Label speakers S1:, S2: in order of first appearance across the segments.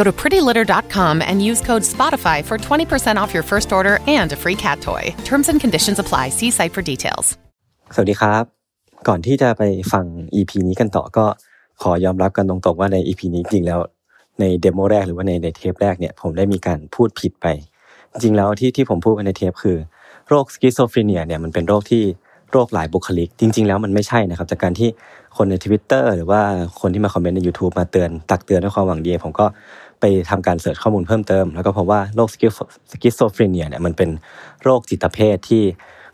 S1: Go to prettylitter.com and use code SPOTIFY for 20% off your first order and a free cat toy. Terms and conditions apply. See site for details.
S2: สวัสดีครับ ก่อนที่จะไปฟัง EP นี้กันต่อก็ขอยอมรับกันตรงๆว่าใน EP นี้จริงแล้ว ในเดโมแรกหรือว่าในในเทปแรกเนี่ยผมได้มีการพูดผิดไป จริงแล้วที่ที่ผมพูดไปในเทปคือ โรคสกิสโซฟรีเนียเนี่ยมันเป็นโรคที่โรคหลายบุคลิก จริง ๆ แล้วมันไม่ใช่นะครับ จากการที่คนในทวิตเตอร์หรือว่าคนที่มาคอมเมนต์ใน YouTube มาเตือนตักเตือนด้วยความหวังดี ผมก็ไปทำการเสิร์ชข้อมูลเพิ่มเติม แล้วก็พบว่าโรคสกิสโซฟรีเนียเนี่ยมันเป็นโรคจิตเภทที่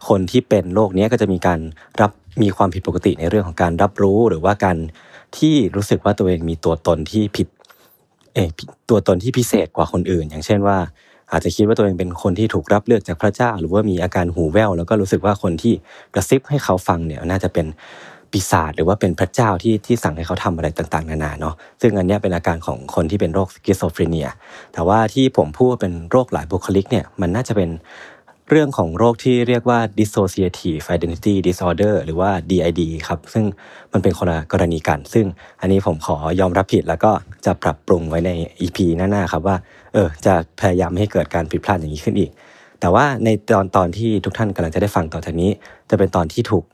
S2: คนที่เป็นโรคเนี้ยก็จะมีการรับมีความผิดปกติในเรื่องของการรับรู้หรือว่าการที่รู้สึกว่าตัวเองมีตัวตนที่ผิด เออตัวตนที่พิเศษกว่าคนอื่น อย่างเช่นว่า อาจจะคิดว่าตัวเองเป็นคนที่ถูกรับเลือกจากพระเจ้า หรือว่ามีอาการหูแว่วแล้วก็รู้สึกว่าคนที่กระซิบให้เขาฟังเนี่ยน่าจะเป็นปีศาจหรือว่าเป็นพระเจ้าที่ที่สั่งให้เขาทำอะไรต่างๆนานาเนาะซึ่งอันเนี้ยเป็นอาการของคนที่เป็นโรคสกิสโซฟรีเนีย แต่ว่าที่ผมพูดว่าเป็นโรคหลายบุคลิกเนี่ยมันน่าจะเป็นเรื่องของโรคที่เรียกว่า dissociative identity disorder หรือว่า DID ครับ ซึ่งมันเป็นคนละกรณีกัน ซึ่งอันนี้ผมขอยอมรับผิดแล้วก็จะปรับปรุงไว้ใน EP หน้าๆครับว่า เออ จะพยายามไม่ให้เกิดการผิดพลาดอย่างนี้ขึ้นอีก แต่ว่าในตอนตอนที่ทุกท่านกำลังจะได้ฟังต่อจากนี้ จะเป็นตอนที่ถูก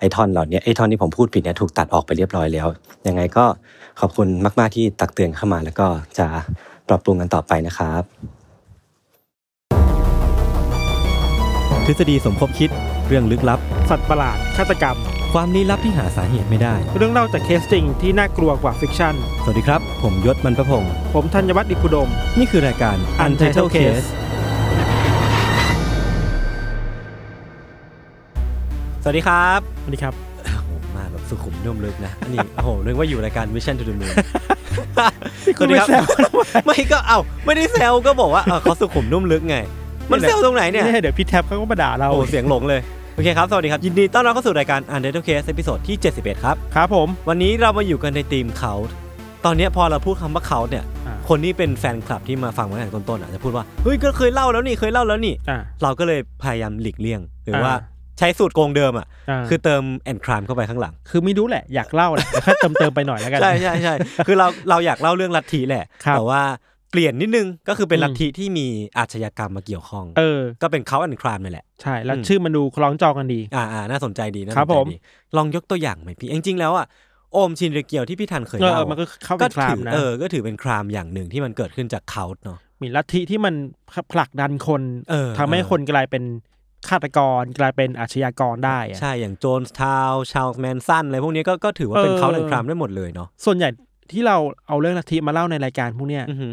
S2: ไอท่อนเหล่านี้ไอท่อนที่ผมพูดผิดเนี่ยถูกตัดออกไปเรียบร้อยแล้ว ยังไงก็ขอบคุณมาก ๆที่ตักเตือนเข้ามา แล้วก็จะปรับปรุงกันต่อไปนะครับ ทฤษฎีสมคบคิดเรื่องลึกลับ
S3: สัตว์ประหลาด ฆาตกรรม
S2: ความลี้ลับที่หาสาเหตุไม่ได้
S3: เรื่องเล่าจากเคสจริงที่น่ากลัวกว่าฟิกชั่น
S2: สวัสดีครับ ผมยศมันประพงศ์
S3: ผมธัญวัฒน์อิพุดม
S2: นี่คือรายการ Untitled Case สวัสดีครับ
S3: สวัสดีครับ
S2: โอ้โหมาแบบสุขุมนุ่มลึกนะอันนี้ โอ้โหนึกว่าอยู่รายการ Mission to the Moon
S3: นี่คุณไปแซวทำไม
S2: ไม่ก็เอ้าไม่ได้แซวก็บอกว่าเออเขาสุขุมนุ่มลึกไง มันแซวตรงไหนเนี่ย
S3: เดี๋ยวพี่แท็บเขาก็มาด่าเรา
S2: โอ้โหเสียงหลงเลย โอเคครับ สวัสดีครับ ยินดีต้อนรับเข้าสู่รายการ Untitled Case ตอนที่ 71 ครับ
S3: ครับผม
S2: วันนี้เรามาอยู่กันในทีมเขา ตอนเนี้ยพอเราพูดคำว่าเขาเนี่ย
S3: อ่า
S2: คนที่เป็นแฟนคลับที่มาฟังมาตั้งแต่ต้นๆอาจจะพูดว่า เฮ้ยก็เคยเล่าแล้วนี่ เคยเล่าแล้วนี่
S3: อ่า
S2: เราก็เลยพยายามหลีกเลี่ยง หรือ
S3: อ่า
S2: ว่าใช้สูตรโกงเดิมอ่ะ
S3: คื
S2: คือ อเติมแอนครามเข้าไปข้างหลัง
S3: คือไม่รู้แหละ อยากเล่าแหละแต่แค่เติมเติมๆไปหน่อยแล้วกัน
S2: ใช่ใช่ใช่ คือเราเราอยากเล่าเรื่องลัทธิแหละ
S3: ครับ
S2: แต่ว่าเปลี่ยนนิดนึง ก็คือเป็น
S3: อืม
S2: ลัทธิที่มีอาชญากรรมมาเกี่ยวข้อง
S3: เออ
S2: ก็เป็นเขาแอนครามนี่แหละ
S3: ใช่ แล้ว
S2: อืม
S3: ชื่อมันดูคล้องจองกันดี
S2: อ่าอ่าน่าสนใจดี น่าส
S3: ครั
S2: น
S3: บ
S2: ใจ
S3: ผม
S2: ดี ลองยกตัวอย่างไหมพี่ จริงๆแล้วอ่ะ โอมชินเรเกียวที่พี่ทันเคย
S3: เอ
S2: เล่า
S3: อ
S2: อะ
S3: มันก็เข้า
S2: ก็
S3: เป็นคลา
S2: ถื
S3: ม
S2: อ
S3: นะ
S2: เออ ก็ถือเป็นครามอย่างหนึ่งที่มันเกิดขึ้นจากเขาเนาะ
S3: มีลัทธิที่มันผลักดันคน
S2: เออ
S3: ทำให้
S2: เออ
S3: คนกลายเป็นฆาตกรกลายเป็นอาชญากรได้อะ
S2: ใช่ อย่างโจนส์ทาวชาลส์แมนสันอะไรพวกนี้ก็ก็ถือว่าเป็น
S3: เออ
S2: เขาแหล่งครามได้หมดเลยเนาะ
S3: ส่วนใหญ่ที่เราเอาเรื่องลัทธิมาเล่าในรายการพวกเนี้ย
S2: อือหือ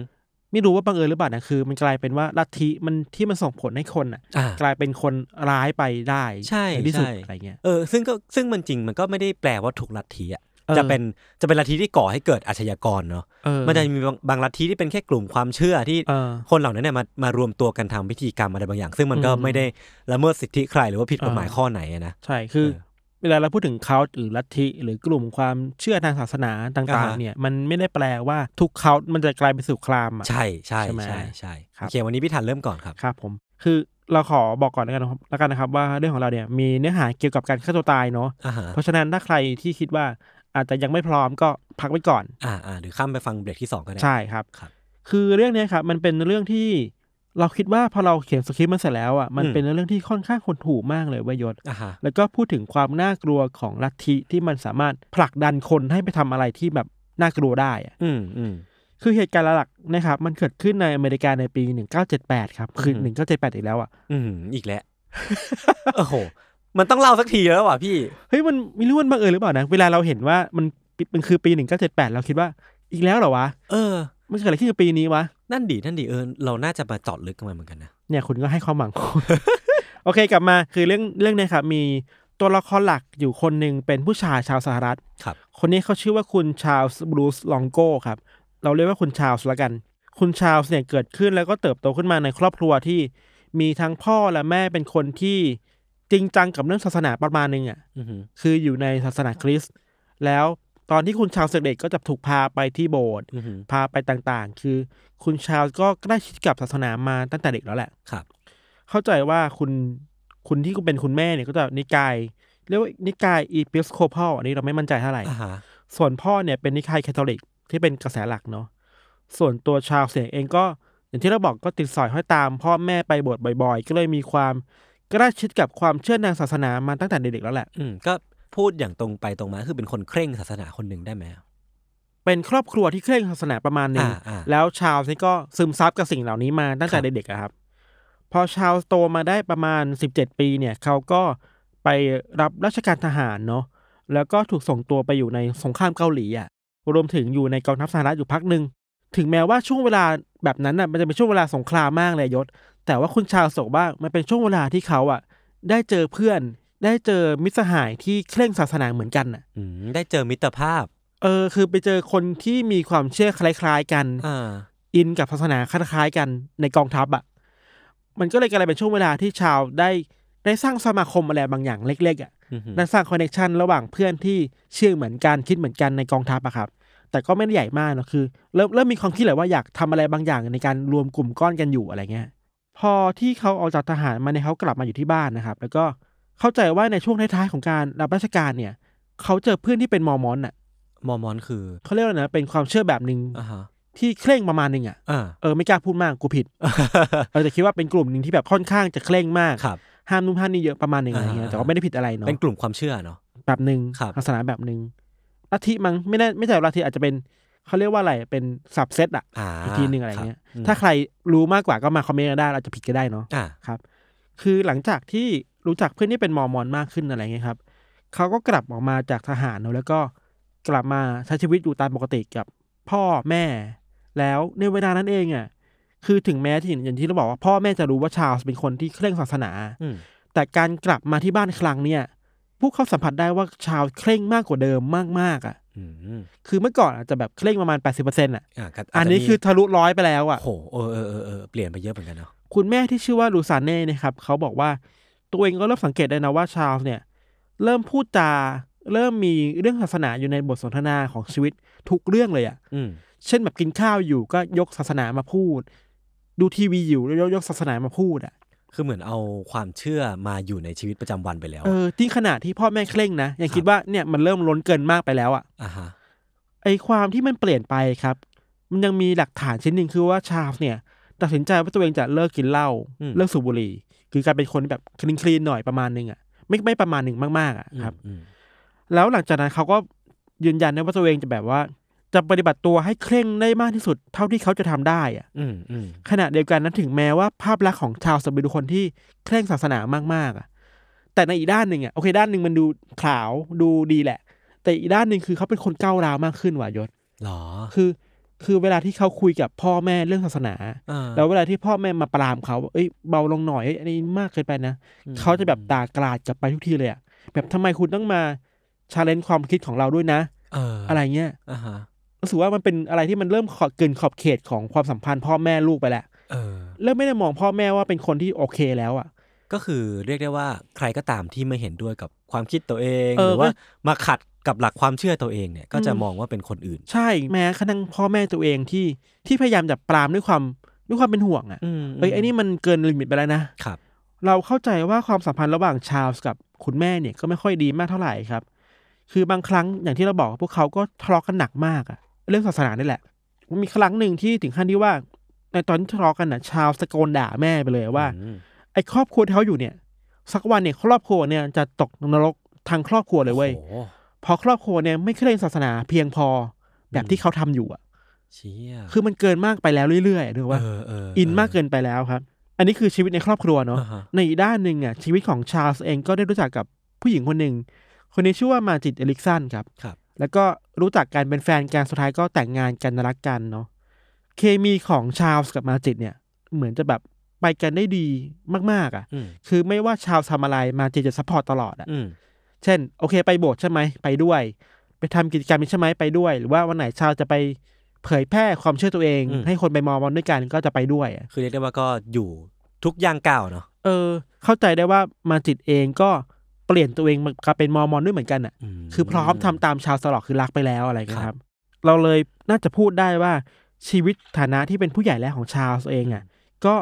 S3: ไม่รู้ว่าบังเอิญหรือเปล่านะคือ มันกลายเป็นว่าลัทธิมันที่มันส่งผลให้คนอ่ะ
S2: อ่า
S3: กลายเป็นคนร้ายไปได้
S2: ใช่
S3: นที่สุด
S2: ใช่
S3: อะไรเงี้ย
S2: เออ ซึ่งก็ซึ่งมันจริงมันก็ไม่ได้แปลว่าถูกลัทธิอ่ะ
S3: เออ
S2: จะเป็นจะเป็นลัทธิที่ก่อให้เกิดอาชญากรเนาะ
S3: เออ
S2: มันจะมีบางบางลัทธิที่เป็นแค่กลุ่มความเชื่อที่
S3: เออ
S2: คนเหล่านั้นเนี่ยมามารวมตัวกันทำพิธีกรรมอะไรบางอย่าง ซึ่งมันก็
S3: อืม
S2: ไม่ได้ละเมิดสิทธิใครหรือว่าผิดกฎหมาย
S3: เออ
S2: ข้อไหนอะนะ
S3: ใช่คือ
S2: เออ
S3: เวลาเราพูดถึงเขาหรือลัทธิหรือกลุ่มความเชื่อทางศาสนา
S2: อ่า
S3: ต่าง
S2: ฮะ
S3: ๆ เนี่ย มันไม่ได้แปลว่าทุกเขามันจะกลายเป็นสุครามอ่ะ
S2: ใช่ใช่
S3: ใช่ไหม
S2: ใช่ใช่
S3: ครับ
S2: โอเควันนี้พี่ทันเริ่มก่อนครับ
S3: ครับผมคือเราขอบอกก่อนแล้วกันนะครับแล้วกันนะครับว่าเรื่องของเราเนี่ยมีเนื้อหาเกี่ยวกับการฆ่าตัวตายเนาะ
S2: อ่าฮะ
S3: เพราะฉะนั้นถ้าใครที่คิดว่าอาจจะยังไม่พร้อมก็พักไว้ก่อน
S2: อ่าอ่าหรือข้ามไปฟังเบรกที่สองก็ได้
S3: ใช่ครับ
S2: ครับ
S3: คือเรื่องเนี้ยครับมันเป็นเรื่องที่เราคิดว่าพอเราเขียนสคริปต์มันเสร็จแล้วอ่ะมัน
S2: อืม
S3: เป็นเรื่องที่ค่อนข้างคนถูกมากเลยเวยยศ
S2: อ่าฮะ
S3: แล้วก็พูดถึงความน่ากลัวของลัทธิที่มันสามารถผลักดันคนให้ไปทำอะไรที่แบบน่ากลัวได้อะ
S2: อืมอืม
S3: คือเหตุการณ์หลักๆนะครับมันเกิดขึ้นในอเมริกาในปี 1978 ครับ คือ
S2: อืม
S3: 1978 อีกแล้วอ่ะ
S2: อืมอีก แล้ว โอ้โห มันต้องเล่าสักทีแล้วว่ะพี่
S3: เฮ้ยมันไม่รู้มันบังเอิญหรือเปล่านะ เวลาเราเห็นว่ามันปิมันคือปี 1978 เราคิดว่าอีกแล้วเหรอวะ
S2: เออ
S3: มันเกิดอะไรขึ้นกับปีนี้วะ
S2: นั่นดีนั่นดีเออ เราน่าจะมาเจอดลึกกันมาเหมือนกันนะ
S3: เนี่ยคุณก็ให้ความหวัง คุณโอเคกลับมาคือเรื่องเรื่องเนี้ครับมีตัวละครหลักอยู่คนหนึ่งเป็นผู้ชายชาวสหรัฐ
S2: ครับ
S3: คนนี้เขาชื่อว่าคุณชาลส์บรูซลองโก้ครับ เราเรียกว่าคุณชาลส์ละกัน คุณชาลส์เนี่ยเกิดขึ้นแล้วก็เติบโตขึ้นมาในครอบครัวที่มีทั้งพ่อและแม่เป็นคนที่จริงจังกับเรื่องศาสนาประมาณหนึงอ่ะ
S2: อือหือ
S3: คืออยู่ในศาสนาคริสต์แล้วตอนที่คุณชาวเสด็จก็จะถูกพาไปที่โบสถ์
S2: อือหือ
S3: พาไปต่างๆ คือคุณชาวก็ใกล้ชิดกับศาสนามาตั้งแต่เด็กแล้วแหละ
S2: ครับ
S3: เข้าใจว่าคุณคุณที่เป็นคุณแม่เนี่ยก็จะนิกาย เรียกว่านิกายอีพิสโคพอลอันนี้เราไม่มั่นใจเท่าไหร่
S2: อ่าฮะ
S3: ส่วนพ่อเนี่ยเป็นนิกายแคทอลิกที่เป็นกระแสหลักเนาะส่วนตัวชาวเสียงเองก็อย่างที่เราบอกก็ติดสอยห้อยตาม พ่อแม่ไปโบสถ์บ่อย ๆ ก็เลยมีความใกล้ชิดกับความเชื่อทางศาสนามาตั้งแต่เด็กๆแล้วแหละ
S2: อืมก็พูดอย่างตรงไปตรงมาคือเป็นคนเคร่งศาสนาคนหนึ่งได้ไหม
S3: เป็นครอบครัวที่เคร่งศาสนาประมาณหนึ่ง
S2: อ่าอ่า
S3: แล้วชาวนี่ก็ซึมซับกับสิ่งเหล่านี้มาตั้งแต่
S2: ครับ
S3: เด็กๆอะครับ พอชาวโตมาได้ประมาณ 17 ปีเนี่ยเขาก็ไปรับราชการทหารเนาะแล้วก็ถูกส่งตัวไปอยู่ในสงครามเกาหลีอะรวมถึงอยู่ในกองทัพสหรัฐอยู่พักหนึ่งถึงแม้ว่าช่วงเวลาแบบนั้นน่ะมันจะเป็นช่วงเวลาสงครามมากเลยยศ แต่ว่าคุณชาวโศกว่ามันเป็นช่วงเวลาที่เขาอะได้เจอเพื่อน ได้เจอมิตรสหายที่เคร่งศาสนาเหมือนกันน่ะ
S2: อืมได้เจอมิตรภาพ
S3: เออคือไปเจอคนที่มีความเชื่อคล้ายๆกัน
S2: อ่า
S3: อินกับศาสนาคล้ายๆกันในกองทัพอ่ะมันก็เลยกลายเป็นช่วงเวลาที่ชาวได้ได้สร้างสมาคมอะไรบางอย่างเล็กๆอ่ะ
S2: อือหือ
S3: ได้สร้างคอนเนคชันระหว่างเพื่อนที่เชื่อเหมือนกันคิดเหมือนกันในกองทัพอะครับ แต่ก็ไม่ได้ใหญ่มากเนอะคือเริ่มเริ่มมีความคิดแหละว่าอยากทำอะไรบางอย่างในการรวมกลุ่มก้อนกันอยู่อะไรเงี้ย พอที่เขาออกจากทหารมาเนี่ยเขากลับมาอยู่ที่บ้านนะครับ แล้วก็เข้าใจว่าในช่วงท้ายๆของการรับราชการเนี่ย เขาเจอเพื่อนที่เป็นมอร์มอนอ่ะ
S2: มอร์มอนคือ
S3: เขาเรียกว่าอะไรนะเป็นความเชื่อแบบหนึ่ง
S2: อ่าฮะ
S3: ที่เคร่งประมาณหนึ่งอ่ะ
S2: อ่า
S3: เออไม่กล้าพูดมากกูผิด เราจะคิดว่าเป็นกลุ่มหนึ่งที่แบบค่อนข้างจะเคร่งมาก
S2: ครับ
S3: ห้ามนุ่มห้ามนี่เยอะประมาณหนึ่งอะไรเงี้ย
S2: อ่า
S3: แต่ว่าไม่ได้ผิดอะไรเนาะ
S2: เป็นกลุ่มความเชื่อเนาะ
S3: แบบหนึ่ง
S2: ครับ
S3: ศาสนาแบบหนึ่งลัทธิมั้งไม่แน่ไม่ใช่ลัทธิอาจจะเป็นเขาเรียกว่าอะไรเป็นสับเซตอ่ะ
S2: อ่า
S3: อีกทีหนึ่งอะไรเงี้ย
S2: คบม
S3: ถ้าใครรู้มากกว่าก็มาคอมเมนต์กันได้เราจะผิดก็ได้เนาะ
S2: อ่า
S3: ครับคือหลังจากที่รู้จักเพื่อนที่เป็นมอร์มอนมากขึ้นอะไรเงี้ยครับเขาก็กลับออกมาจากทหารเนอะแล้วก็กลับมาใช้ชีวิตอยู่ตามปกติกับพ่อแม่ แล้วในเวลานั้นเองอ่ะคือถึงแม้ที่อย่างที่เราบอกว่าพ่อแม่จะรู้ว่าชาร์ลส์เป็นคนที่เคร่งศาสนา
S2: อืม
S3: แต่การกลับมาที่บ้านครั้งเนี่ยพวกเขาสัมผัสได้ว่าชาร์ลส์เคร่งมากกว่าเดิมมากๆอ่ะ
S2: อืม
S3: คือเมื่อก่อนอาจจะแบบเคร่งประมาณ 80%อ่ะ
S2: อ่าก็
S3: อั
S2: าจ
S3: น
S2: จะ
S3: นี้
S2: มี
S3: คือทะลุร้อยไปแล้วอ่ะ
S2: โอ้โหเออเออเออเออเปลี่ยนไปเยอะเหมือนกันเนาะ
S3: คุณแม่ที่ชื่อว่าลูซานเน่เนะครับเขาบอกว่าตัวเองก็เริ่มสังเกตได้นะว่าชาร์ลส์เนี่ย เริ่มพูดจา เริ่มมีเรื่องศาสนาอยู่ในบทสนทนาของชีวิตทุกเรื่องเลยอะ่ะ
S2: อืม
S3: เช่นแบบกินข้าวอยู่ก็ยกศาสนามาพูด ดูทีวีอยู่แล้วยกยกศาสนามาพูดอะ่ะ
S2: คือเหมือนเอาความเชื่อมาอยู่ในชีวิตประจำวันไปแล้ว
S3: เอ
S2: อะ
S3: อทิ้งขนาดที่พ่อแม่เคร่งนะยังคิดว่าเนี่ยมันเริ่มล้นเกินมากไปแล้วอ่ะ
S2: ่าฮะ
S3: ไอความที่มันเปลี่ยนไปครับ มันยังมีหลักฐานชิ้นหนึ่งคือว่าชาร์ลส์เนี่ย ตัดสินใจว่าตัวเองจะเลิกกินเหล้า
S2: อืม
S3: เลิกสูบบุหรี่ คือการเป็นคนแบบคลีนคลีนๆหน่อยประมาณหนึงอ่ะไม่ไม่ประมาณหนึ่งมากๆอ่ะครับ
S2: อืม
S3: แล้วหลังจากนั้นเขาก็ยืนยันนะว่าตัวเองจะแบบว่า จะปฏิบัติตัวให้เคร่งได้มากที่สุดเท่าที่เขาจะทำได้อ่ะ
S2: อืมอืม
S3: ขณะเดียวกันนั้นถึงแม้ว่าภาพลักษณ์ของชาวสเปนเป็นคนที่เคร่งศาสนามากๆอ่ะแต่ในอีกด้านหนึ่งอ่ะโอเคด้านหนึ่งมันดูขาวดูดีแหละ แต่อีกด้านหนึ่งคือเขาเป็นคนก้าวร้าวมากขึ้นว่ะยศ
S2: หรอ
S3: คือคือเวลาที่เขาคุยกับพ่อแม่เรื่องศาสนา
S2: อ่า
S3: แล้วเวลาที่พ่อแม่มาปรามเขาเอ้ยเบาลงหน่อยเอ้ยอันนี้มากเกินไปนะเขาจะแบบด่ากราดกลับไปทุกทีเลยอะแบบทำไมคุณต้องมาชาเลนจ์ความคิดของเราด้วยนะ
S2: เออ
S3: อะไรเงี้ย
S2: อ่าฮะ
S3: รู้สึกว่ามันเป็นอะไรที่มันเริ่มขอเกินขอบเขตของความสัมพันธ์พ่อแม่ลูกไปแหละ
S2: เออ
S3: เริ่มไม่ได้มองพ่อแม่ว่าเป็นคนที่โอเคแล้วอะ
S2: ก็คือเรียกได้ว่าใครก็ตามที่ไม่เห็นด้วยกับความคิดตัวเอง
S3: เออ
S2: หรือว่า
S3: ก็
S2: มาขัดกับหลักความเชื่อตัวเองเนี่ย ก็จะ
S3: อืม
S2: มองว่าเป็นคนอื่น
S3: ใช่แม้กระทั่งพ่อแม่ตัวเองที่ที่พยายามจะปรามด้วยความด้วยความเป็นห่วงอะ
S2: อืม
S3: เอ้ยไอ้นี่มันเกินลิมิตไปแล้วนะ
S2: ครับ
S3: เราเข้าใจว่าความสัมพันธ์ระหว่างชาร์ลส์กับคุณแม่เนี่ยก็ไม่ค่อยดีมากเท่าไหร่ครับ คือบางครั้งอย่างที่เราบอกพวกเขาก็ทะเลาะกันหนักมากอะเรื่องศาสนานี่แหละ มีครั้งหนึ่งที่ถึงขั้นที่ว่า ในตอนที่ทะเลาะกันน่ะชาร์ลส์ตะโกนด่าแม่ไปเลยว่า
S2: อืม
S3: ไอ้ครอบครัวที่เขาอยู่เนี่ย สักวันเนี่ยครอบครัวเนี่ยจะตกนรกทางครอบครัวเลยเว้ย
S2: โอ้โห
S3: เพราะครอบครัวเนี่ยไม่เคร่งศาสนาเพียงพอแบบที่เขาทำอยู่อะ
S2: เชี่ย
S3: คือมันเกินมากไปแล้วเรื่อยๆนึกว่า
S2: เออเออ
S3: อินมากเกินไปแล้วครับ อันนี้คือชีวิตในครอบครัวเนาะ
S2: อ่าฮะ
S3: ในอีกด้านหนึ่งอ่ะชีวิตของชาร์ลส์เองก็ได้รู้จักกับผู้หญิงคนหนึ่ง คนนี้ชื่อว่ามาจิตเอลิกสันครับ
S2: ครับ
S3: แล้วก็รู้จักกันเป็นแฟนกันสุดท้ายก็แต่งงานกันรักกันเนาะเคมีของชาร์ลส์กับมาจิตเนี่ย เหมือนจะแบบไปกันได้ดีมากๆอ่ะ
S2: อืม
S3: คือไม่ว่าชาร์ลส์ทำอะไรมาจิตจะซัพพอร์ตตลอดอ่ะ
S2: อืม
S3: เช่น โอเคไปโบสถ์ใช่ไหมไปด้วย ไปทำกิจกรรมนี้ใช่ไหมไปด้วย หรือว่าวันไหนชาร์ลส์จะไปเผยแพร่ความเชื่อตัวเอง ให้คนไปมองมันด้วยกันก็จะไปด้วยอะ
S2: คือเรียกได้ว่าก็อยู่ทุกอย่างก้าวเนาะ
S3: เออเข้าใจได้ว่ามาจิตเองก็เปลี่ยนตัวเองมากลายเป็นมอร์มอนด้วยเหมือนกันอ่ะ
S2: ม
S3: คือพร้อมทำตามชาวสลอกคือรักไปแล้วอะไรกัน
S2: ค
S3: ค
S2: รั
S3: รับ บ เราเลยน่าจะพูดได้ว่าชีวิตฐานะที่เป็นผู้ใหญ่แล้วของชาวเองอ่ะ ก็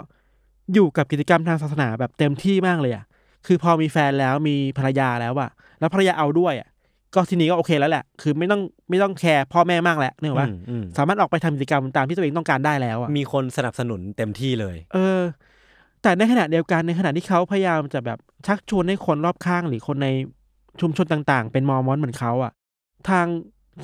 S3: อยู่กับกิจกรรมทางศาสนาแบบเต็มที่มากเลยอ่ะ คือพอมีแฟนแล้วมีภรรยาแล้วอ่ะ แล้วภรรยาเอาด้วยอ่ะ ก็ทีนี้ก็โอเคแล้วแหละ คือไม่ต้องไม่ต้องแคร์พ่อแม่มากแล้วเนก
S2: อื
S3: อะ
S2: ม
S3: ว่า
S2: อืม
S3: สามารถออกไปทำกิจกรรมตามที่ตัวเองต้องการได้แล้วอ่ะ
S2: มีคนสนับสนุนเต็มที่เลย
S3: เออ แต่ในขณะเดียวกันในขณะที่เขาพยายามจะแบบชักชวนให้คนรอบข้างหรือคนในชุมชนต่างๆ เป็นมอร์มอนเหมือนเขาอะ่ะ ทาง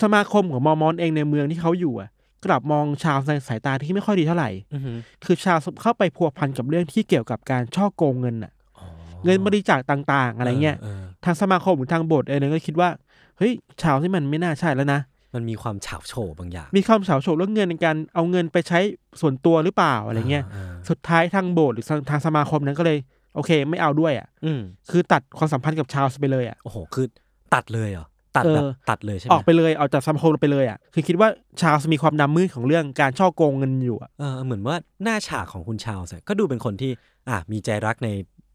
S3: สมาคมของมอร์มอนเองในเมืองที่เขาอยู่อะ่ะ กลับมองชาวในสายตาที่ไม่ค่อยดีเท่าไหร่
S2: อือหือ
S3: คือชาวเข้าไปพัวพันกับเรื่องที่เกี่ยวกับการช่อโกงเงินอ่ะ
S2: อ๋อ
S3: เงินบริจาคต่างๆ อะไรเงี้ย
S2: ออออ
S3: ทางสมาคมหรือทางโบสถ์เองเนี่ยก็คิดว่าเฮ้ยชาวที่มันไม่น่าใช่แล้วนะ
S2: มันมีความฉาบโฉบบางอย่าง
S3: มีความเฉาโฉบเรื่องเงินในการเอาเงินไปใช้ส่วนตัวหรือเปล่าอะไรเงี้ย
S2: าา
S3: สุดท้ายทางโบสถ์หรือทางทางสมาคมนั้นก็เลย โอเคไม่เอาด้วยอะ่ะ
S2: อืม
S3: คือตัดความสัมพันธ์กับชาวส์ไปเลยอะ่ะ
S2: โอ้โหคือตัดเลยเหรอตัดแบบ
S3: เออ
S2: ตัดเลยใช่ไหม
S3: ออกไปเลยเอาจากสมาคมไปเลยอะ่ะคือคิดว่าชาวส์มีความดำมืดของเรื่องการช่อโกงเงินอยู่อะ
S2: เออเหมือนว่าหน้าฉากของคุณชาวส์เนี่ยก็ดูเป็นคนที่ อ่ะมีใจรักใน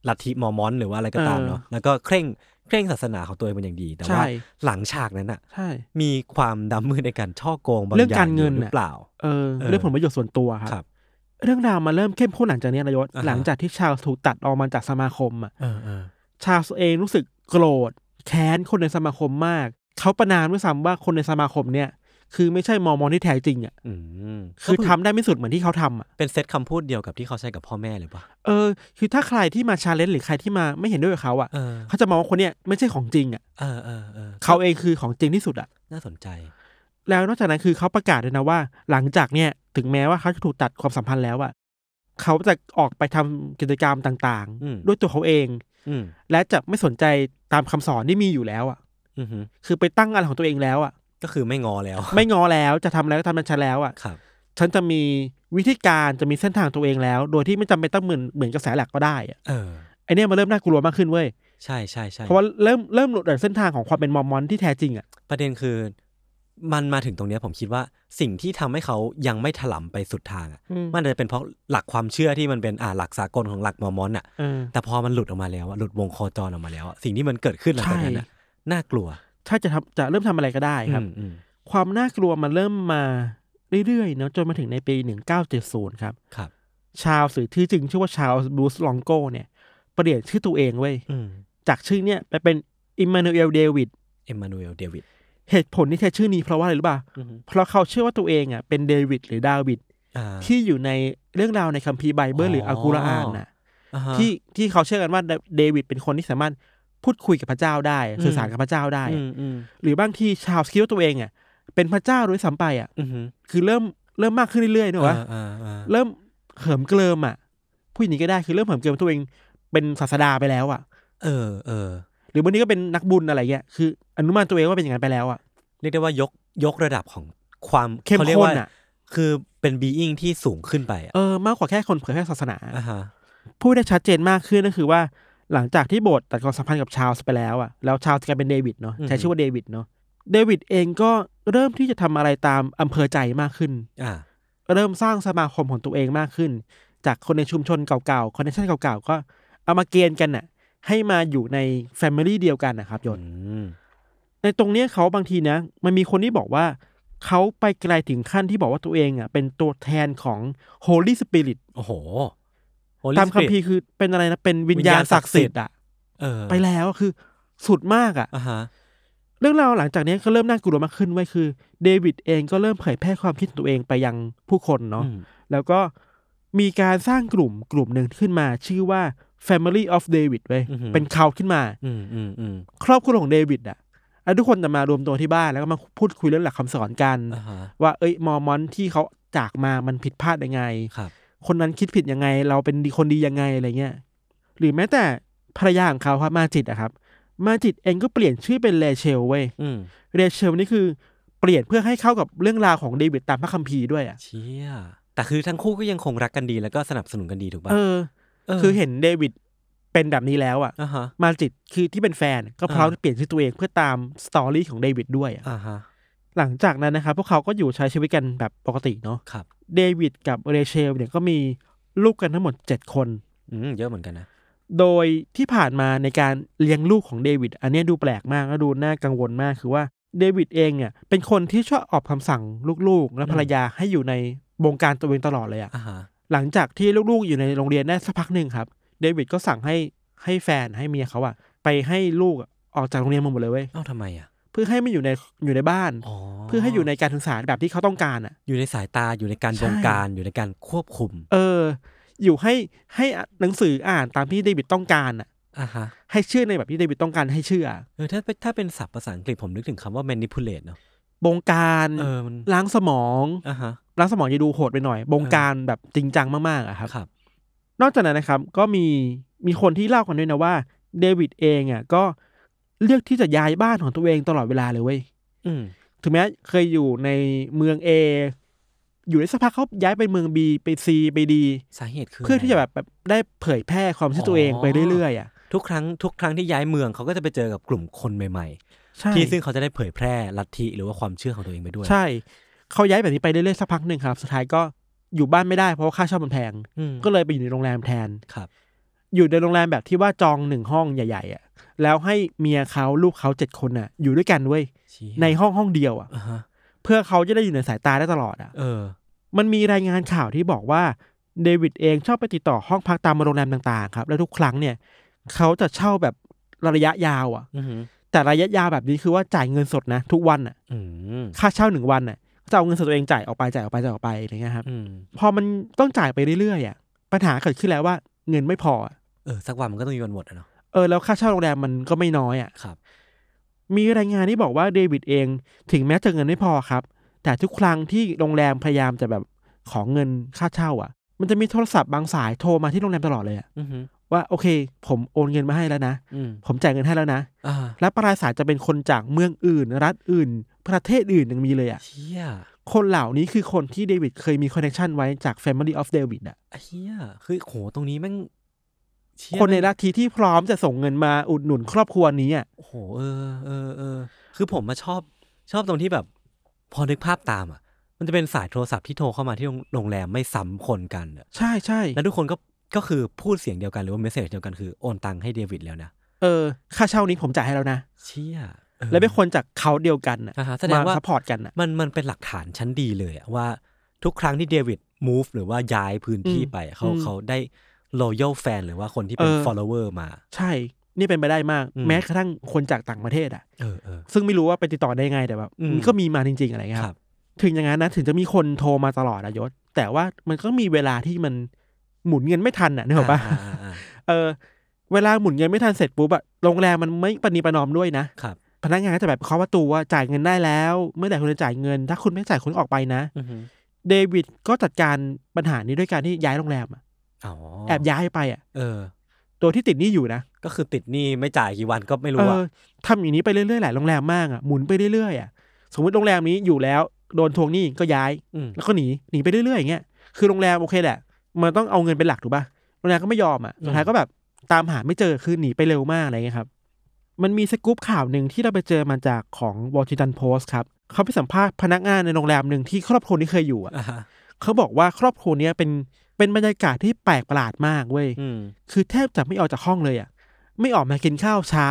S2: ลัทธิมอร์มอน หรือว่าอะไรก็ตามเนาะแล้วก็เคร่งเคร่งศาสนาของตัวเองเป็นอย่างดี แต่
S3: ใช่
S2: ว่าหลังฉากนั้นอ่ะ
S3: ใช่
S2: มีความดำมืดในการช่อโกงบางอ
S3: เรื่
S2: ย่าง
S3: องการเงิน
S2: ยู่หรือ
S3: น่ะ
S2: เปล่า
S3: เออ
S2: เออ
S3: เรื่องผลประโยชน์ส่วนตัว
S2: ค
S3: ค
S2: รั
S3: รับ บ เรื่องราวมาเริ่มเข้มข้นหลังจากนี้นายศ
S2: อ่าฮะ
S3: หลังจากที่ชาวส์ถูกตัดออกมาจากสมาคมอะ่ะ
S2: เออเออ
S3: ชาวส์เองรู้สึกโกรธแค้นคนในสมาคมมาก เขาประนามด้วยซ้ำว่าคนในสมาคมเนี่ย คือไม่ใช่มอร์มอนที่แท้จริงอ่ะ
S2: อืม
S3: คือทำได้ไม่สุดเหมือนที่เขาทำอ่ะ
S2: เป็นเซตคำพูดเดียวกับที่เขาใช้กับพ่อแม่เลยปะ
S3: เออคือถ้าใครที่มาชาเลนจ์หรือใครที่มาไม่เห็นด้วยกับเขาอ่ะ
S2: เออ
S3: เขาจะมองว่าคนเนี้ยไม่ใช่ของจริงอ่ะ
S2: เออเออเออ
S3: เขาเองคือของจริงที่สุดอ่ะ
S2: น่าสนใจ
S3: แล้วนอกจากนั้นคือเขาประกาศเลยนะว่า หลังจากเนี่ยถึงแม้ว่าเขาจะถูกตัดความสัมพันธ์แล้วอ่ะเขาจะออกไปทำกิจกรรมต่าง
S2: อืม
S3: ด้วยตัวเขาเอง
S2: อืม
S3: และจะไม่สนใจตามคำสอนที่มีอยู่แล้วอ่ะ
S2: อือหือ
S3: คือไปตั้งอะไรของตัวเองแล้วอ่ะ
S2: ก็คือไม่งอแล้ว
S3: ไม่งอแล้วจะทำอะไรก็ทำมันฉันแล้วอ่ะ
S2: ครับ
S3: ฉันจะมีวิธีการจะมีเส้นทางตัวเองแล้ว โดยที่ไม่จำเป็นต้องเหมือนเหมือนกระแสหลักก็ได้อ่ะ
S2: เออ
S3: ไอเนี้ยมันเริ่มน่ากลัวมากขึ้นเว้ย
S2: ใช่ใช่ใช่
S3: เพราะว่าเริ่มเริ่มหลุดจากเส้นทางของความเป็นมอมมอนที่แท้จริงอ่ะ
S2: ประเด็นคือ มันมาถึงตรงเนี้ยผมคิดว่าสิ่งที่ทำให้เขายังไม่ถลำไปสุดทางอะ
S3: อืม
S2: มันอาจจะเป็นเพราะหลักความเชื่อที่มันเป็นอ่าหลักสากลของหลักมอร์มอนอ่ะ แต่พอมันหลุดออกมาแล้วอะหลุดวงโคจรออกมาแล้วอะสิ่งที่มันเกิดขึ้นหลังจากนั้นอะน่ากลัว
S3: ถ้าจะทำจะเริ่มทำอะไรก็ได้ครับ
S2: อืมอืม
S3: ความน่ากลัวมันเริ่มมาเรื่อยๆเนาะจนมาถึงในปี 1970 ครับ
S2: ครับ
S3: ชาวสื่อที่จึงชื่อว่าชาวบรูซลองโกเนี่ย เปลี่ยนชื่อตัวเองเว้ย
S2: อืม
S3: จากชื่อเนี่ยไปเป็นอิมมานูเอลเดวิด
S2: เอ็มมานูเอลเดวิด
S3: เหตุผลที่แท้ชื่อนี้เพราะว่าอะไรรู้ป่ะเพราะเขาเชื่อว่าตัวเองอ่ะเป็นเดวิดหรือดาวิด
S2: อ่า
S3: ที่อยู่ในเรื่องราวในคัมภีร์ไบเบิลหรืออัลกุรอานนะ
S2: อ่าฮะ
S3: ที่ที่เขาเชื่อกันว่าเดเดวิดเป็นคนที่สามารถพูดคุยกับพระเจ้าได้ สื่อสารกับพระเจ้าได้
S2: อืมอืม
S3: หรือบางทีชาวคิดว่าตัวเองอ่ะเป็นพระเจ้าด้วยซ้ำไปอ่ะ
S2: อือหือ
S3: คือเริ่มเริ่มมากขึ้นเรื่อยๆเนอะวะ
S2: อ่าอ่าอ่า
S3: เริ่มเหิมเกลิมอ่ะผู้หญิงนี้ก็ได้คือเริ่มเหิมเกลิมตัวเองเป็นศาสดาไปแล้วอ่ะ
S2: เออเออ
S3: หรือบางทีก็เป็นนักบุญอะไรเงี้ยคืออนุมานตัวเองว่าเป็นอย่างนั้นไปแล้วอ่ะ
S2: เรียกได้ว่ายกยกระดับของความ
S3: เข้ม
S2: ขารียก
S3: ข้น
S2: ว่า
S3: อ่ะ
S2: คือเป็นบีอิงที่สูงขึ้นไปอ่ะ
S3: เออมากกว่าแค่คนเผยแพร่ศาสนา
S2: อ่าฮะ
S3: พูดได้ชัดเจนมากขึ้นก็คือว่าหลังจากที่โบสถ์ตัดความสัมพันธ์กับชาร์ลส์ไปแล้วอะแล้วชาร์ลส์กลายเป็นเดวิดเนาะใช้ชื่อว่าเดวิดเนาะเดวิดเองก็เริ่มที่จะทำอะไรตามอำเภอใจมากขึ้น
S2: อ่า
S3: เริ่มสร้างสมาคมของตัวเองมากขึ้น จากคนในชุมชนเก่าๆคอนเนคชั่นเก่าๆ ก็เอามาเกณฑ์กันน่ะให้มาอยู่ในแฟมิลี่เดียวกันนะครับยศ
S2: อืม
S3: ในตรงเนี้ยเขาบางทีนะ มันมีคนที่บอกว่า เขาไปไกลถึงขั้นที่บอกว่าตัวเองอ่ะเป็นตัวแทนของ Holy Spirit
S2: โอ้โห Holy
S3: ตามคัมภี
S2: Spirit
S3: ร์คือเป็นอะไรนะเป็นวิญญาณศักดิ์สิทธิ์อ่ะ
S2: เออ
S3: ไปแล้วอะคือสุดมากอะ่ะ
S2: อ่าฮะ
S3: เรื่องราวหลังจากนี้ก็เริ่มน่ากลัวมากขึ้นไว้ยคือเดวิดเองก็เริ่มเผยแพร่ความคิดของตัวเองไปยังผู้คนเนาะ
S2: อืม
S3: แล้วก็มีการสร้างกลุ่มกลุ่มหนึ่งขึ้นมา ชื่อว่า Family of David เว้ยเป็นเขาขึ้นมา
S2: อืมอืมอืม
S3: ครอบครัวของเดวิดอ่ะ อั แล้วทุกคนจะมารวมตัวที่บ้านแล้วก็มาพูดคุยเรื่องหลักคำสอนกัน
S2: อ่าฮะ
S3: ว่าเอ้ยมอร์มอนที่เขาจากมามันผิดพลาดยังไง
S2: ครับ
S3: คนนั้นคิดผิดยังไง เราเป็นดีคนดียังไงอะไรเงี้ยหรือแม้แต่ภรรยาของเขาครับมาจิตอะครับ มาจิตเองก็เปลี่ยนชื่อเป็นเลเชลเว้ย
S2: อืม
S3: เลเชลนี่คือเปลี่ยนเพื่อให้เข้ากับเรื่องราวของเดวิดตามพระคัมภีร์ด้วยอะ
S2: เชี่ยแต่คือทั้งคู่ก็ยังคงรักกันดีแล้วก็สนับสนุนกันดีถูกป่ะ
S3: เออ คือเห็นเดวิดเป็นแบบนี้แล้วอะ
S2: อ่าฮะ
S3: มาจิตคือที่เป็นแฟนก็พร้อม
S2: อ่า
S3: จะเปลี่ยนชื่อตัวเองเพื่อตามสตอรี่ของเดวิดด้วยอะ
S2: อ่าฮะ
S3: หลังจากนั้นนะครับพวกเขาก็อยู่ใช้ชีวิตกันแบบปกติเนาะ
S2: ครับ
S3: เดวิดกับเรเชลเนี่ยก็มีลูกกันทั้งหมดเจ็ดคน
S2: อืมเยอะเหมือนกันนะ
S3: โดยที่ผ่านมาในการเลี้ยงลูกของเดวิดอันเนี้ยดูแปลกมากและดูน่ากังวลมากคือว่าเดวิดเองเนี่ยเป็นคนที่ชอบออกคำสั่งลูกๆ และภรรยาให้อยู่ในวงการตัวเองตลอดเลยอะ
S2: อ่าฮะ
S3: หลังจากที่ลูกๆอยู่ในโรงเรียนได้สักพักหนึ่งครับ เดวิดก็สั่งให้ให้แฟนให้เมียเขาอะไปให้ลูกอะออกจากโรงเรียนมาหมดเลยเว้ย
S2: เอ้าทำไมอ่ะ
S3: เพื่อให้ไม่อยู่ในอยู่ในบ้าน
S2: อ๋อ
S3: เพื่อให้อยู่ในการศึกษาแบบที่เขาต้องการอะ
S2: อยู่ในสายตาอยู่ในการ
S3: ใช่
S2: บงการอยู่ในการควบคุม
S3: เออ อยู่ให้ให้หนังสืออ่านตามที่เดวิดต้องการอะ
S2: อ่าฮะ
S3: ให้เชื่อในแบบที่เดวิดต้องการให้เชื่อ
S2: เออถ้าเป็นถ้าเป็นศัพท์ภาษาอังกฤษผมนึกถึงคำว่า manipulate เนอะ
S3: บงการ
S2: เออมัน
S3: ล้างสมอง
S2: อ่าฮะ
S3: ล้างสมองจะดูโหดไปหน่อย บงการแบบจริงจังมากๆอะครับ
S2: ครับ
S3: นอกจากนั้นนะครับ ก็มีมีคนที่เล่ากันด้วยนะว่าเดวิดเองอ่ะก็เลือกที่จะย้ายบ้านของตัวเองตลอดเวลาเลยเว้ย
S2: อืม
S3: ถึงแม้เคยอยู่ในเมือง A อยู่ได้สักพักเขาย้ายไปเมือง B ไป C ไป D
S2: สาเหตุคือ
S3: เพื่อที่จะ
S2: ไร
S3: แบบแบบได้เผยแพร่ความเชื่อตัวเองไปเรื่อยๆอ่ะ
S2: ทุกครั้งทุกครั้งที่ย้ายเมืองเขาก็จะไปเจอกับกลุ่มคนใหม่
S3: ใช่
S2: ๆ ที่ซึ่งเขาจะได้เผยแพร่ลัทธิหรือว่าความเชื่อของตัวเองไปด้วย
S3: ใช่เขาย้ายแบบนี้ไปเรื่อยๆสักพักหนึ่งครับ สุดท้ายก็อยู่บ้านไม่ได้เพราะว่าค่าเช่ามันแพง
S2: อืม
S3: ก็เลยไปอยู่ในโรงแรมแทน
S2: ครับ
S3: อยู่ในโรงแรมแบบที่ว่าจองหนึ่งห้องใหญ่ๆอ่ะ แล้วให้เมียเขาลูกเขาเจ็ดคนอ่ะ อยู่ด้วยกันเว้ย
S2: เชี่ย
S3: ในห้องห้องเดียวอ่ะ
S2: อ่าฮะ
S3: เพื่อเขาจะได้อยู่ในสายตาได้ตลอดอ่ะ
S2: เออ
S3: มันมีรายงานข่าวที่บอกว่าเดวิดเองชอบไปติดต่อห้องพักตามโรงแรมต่างๆครับ แล้วทุกครั้งเนี่ยเขาจะเช่าแบบระยะยาวอ่ะ
S2: อือหือ
S3: แต่ระยะยาวแบบนี้คือว่าจ่ายเงินสดนะทุกวันอ่ะ
S2: อืม
S3: ค่าเช่าหนึ่งวันน่ะจะเอาเงินส่วนตัวเองจ่ายออกไปจ่ายออกไปจ่ายออกไปอะไรเงี้ยครับ
S2: อืม
S3: พอมันต้องจ่ายไปเรื่อยๆอ่ะปัญหาเกิดขึ้นแล้วว่าเงินไม่พออ่ะ
S2: เออสักวันมันก็ต้องมีวันหมดอะเนาะ
S3: เออแล้วค่าเช่าโรงแรมมันก็ไม่น้อยอ่ะ
S2: ครับ
S3: มีรายงานที่บอกว่าเดวิดเองถึงแม้จะเงินไม่พอครับ แต่ทุกครั้งที่โรงแรมพยายามจะแบบของเงินค่าเช่าอ่ะ มันจะมีโทรศัพท์บางสายโทรมาที่โรงแรมตลอดเลยอะ
S2: อือหือ
S3: ว่าโอเค ผมโอนเงินมาให้แล้วนะ
S2: อืม
S3: ผมจ่ายเงินให้แล้วนะ
S2: อ่า
S3: และปลายสายจะเป็นคนจากเมืองอื่น รัฐอื่น ประเทศอื่นยังมีเลยอ่ะ
S2: เชี่ย
S3: คนเหล่านี้คือคนที่เดวิดเคยมีคอนเนคชันไว้จาก Family of David อะ
S2: เชี่ยคือโหตรงนี้แม่งเชี่ย
S3: คนใน
S2: แม่ง
S3: ลัทธิที่พร้อมจะส่งเงินมาอุดหนุนครอบครัวนี้อะ
S2: โอ้โหเออเออเออคือผมมาชอบชอบตรงที่แบบ พอนึกภาพตามอ่ะ มันจะเป็นสายโทรศัพท์ที่โทรเข้ามาที่โรงโรงแรมไม่ซ้ำคนกันอะ
S3: ใช่ใช่
S2: แล้วทุกคนก็ก็คือพูดเสียงเดียวกันหรือว่าเมสเซจเดียวกันคือโอนตังค์ให้เดวิดแล้วนะ
S3: เออ ค่าเช่านี้ผมจ่ายให้แล้วนะ
S2: เชี่ยออ
S3: และเป็นคนจากเขาเดียวกันอะ
S2: อ่าฮะแสดงว่า
S3: มาซัพพอร์ตกันอะ
S2: มันมันเป็นหลักฐานชั้นดีเลยอะว่าทุกครั้งที่เดวิด move หรือว่าย้ายพื้นที่
S3: อืม
S2: ไปอะเขา
S3: อืม
S2: เขาได้ loyal fan หรือว่าคนที่เป็น
S3: เออ
S2: follower มา
S3: ใช่ นี่เป็นไปได้มาก
S2: อืม
S3: แม้กระทั่งคนจากต่างประเทศอะ
S2: เออเออ
S3: ซึ่งไม่รู้ว่าไปติดต่อได้ยังไงแต่แบบ
S2: อืม
S3: มันก็มีมาจริง ๆ อะไรเงี้ย
S2: ค
S3: ค
S2: รั
S3: รั
S2: บบ
S3: ถึงอย่างนั้นนะถึงจะมีคนโทรมาตลอดอะยศ แต่ว่ามันก็มีเวลาที่มันหมุ นเงินไม่ทันอะนึกออกปะ
S2: อ่าอ่าอ่า
S3: เออเวลาหมุนเงินไม่ทันเสร็จปุ๊บอะโรงแรมมันไม่ปณีประนอมด้วยนะ
S2: ครับ
S3: พนักงานก็จะแบบเคาะประตูว่าจ่ายเงินได้แล้ว เมื่อไหร่คุณจะจ่ายเงิน ถ้าคุณไม่จ่ายคุณออกไปนะ
S2: อือหือ
S3: เดวิดก็จัดการปัญหานี้ด้วยการที่ย้ายโรงแรมอะ
S2: อ๋อ
S3: แอบย้ายไปอะ
S2: เออ
S3: ตัวที่ติดหนี้อยู่นะ
S2: ก็คือติดหนี้ไม่จ่ายกี่วันก็ไม่
S3: เอ
S2: รู้อะ
S3: อทำอย่างนี้ไปเรื่อยๆหลายโรงแรมมากอะหมุนไปเรื่อยๆอะสมมติโรงแรมนี้อยู่แล้วโดนทวงหนี้ก็ย้าย
S2: ม
S3: แล้วก็หนีหนีไปเรื่อยๆอย่างเงี้ยคือโรงแรมโอเคแหละ มันต้องเอาเงินเป็นหลักถูกปะ่ะโรงแรมก็ไม่ยอมอะ่ะสุดท้ายก็แบบตามหาไม่เจอคือหนีไปเร็วมากอะไรเงี้ยครับ มันมีสกู๊ปข่าวหนึ่งที่เราไปเจอมาจากของวอชิงตันโพสต์ครับเขาไปสัมภาษณ์พนักงานในโรงแรมหนึ่งที่ครอบครัวนี้เคยอยู่อะ
S2: อ่าฮะ
S3: เขาบอกว่าครอบครัวเนี้ยเป็นเป็นบรรยากาศที่แปลกประหลาดมากเว้ย
S2: อืม
S3: คือแทบจะไม่ออกจากห้องเลยอะ่ะ ไม่ออกมากินข้าวเช้า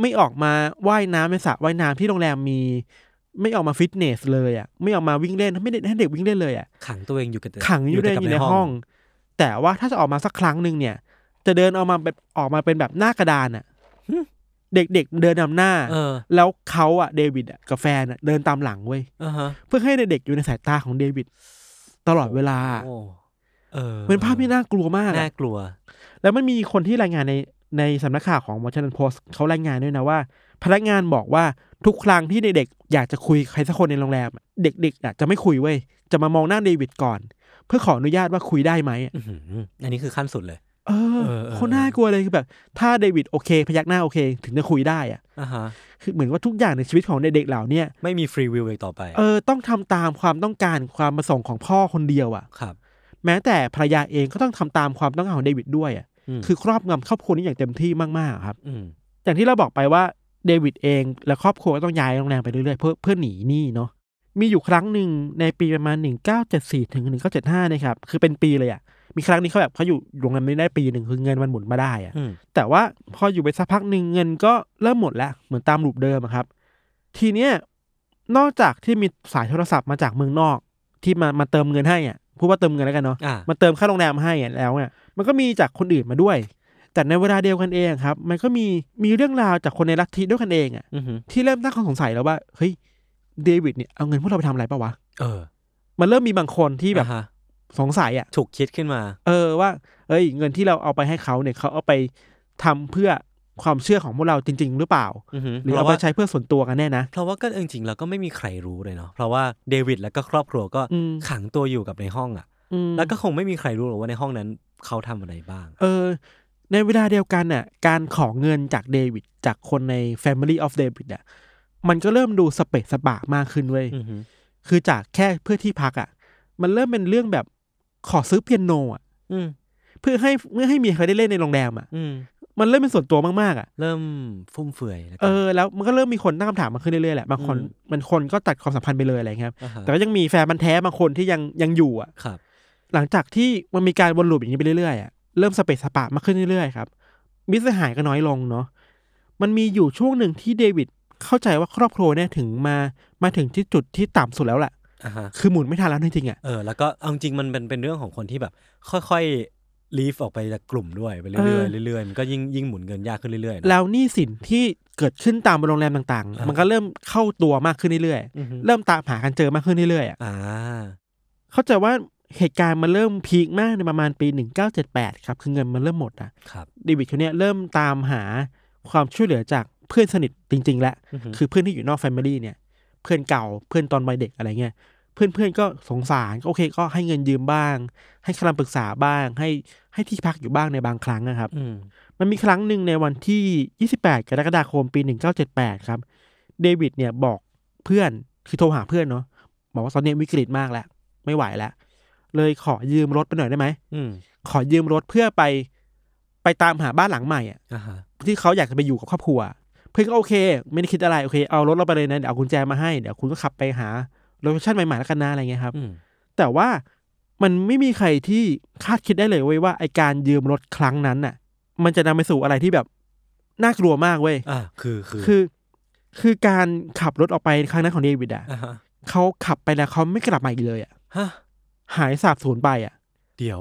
S3: ไม่ออกมาว่ายน้ำในสระว่ายน้ำที่โรงแรมมี ไม่ออกมาฟิตเนสเลยอะ่ะไม่ออกมาวิ่งเล่นไม่ได้ให้เด็กวิ่งเล่นเลยอ่ะ
S2: ขังตัวเองอยู่กับแต่
S3: ขังอยู่ใน
S2: แต่กับ
S3: อยู่ในห้อง แต่ว่าถ้าจะออกมาสักครั้งหนึ่งเนี่ย จะเดินออกมาแบบออกมาเป็นแบบหน้ากระดานอะเด็กๆเดินนำหน้า
S2: เออ
S3: แล้วเขาอะเดวิดอะกับแฟนอะเดินตามหลังเว้ย
S2: อ่าฮะ
S3: เพื่อให้เด็กๆอยู่ในสายตาของเดวิดตลอดเวลา
S2: โอ้เออ
S3: เป็นภาพที่น่ากลัวมากอะ
S2: น่ากลัว
S3: แล้วมันมีคนที่รายงานในในสำนักข่าวของวอชิงตันโพสต์เขารายงานด้วยนะว่า พนักงานบอกว่าทุกครั้งที่เด็กๆอยากจะคุยใครสักคนในโรงแรมอะเด็กๆอะจะไม่คุยเว้ยจะมามองหน้าเดวิดก่อน เพื่อขออนุญาตว่าคุยได้ไหมอะ
S2: อื้อหืออันนี้คือขั้นสุดเลย
S3: เออ
S2: เออเออ
S3: เขาน่ากลัวเลยคือแบบ ถ้าเดวิดโอเค พยักหน้าโอเค ถึงจะคุยได้อะ
S2: อ่าฮะ
S3: คือเหมือนว่าทุกอย่างในชีวิตของเด็กๆเหล่าเนี้ย
S2: ไม่มีฟรีวิวอีกต่อไป
S3: เออต้องทำตามความต้องการความประสงค์ของพ่อคนเดียวอ่ะ
S2: ครับ
S3: แม้แต่ภรรยาเองก็ต้องทำตามความต้องการของเดวิดด้วยอ่ะ
S2: ม
S3: คือครอบงำครอบครัวนี้อย่างเต็มที่มากๆอะครับ
S2: ม
S3: อย่างที่เราบอกไปว่าเดวิดเองและครอบครัวก็ต้องย้ายโรงแรมไปเรื่อยๆเพื่อเพื่อหนีหนี้เนาะมีอยู่ครั้งหนึ่งในปีประมาณ 1974 ถึง 1975นะครับคือเป็นปีเลยอะ่ะมีครั้งนี้เขาแบบเขาอยู่โรงแรมไม่ได้ปีหนึ่งคือเงินมันหมุนมาได้อะ
S2: อืม
S3: แต่ว่าพออยู่ไปสักพักหนึ่งเงินก็เริ่มหมดแล้วเหมือนตามรูปเดิมอะครับ ทีเนี้ยนอกจากที่มีสายโทรศัพท์มาจากเมืองนอก ที่มามาเติมเงินให้อะ่ะพูดว่าเติมเงินแล้วกันเนาะ
S2: อ่า
S3: มันเติมค่าโรงแรมให้อะแล้วเนี่ยมันก็มีจากคนอื่นมาด้วย แต่ในเวลาเดียวกันเองครับ มันก็มีมีเรื่องราวจากคนในลัทธิด้วยกันเองอะ
S2: อือหือ
S3: ที่เริ่มตั้งข้อสงสัยแล้วว่าเฮ้ยเดวิดเนี่ยเอาเงินพวกเราไปทำอะไรปะวะ
S2: เออ
S3: มันเริ่มมีบางคนที่แบบ
S2: อ่าฮะ
S3: สงสัยอะ
S2: ฉุกคิดขึ้นมา
S3: เออว่าเอ้ยเงินที่เราเอาไปให้เขาเนี่ยเขาเอาไปทำเพื่อความเชื่อของพวกเราจริง ๆ หรือเปล่า
S2: อือหือ
S3: หรือ
S2: เพ
S3: เอา
S2: ราะ
S3: ไป
S2: ว่า
S3: ใช้เพื่อส่วนตัวกันแน่นะ
S2: เพราะว่าก็จริงๆเราก็ไม่มีใครรู้เลยเนาะเพราะว่าเดวิดแล้วก็ครอบครัวก็
S3: อืม
S2: ขังตัวอยู่กับในห้องอ่ะ
S3: อืม
S2: แล้วก็คงไม่มีใครรู้หรอกว่าในห้องนั้นเขาทำอะไรบ้าง
S3: เออในเวลาเดียวกันน่ะการขอเงินจากเดวิดจากคนใน Family of David อ่ะมันก็เริ่มดูสเปะสปะมากขึ้นเว้ย
S2: อือหือ
S3: คือจากแค่เพื่อที่พักอ่ะมันเริ่มเป็นเรื่องแบบขอซื้อเปียโนอ่ะ
S2: อืม
S3: เพื่อให้เพื่อให้เมียเขาได้เล่นในโรงแรมอ่ะ
S2: อืม
S3: มันเริ่มเป็นส่วนตัวมากๆอ่ะ
S2: เริ่มฟุ่มเฟือยแล้วกัน
S3: เออแล้วมันก็เริ่มมีคนตั้งคำถามมาขึ้นเรื่อยๆแหละบางคน
S2: อืม
S3: มันคนก็ตัดความสัมพันธ์ไปเลยอะไรเงี้ยครับ
S2: อ่าฮะ
S3: แต่ก็ยังมีแฟนมันธุ์แท้บางคนที่ยังยังอยู่อ่ะ
S2: ครับ
S3: หลังจากที่มันมีการวนลูปอย่างนี้ไปเรื่อยๆอะเริ่มสเปซสปะมากขึ้นเรื่อยๆครับมิตรสหายก็น้อยลงเนาะมันมีอยู่ช่วงหนึ่งที่เดวิดเข้าใจว่าครอบครัวเนี่ยถึงมามาถึงที่จุดที่ต่ำสุดแล้วแหละ
S2: อ่าฮะ
S3: คือหมุนไม่ทันแล้วจริงๆอ่ะ
S2: เออ แล้วก็เอาจริงๆมันเป็นเป็นเรื่องของคนที่แบบ ค่อยๆ ลีฟออกไปจากกลุ่มด้วยไปเรื่อยๆเรื่อยๆมันก็ยิ่งยิ่งหมุนเงินยากขึ้นเรื่อยๆนะ
S3: แล้วหนี้สินที่เกิดขึ้นตามโรงแรมต่างๆ มันก็เริ่มเข้าตัวมากขึ้นเรื่อย
S2: อือฮึ
S3: ๆเริ่มตามหากันเจอมากขึ้นเรื่อยๆอ่ะ
S2: อ่า
S3: เข้าใจว่าเหตุการณ์มันเริ่มพีคมากในประมาณปี 1978ครับคือเงินมันเริ่มหมดอ่ะ
S2: ครับ
S3: เดวิดเขาเนี่ยเริ่มตามหาความช่วยเหลือจากเพื่อนสนิทจริง ๆ แล้ว คือเพื่อนที่อยู่นอกแฟมิลี่เนี่ย เพื่อนเก่าเพื่อนตอนวัยเด็กอะไรเงี้ยเพื่อนเพื่อนๆก็สงสารก็โอเคก็ให้เงินยืมบ้าง ให้คำปรึกษาบ้าง ให้ให้ที่พักอยู่บ้างในบางครั้งนะครับ
S2: อืม
S3: มันมีครั้งหนึ่งในวันที่ 28 กรกฎาคมปี 1978 ครับเดวิดเนี่ยบอกเพื่อนคือโทรหาเพื่อนเนาะบอกว่าตอนนี้วิกฤตมากแล้ว ไม่ไหวแล้ว เลยขอยืมรถไปหน่อยได้ไหม
S2: อืม
S3: ขอยืมรถเพื่อไปไปตามหาบ้านหลังใหม่อะ
S2: อ่าฮะ
S3: ที่เขาอยากจะไปอยู่กับครอบครัว เพื่อนก็โอเค ไม่ได้คิดอะไรโอเคเอารถเราไปเลยนะเดี๋ยวเอากุญแจมาให้เดี๋ยวคุณก็ขับไปหาโลเคชั่นใหม่ๆแล้วกันนะอะไรเงี้ยครับ
S2: อืม
S3: แต่ว่ามันไม่มีใครที่คาดคิดได้เลยเว้ยว่าไอการยืมรถครั้งนั้นน่ะ มันจะนำไปสู่อะไรที่แบบน่ากลัวมากเว้ย
S2: อ่าคือคือ
S3: คือ คือการขับรถออกไปครั้งนั้นของเดวิดอ่ะ
S2: อ่าฮะ
S3: เขาขับไปแล้วเขาไม่กลับมาอีกเลยอ่ะ
S2: ฮะ
S3: หายสาบสูญไปอ่ะ
S2: เดี๋ยว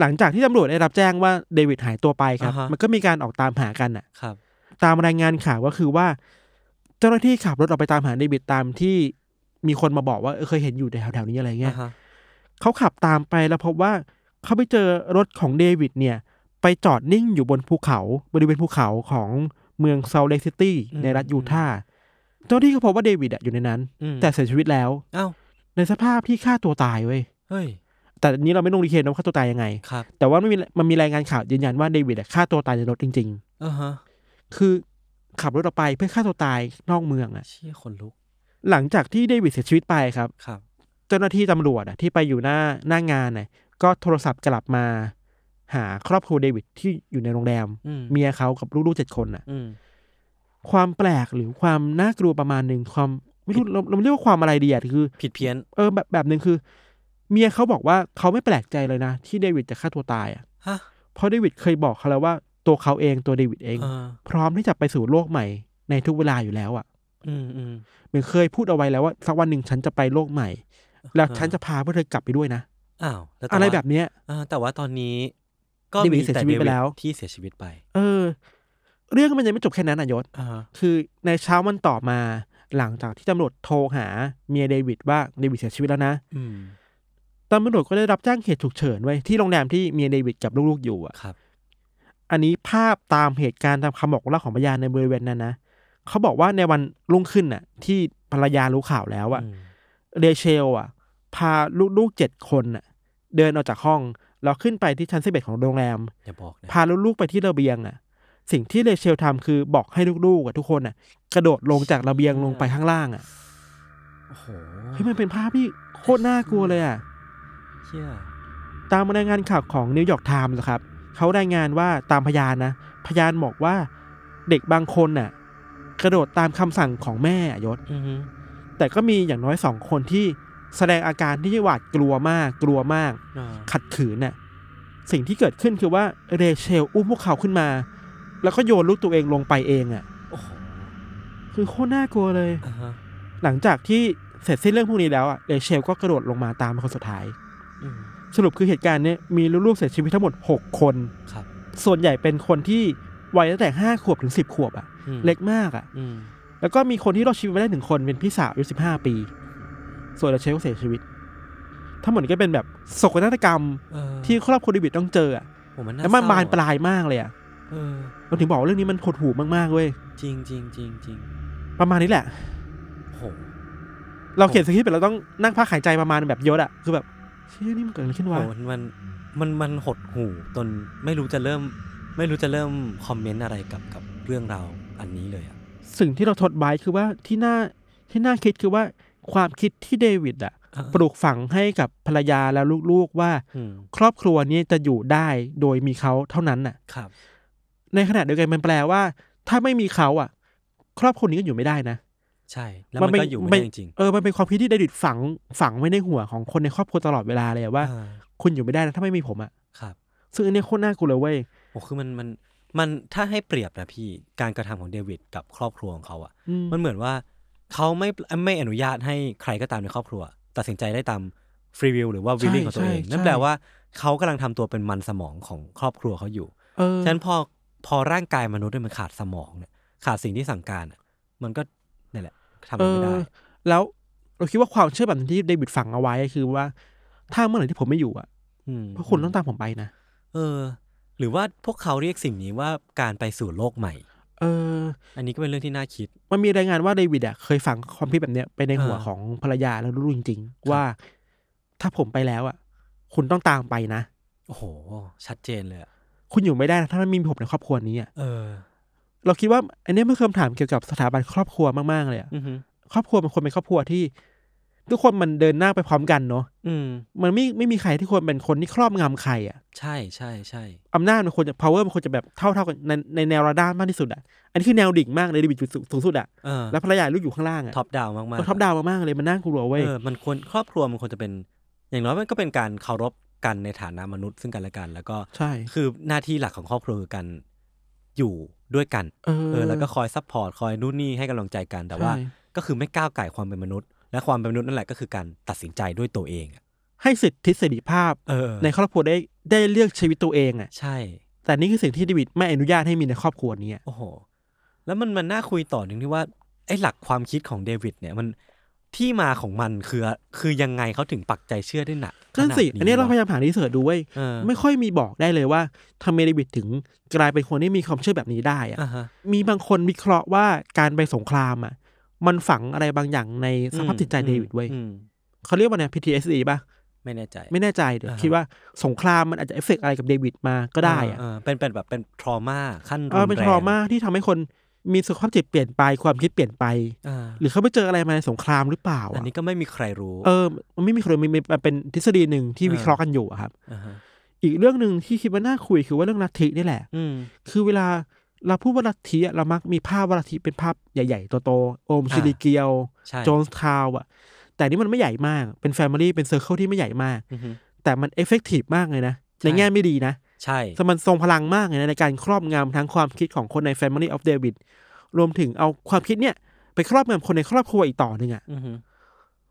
S3: หลังจากที่ตำรวจได้รับแจ้งว่าเดวิดหายตัวไปครับ
S2: อ่าฮะ
S3: มันก็มีการออกตามหากันอ่ะ
S2: ครับ
S3: ตามรายงานข่าวก็คือว่า เจ้าหน้าที่ขับรถออกไปตามหาเดวิดตามที่มีคนมาบอกว่าเออเคยเห็นอยู่แถวๆนี้อะไรเงี้
S2: อ่าย ฮะ
S3: เขาขับตามไปแล้วพบว่าเขาไปเจอรถของเดวิดเนี่ย ไปจอดนิ่งอยู่บนภูเขา บริเวณภูเขาของเมืองเซาเล k ซิตี้ในรัฐยูทาห์เจ้าหน้าที่เขาพบว่าเดวิดอะอยู่ในนั้น
S2: อืม
S3: แต่เสียชีวิตแล้ว
S2: เอ้า
S3: ในสภาพที่ฆ่าตัวตายเว้ย
S2: เฮ้ย
S3: แต่อันนี้เราไม่ลงดีเทลนะว่าฆ่าตัวตายยังไง
S2: ครับ
S3: แต่ว่ามันมีมันมีรายงานข่าวยืนยันว่าเดวิดอะฆ่าตัวตายในรถจริง ๆ
S2: อ่าฮะ
S3: คือขับรถออกไปเพื่อฆ่าตัวตายนอกเมืองอะ
S2: เชี่ยคนลุก
S3: หลังจากที่เดวิดเสียชีวิตไปครับ
S2: ครับ
S3: เจ้าหน้าที่ตำรวจอะที่ไปอยู่หน้าหน้างานน่ะก็โทรศัพท์กลับมา หาครอบครัวเดวิดที่อยู่ในโรงแรม
S2: อืม
S3: เมียเขากับลูกๆเจ็ดคนน่ะ
S2: อืม
S3: ความแปลกหรือความน่ากลัวประมาณหนึ่งความไม่รู้เราเราเรียกว่าความอะไรดีอะคือ
S2: ผิดเพี้ยน
S3: เออแบบแบบหนึ่งคือ เมียเขาบอกว่าเขาไม่แปลกใจเลยนะ ที่เดวิดจะฆ่าตัวตายอะ
S2: ฮะ
S3: เพราะเดวิดเคยบอกเขาแล้วว่าตัวเขาเองตัวเดวิดเอง
S2: อ่า
S3: พร้อมที่จะไปสู่โลกใหม่ในทุกเวลาอยู่แล้วอะ
S2: อืมอืม
S3: เหมือนเคยพูดเอาไว้แล้วว่าสักวันหนึ่งฉันจะไปโลกใหม่ แล้วฉันจะพาพวกเธอกลับไปด้วยนะ
S2: อ้าวล้วต่
S3: อะไร
S2: ว่า
S3: แบบเนี้ย
S2: อ่าแต่ว่าตอนนี้ ก็
S3: เดวิ
S2: มี
S3: ดเสีย
S2: แต่
S3: ชีวิตไปแล้ว
S2: ที่เสียชีวิตไป
S3: เออ เรื่องมันยังไม่จบแค่นั้นนายศ
S2: อ่าฮะ
S3: คือในเช้าวันต่อมาหลังจากที่ตำรวจโทรหาเมียเดวิดว่าเดวิดเสียชีวิตแล้วนะ
S2: อืม
S3: ตำรวจก็ได้รับแจ้งเหตุฉุกเฉินไว้ที่โรงแรมที่เมียเดวิดกับลูกๆอยู่อะ
S2: ครับ
S3: อันนี้ภาพตามเหตุการณ์ตามคำบอกเล่าของพยานในบริเวณนั้นนะ เขาบอกว่าในวันรุ่งขึ้นน่ะ ที่ภรรยารู้ข่าวแล้วอะ
S2: อืม
S3: เรเชลอะพาลูกๆเจ็ดคนน่ะ เดินออกจากห้องแล้วขึ้นไปที่ชั้นสิบเอ็ดของโรงแรม
S2: อย่าบอกนะ
S3: พาลูกๆไปที่ระเบียงอะสิ่งที่เรเชลทำคือบอกให้ลูกๆกับทุกคนน่ะ กระโดดลงจากระเบียงลงไปข้างล่างอะ
S2: โอ้โห
S3: เฮ้ยมันเป็นภาพที่โคตรน่ากลัวเลยอะ
S2: เชี่ย
S3: ตามรายงานข่าวของนิวยอร์กไทม์นะครับเขารายงานว่าตามพยานนะ พยานบอกว่าเด็กบางคนน่ะ กระโดดตามคำสั่งของแม่อะยศ
S2: อือฮึ
S3: แต่ก็มีอย่างน้อยสองคนที่แสดงอาการที่หวาดกลัวมาก กลัวมาก
S2: อ่า
S3: ขัดขืนน่ะ สิ่งที่เกิดขึ้นคือว่าเรเชลอุ้มพวกเขาขึ้นมา แล้วก็โยนลูกตัวเองลงไปเองอ่ะ
S2: โอ้โห
S3: คือโคตรน่ากลัวเลย
S2: อ่าฮะ
S3: หลังจากที่เสร็จสิ้นเรื่องพวกนี้แล้วอ่ะเรเชลก็กระโดดลงมาตามเป็นคนสุดท้าย
S2: อืม
S3: สรุปคือเหตุการณ์เนี้ยมีลูกๆเสียชีวิตทั้งหมดหกคน
S2: ครับ
S3: ส่วนใหญ่เป็นคนที่วัยตั้งแต่ห้าขวบถึงสิบขวบอะ
S2: อืม
S3: เล็กมากอะ
S2: อืม
S3: แล้วก็มีคนที่รอดชีวิตมาได้หนึ่งคนเป็นพี่สาวอายุสิบห้าปี ส่วนเรเชลก็เสียชีวิต ทั้งหมดนี้ก็เป็นแบบโศกนาฏกรรม
S2: เออ
S3: ที่ครอบครัวเดวิดต้องเจออะ
S2: โอ้มันน่า
S3: แล้วมัน
S2: เศร้
S3: บานปลายมากเลยอะ
S2: เออ
S3: เราถึงบอกว่าเรื่องนี้มันหดหู่มากๆเว้ย
S2: จริงจริงจริงจริง
S3: ประมาณนี้แหละ
S2: โอ้โห
S3: เราเขียนสคริปต์ไปเราต้องนั่งพักหายใจประมาณแบบยศอะคือแบบเชี่ยนี่มันเกิดอะไรขึ้นวะ
S2: โหมันมันมันหดหูจนไม่รู้จะเริ่ม ไม่รู้จะเริ่มคอมเมนต์อะไรกับกับเรื่องราวอันนี้เลยอ่ะ
S3: สิ่งที่เราทดไว้คือว่าที่น่าที่น่าคิดคือว่าความคิดที่เดวิดอะ ปลูกฝังให้กับภรรยาและลูกๆว่า
S2: อืม
S3: ครอบครัวเนี้จะอยู่ได้โดยมีเขาเท่านั้นน่ะ
S2: ครับ
S3: ในขณะเดียวกันมันแปลว่า ถ้าไม่มีเขาอ่ะ ครอบครัวนี้ก็อยู่ไม่ได้นะ
S2: ใช่ แล้วมัน
S3: เป็
S2: ก็อยู่ไม่ได้จริง
S3: เออมันเป็นความคิดที่เดวิดฝังฝังไว้ในหัวของคนในครอบครัวตลอดเวลาเลย
S2: ๆ
S3: ว่า
S2: อ่
S3: คุณอยู่ไม่ได้นะถ้าไม่มีผมอ่ะ
S2: ครับ
S3: ซึ่งอันเนี้ยโคตรน่ากลัวเลยเว้ย
S2: โอ้คือมันมันมันถ้าให้เปรียบนะพี่การกระทำของเดวิดกับครอบครัวของเขาอ่ะ
S3: อืม
S2: มันเหมือนว่าเขาไม่ไม่อนุญาตให้ใครก็ตามในครอบครัว ตัดสินใจได้ตามฟรีวิลหรือว่าวิลลิ่งของตัวเองนั่นแปลว่าเขากำลังทำตัวเป็นมันสมองของครอบครัวเขาอยู่
S3: เออ
S2: ฉะนั้นพอพอร่างกายมนุษย์เนี่ยมันขาดสมองเนี่ยขาดสิ่งที่สั่งการอะมันก็นี่นแหละทำอะไรไม่ได้
S3: เออแล้วเราคิดว่าความเชื่อแบบที่เดวิดฝังเอาไว้คือว่า ถ้าเมื่อไหร่ที่ผมไม่อยู่อ่ะ
S2: อืม
S3: พวกคุณต้องตามผมไปนะ
S2: เออ หรือว่าพวกเขาเรียกสิ่งนี้ว่าการไปสู่โลกใหม่
S3: เออ
S2: อันนี้ก็เป็นเรื่องที่น่าคิด
S3: มันมีรายงานว่าเดวิดอะเคยฝังความคิดแบบเนี้ยไปในหัว
S2: อ่า
S3: ของภรรยาแล้วรู้จริงๆว่า ถ้าผมไปแล้วอะคุณต้องตามไปนะ
S2: โอ้โห ชัดเจนเลยอะ
S3: คุณอยู่ไม่ได้นะถ้าไม่มีผมในครอบครัวนี้อะ
S2: เออ
S3: เราคิดว่าอันเนี้ยเป็นคำถามเกี่ยวกับสถาบันครอบครัวมากๆเลยอะ
S2: อือหือ
S3: ครอบครัวมันควรเป็นครอบครัวที่ ทุกคนมันเดินหน้าไปพร้อมกันเนาะ
S2: อืม
S3: มันไม่ไม่มีใครที่ควรเป็นคนที่ครอบงำใครอะ
S2: ใช่ใช่ใช่
S3: อำนาจมันควรจะ power มันควรจะแบบเท่าเท่ากันในในแนวระดับมากที่สุดอะอันนี้คือแนวดิ่งมากเลยเดวิดอยู่สูงสูงสุดอะ
S2: เออ
S3: แล้วภรรยาลูกอยู่ข้างล่างอะ
S2: ท็อปดาวมากๆ
S3: ท็อปดาวมากๆเลยมันน่ากลัวเว้ย
S2: เออมันควรครอบครัวมันควรจะเป็น อย่างน้อยมันก็เป็นการเคารพกันในฐานะมนุษย์ซึ่งกันและกัน แล้วก็
S3: ใช่
S2: คือหน้าที่หลักของครอบครัวคือการอยู่ด้วยกัน
S3: เออ
S2: เออแล้วก็คอยซัพพอร์ตคอยนู่นนี่ให้กำลังใจกันแต่ว่า
S3: ใช่
S2: ก็คือไม่ก้าวไก่ายความเป็นมนุษย์ และความเป็นมนุษย์นั่นแหละก็คือการตัดสินใจด้วยตัวเองอะ
S3: ให้สิทธิเสรีภาพ
S2: เออ
S3: ในครอบครัวได้ได้เลือกชีวิตตัวเองอ่ะ
S2: ใช่
S3: แต่นี่คือสิ่งที่เดวิดไม่อนุญาตให้มีในครอบครัวนี้อะ
S2: โอ้โห แล้วมันมันน่าคุยต่อหนึ่งที่ว่าไอ้หลักความคิดของเดวิดเนี่ยมันที่มาของมันคือคือยังไงเขาถึงปักใจเชื่อได้หนัก
S3: นั่นสิ
S2: ขาด
S3: อันนี้เราพยา
S2: ะ
S3: วยามหารีเสิร์ชดูเว้ย
S2: เออ
S3: ไม่ค่อยมีบอกได้เลยว่าทำไมเดวิดถึงกลายเป็นคนที่มีความเชื่อแบบนี้ได้อ่ะ
S2: อ่าฮะ
S3: มีบางคนวิเคราะห์ว่าการไปสงครามอ่ะ มันฝังอะไรบางอย่างในสภาพจิตใจ
S2: อืม
S3: เดวิดเว้ย
S2: อืม
S3: เขาเรียกว่าไง PTSD ป่ะ
S2: ไม่แน่ใจ
S3: ไม่แน่ใจเดี๋ยว
S2: อ่าฮะ
S3: คิดว่าสงครามมันอาจจะเอฟเฟกอะไรกับเดวิดมาก็ได้อ่ะ
S2: เเเป็นเป็นแบบเป็นทรมาขั้นรุน
S3: เอ
S2: แร
S3: อง เป็นทรมาที่ทำให้คนมีสุขภาพจิตเปลี่ยนไปความคิดเปลี่ยนไป
S2: อ่า
S3: หรือเขาไปเจออะไรมาในสงครามหรือเปล่าะ
S2: อันนี้ก็ไม่มีใครรู้
S3: เออ มันไม่มีใครมีมีมันเป็นทฤษฎีหนึ่งที่วิเคราะห์กันอยู่อะครับ
S2: าฮะ
S3: อีกเรื่องหนึ่งที่คิดว่าน่าคุยคือว่าเรื่องลัทธินี่แหละ
S2: อืม
S3: คือเวลาเราพูดว่าลัทธิอะเรามักมีภาพว่าลัทธิเป็นภาพใหญ่ๆโตๆโอมชิลิเกียว
S2: ใช่
S3: โจนส์ทาวอะแต่นี่มันไม่ใหญ่มากเป็นแฟมิลี่เป็นเซอร์เคิลที่ไม่ใหญ่มาก
S2: อือฮึ
S3: แต่มันเอฟเฟกตีฟมากเลยนะ
S2: ใช่
S3: ในแง่ไม่ดีนะ
S2: ใช่
S3: แต่มันทรงพลังมากเลยนะในการครอบงำทั้งความคิดของคนใน Family of David รวมถึงเอาความคิดเนี่ยไปครอบงำคนในครอบครัวอีกต่อหนึ่งอะ
S2: อือฮึ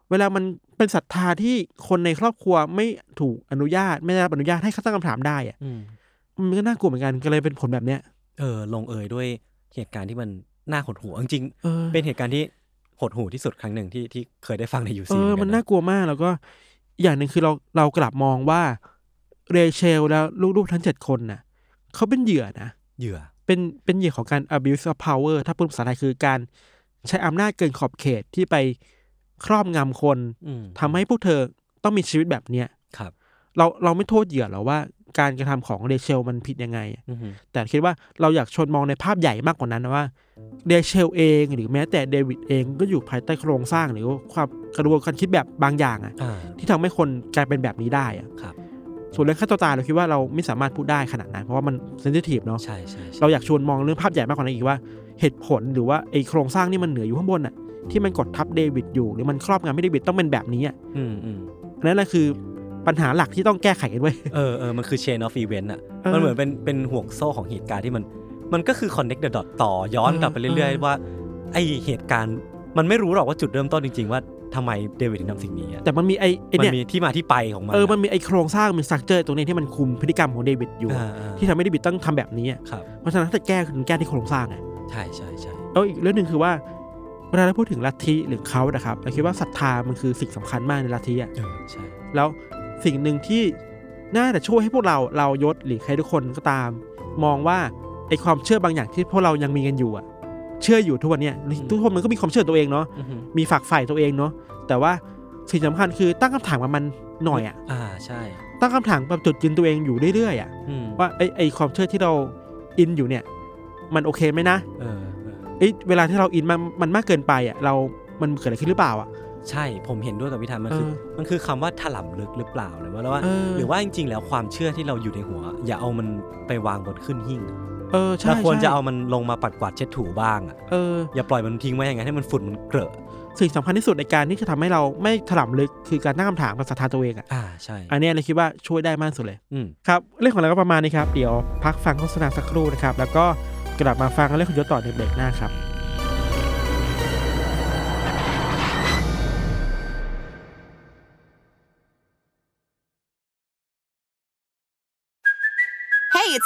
S3: เวลามันเป็นศรัทธาที่คนในครอบครัวไม่ถูกอนุญาต ไม่ได้รับอนุญาตให้เขาตั้งคำถามได้อะ
S2: อืม
S3: มันก็น่ากลัวเหมือนกันก็เลยเป็นผลแบบเนี้ย
S2: เออลงเอยด้วยเหตุการณ์ที่มันน่าหดหู่จริงๆ
S3: เออ
S2: นเหตุการณ์ที่หดหู่ที่สุดครั้งหนึ่งที่ที่เคยได้ฟังในยู
S3: เอ
S2: ซี
S3: อ มันน่ากลัวมากแล้วก็อย่างหนึ่งคือเราเรากลับมองว่าเรเชลแล้วลูกๆทั้งเจ็ดคนน่ะเขาเป็นเหยื่อนะ
S2: เหยื่อ
S3: เป็นเป็นเหยื่อของการ abuse of power ถ้าพูดภาษาไทยคือการใช้อำนาจเกินขอบเขตที่ไปครอบงำคน
S2: อืม
S3: ทำให้พวกเธอต้องมีชีวิตแบบเนี้ย
S2: ครับ
S3: เราเราไม่โทษเหยื่อหรอกว่าการกระทำของเรเชลมันผิดยังไง
S2: อือฮึ
S3: แต่คิดว่าเราอยากชวนมองในภาพใหญ่มากกว่านั้นนะว่าเรเชลเองหรือแม้แต่เดวิดเองก็อยู่ภายใต้โครงสร้างหรือความกระบวนการคิดแบบบางอย่างอะ
S2: อ่า
S3: ที่ทำให้คนกลายเป็นแบบนี้ได้อะ
S2: ครับ
S3: ส่วนเรื่องฆ่าตัวตายเราคิดว่าเราไม่สามารถพูดได้ขนาดนั้น เพราะว่ามันเซนซิทีฟเนาะ
S2: ใช่ใช่ใช่
S3: เราอยากชวนมองเรื่องภาพใหญ่มากกว่านั้นอีกว่าเหตุผลหรือว่าไอโครงสร้างนี่มันเหนืออยู่ข้างบนอะที่มันกดทับเดวิดอยู่หรือมันครอบงำให้เดวิดต้องเป็นแบบนี้อะ
S2: อืมอืม
S3: อันนั่นแหละคือปัญหาหลักที่ต้องแก้ไขกันไว้ย
S2: เออเออมันคือ chain of event อ่ะ
S3: เออ
S2: มันเหมือนเป็นเป็นห่วงโซ่ของเหตุการณ์ที่มัน มันก็คือ connect the dot ต่อย้อน
S3: เออก
S2: ลับไปเรื่อย
S3: เออ
S2: ๆ ว่า ไอเหตุการณ์มันไม่รู้หรอกว่าจุดเริ่มต้นจริง ๆ ว่าทำไมเดวิดถึงทำสิ่งนี้อะ
S3: แต่มันมีไอไอ
S2: มัน
S3: เนี่ย
S2: มีที่มาที่ไปของมัน
S3: เออ มันมีไอโครงสร้างมีสักเจอตรงนี้ที่มันคุมพฤติกรรมของเดวิดอยู่
S2: อ่าอ่า
S3: ที่ทำให้เดวิดต้องทำแบบนี้อะ
S2: ครับ
S3: เพราะฉะนั้นถ้าแก้คือแก้ที่โครงสร้างไง
S2: ใช่ใช่ใช่
S3: แล้วอีกเรื่องหนึ่งคือว่าเวลาเราพูดถึงลัทธิหรือเขานะครับเราคิดว่าศรัทธามันคือสิ่งสำคัญมากในลัทธิอะ
S2: เออใช่
S3: แล้วสิ่งหนึ่งที่น่าจะช่วยให้พวกเราเรายศหรือใครทุกคนก็ตาม มองว่าไอความเชื่อบางอย่างที่พวกเรายังมีกันอยู่อะเชื่ออยู่ทุกวันเนี้ยทุกคนมันก็มีความเชื่อตัวเองเนาะ
S2: อือฮึ
S3: มีฝักใฝ่ตัวเองเนาะแต่ว่าสิ่งสำคัญคือตั้งคำถามกับมันหน่อยอะ
S2: อ่าใช่
S3: ตั้งคำถามกับจุดยืนตัวเองอยู่เรื่อยๆอะ
S2: อืม
S3: ว่าไอ้ไอ้ความเชื่อที่เราอินอยู่เนี่ย มันโอเคไหมนะ
S2: เออเออ
S3: เอ้ยเวลาที่เราอินมันมันมากเกินไปอ่ะเรา มันเกิดอะไรขึ้นหรือเปล่าอ่ะ
S2: ใช่ผมเห็นด้วยกับพิธานมัน
S3: เออ
S2: คือมันคือคำว่าถล่มลึกหรือเปล่าหรือว่าแล้วว่า
S3: เออ
S2: หรือว่าจริง ๆ แล้วความเชื่อที่เราอยู่ในหัว อย่าเอามันไปวางบนขึ้นหิ้ง
S3: เออใช่
S2: เราควรจะ
S3: ใช่
S2: เอามันลงมาปัดกวาดเช็ดถูบ้างอ่ะ
S3: เออ
S2: อย่าปล่อยมันทิ้งไว้อย่างนั้นให้มันฝุ่นมันเกลอะ
S3: สิ่งสำคัญที่สุดในการที่จะทำให้เราไม่ถลำลึกคือการตั้งคำถามกับศรัทธาตัวเองอ่ะ
S2: อ่าใช่
S3: อันเนี้ยเลยคิดว่าช่วยได้มากที่สุดเลย
S2: อืม
S3: ครับเรื่องของเราก็ประมาณนี้ครับเดี๋ยวพักฟังโฆษณาสักครู่นะครับแล้วก็กลับมาฟังเรื่องของยศต่อในเบรกหน้าครับ
S4: Hey, it's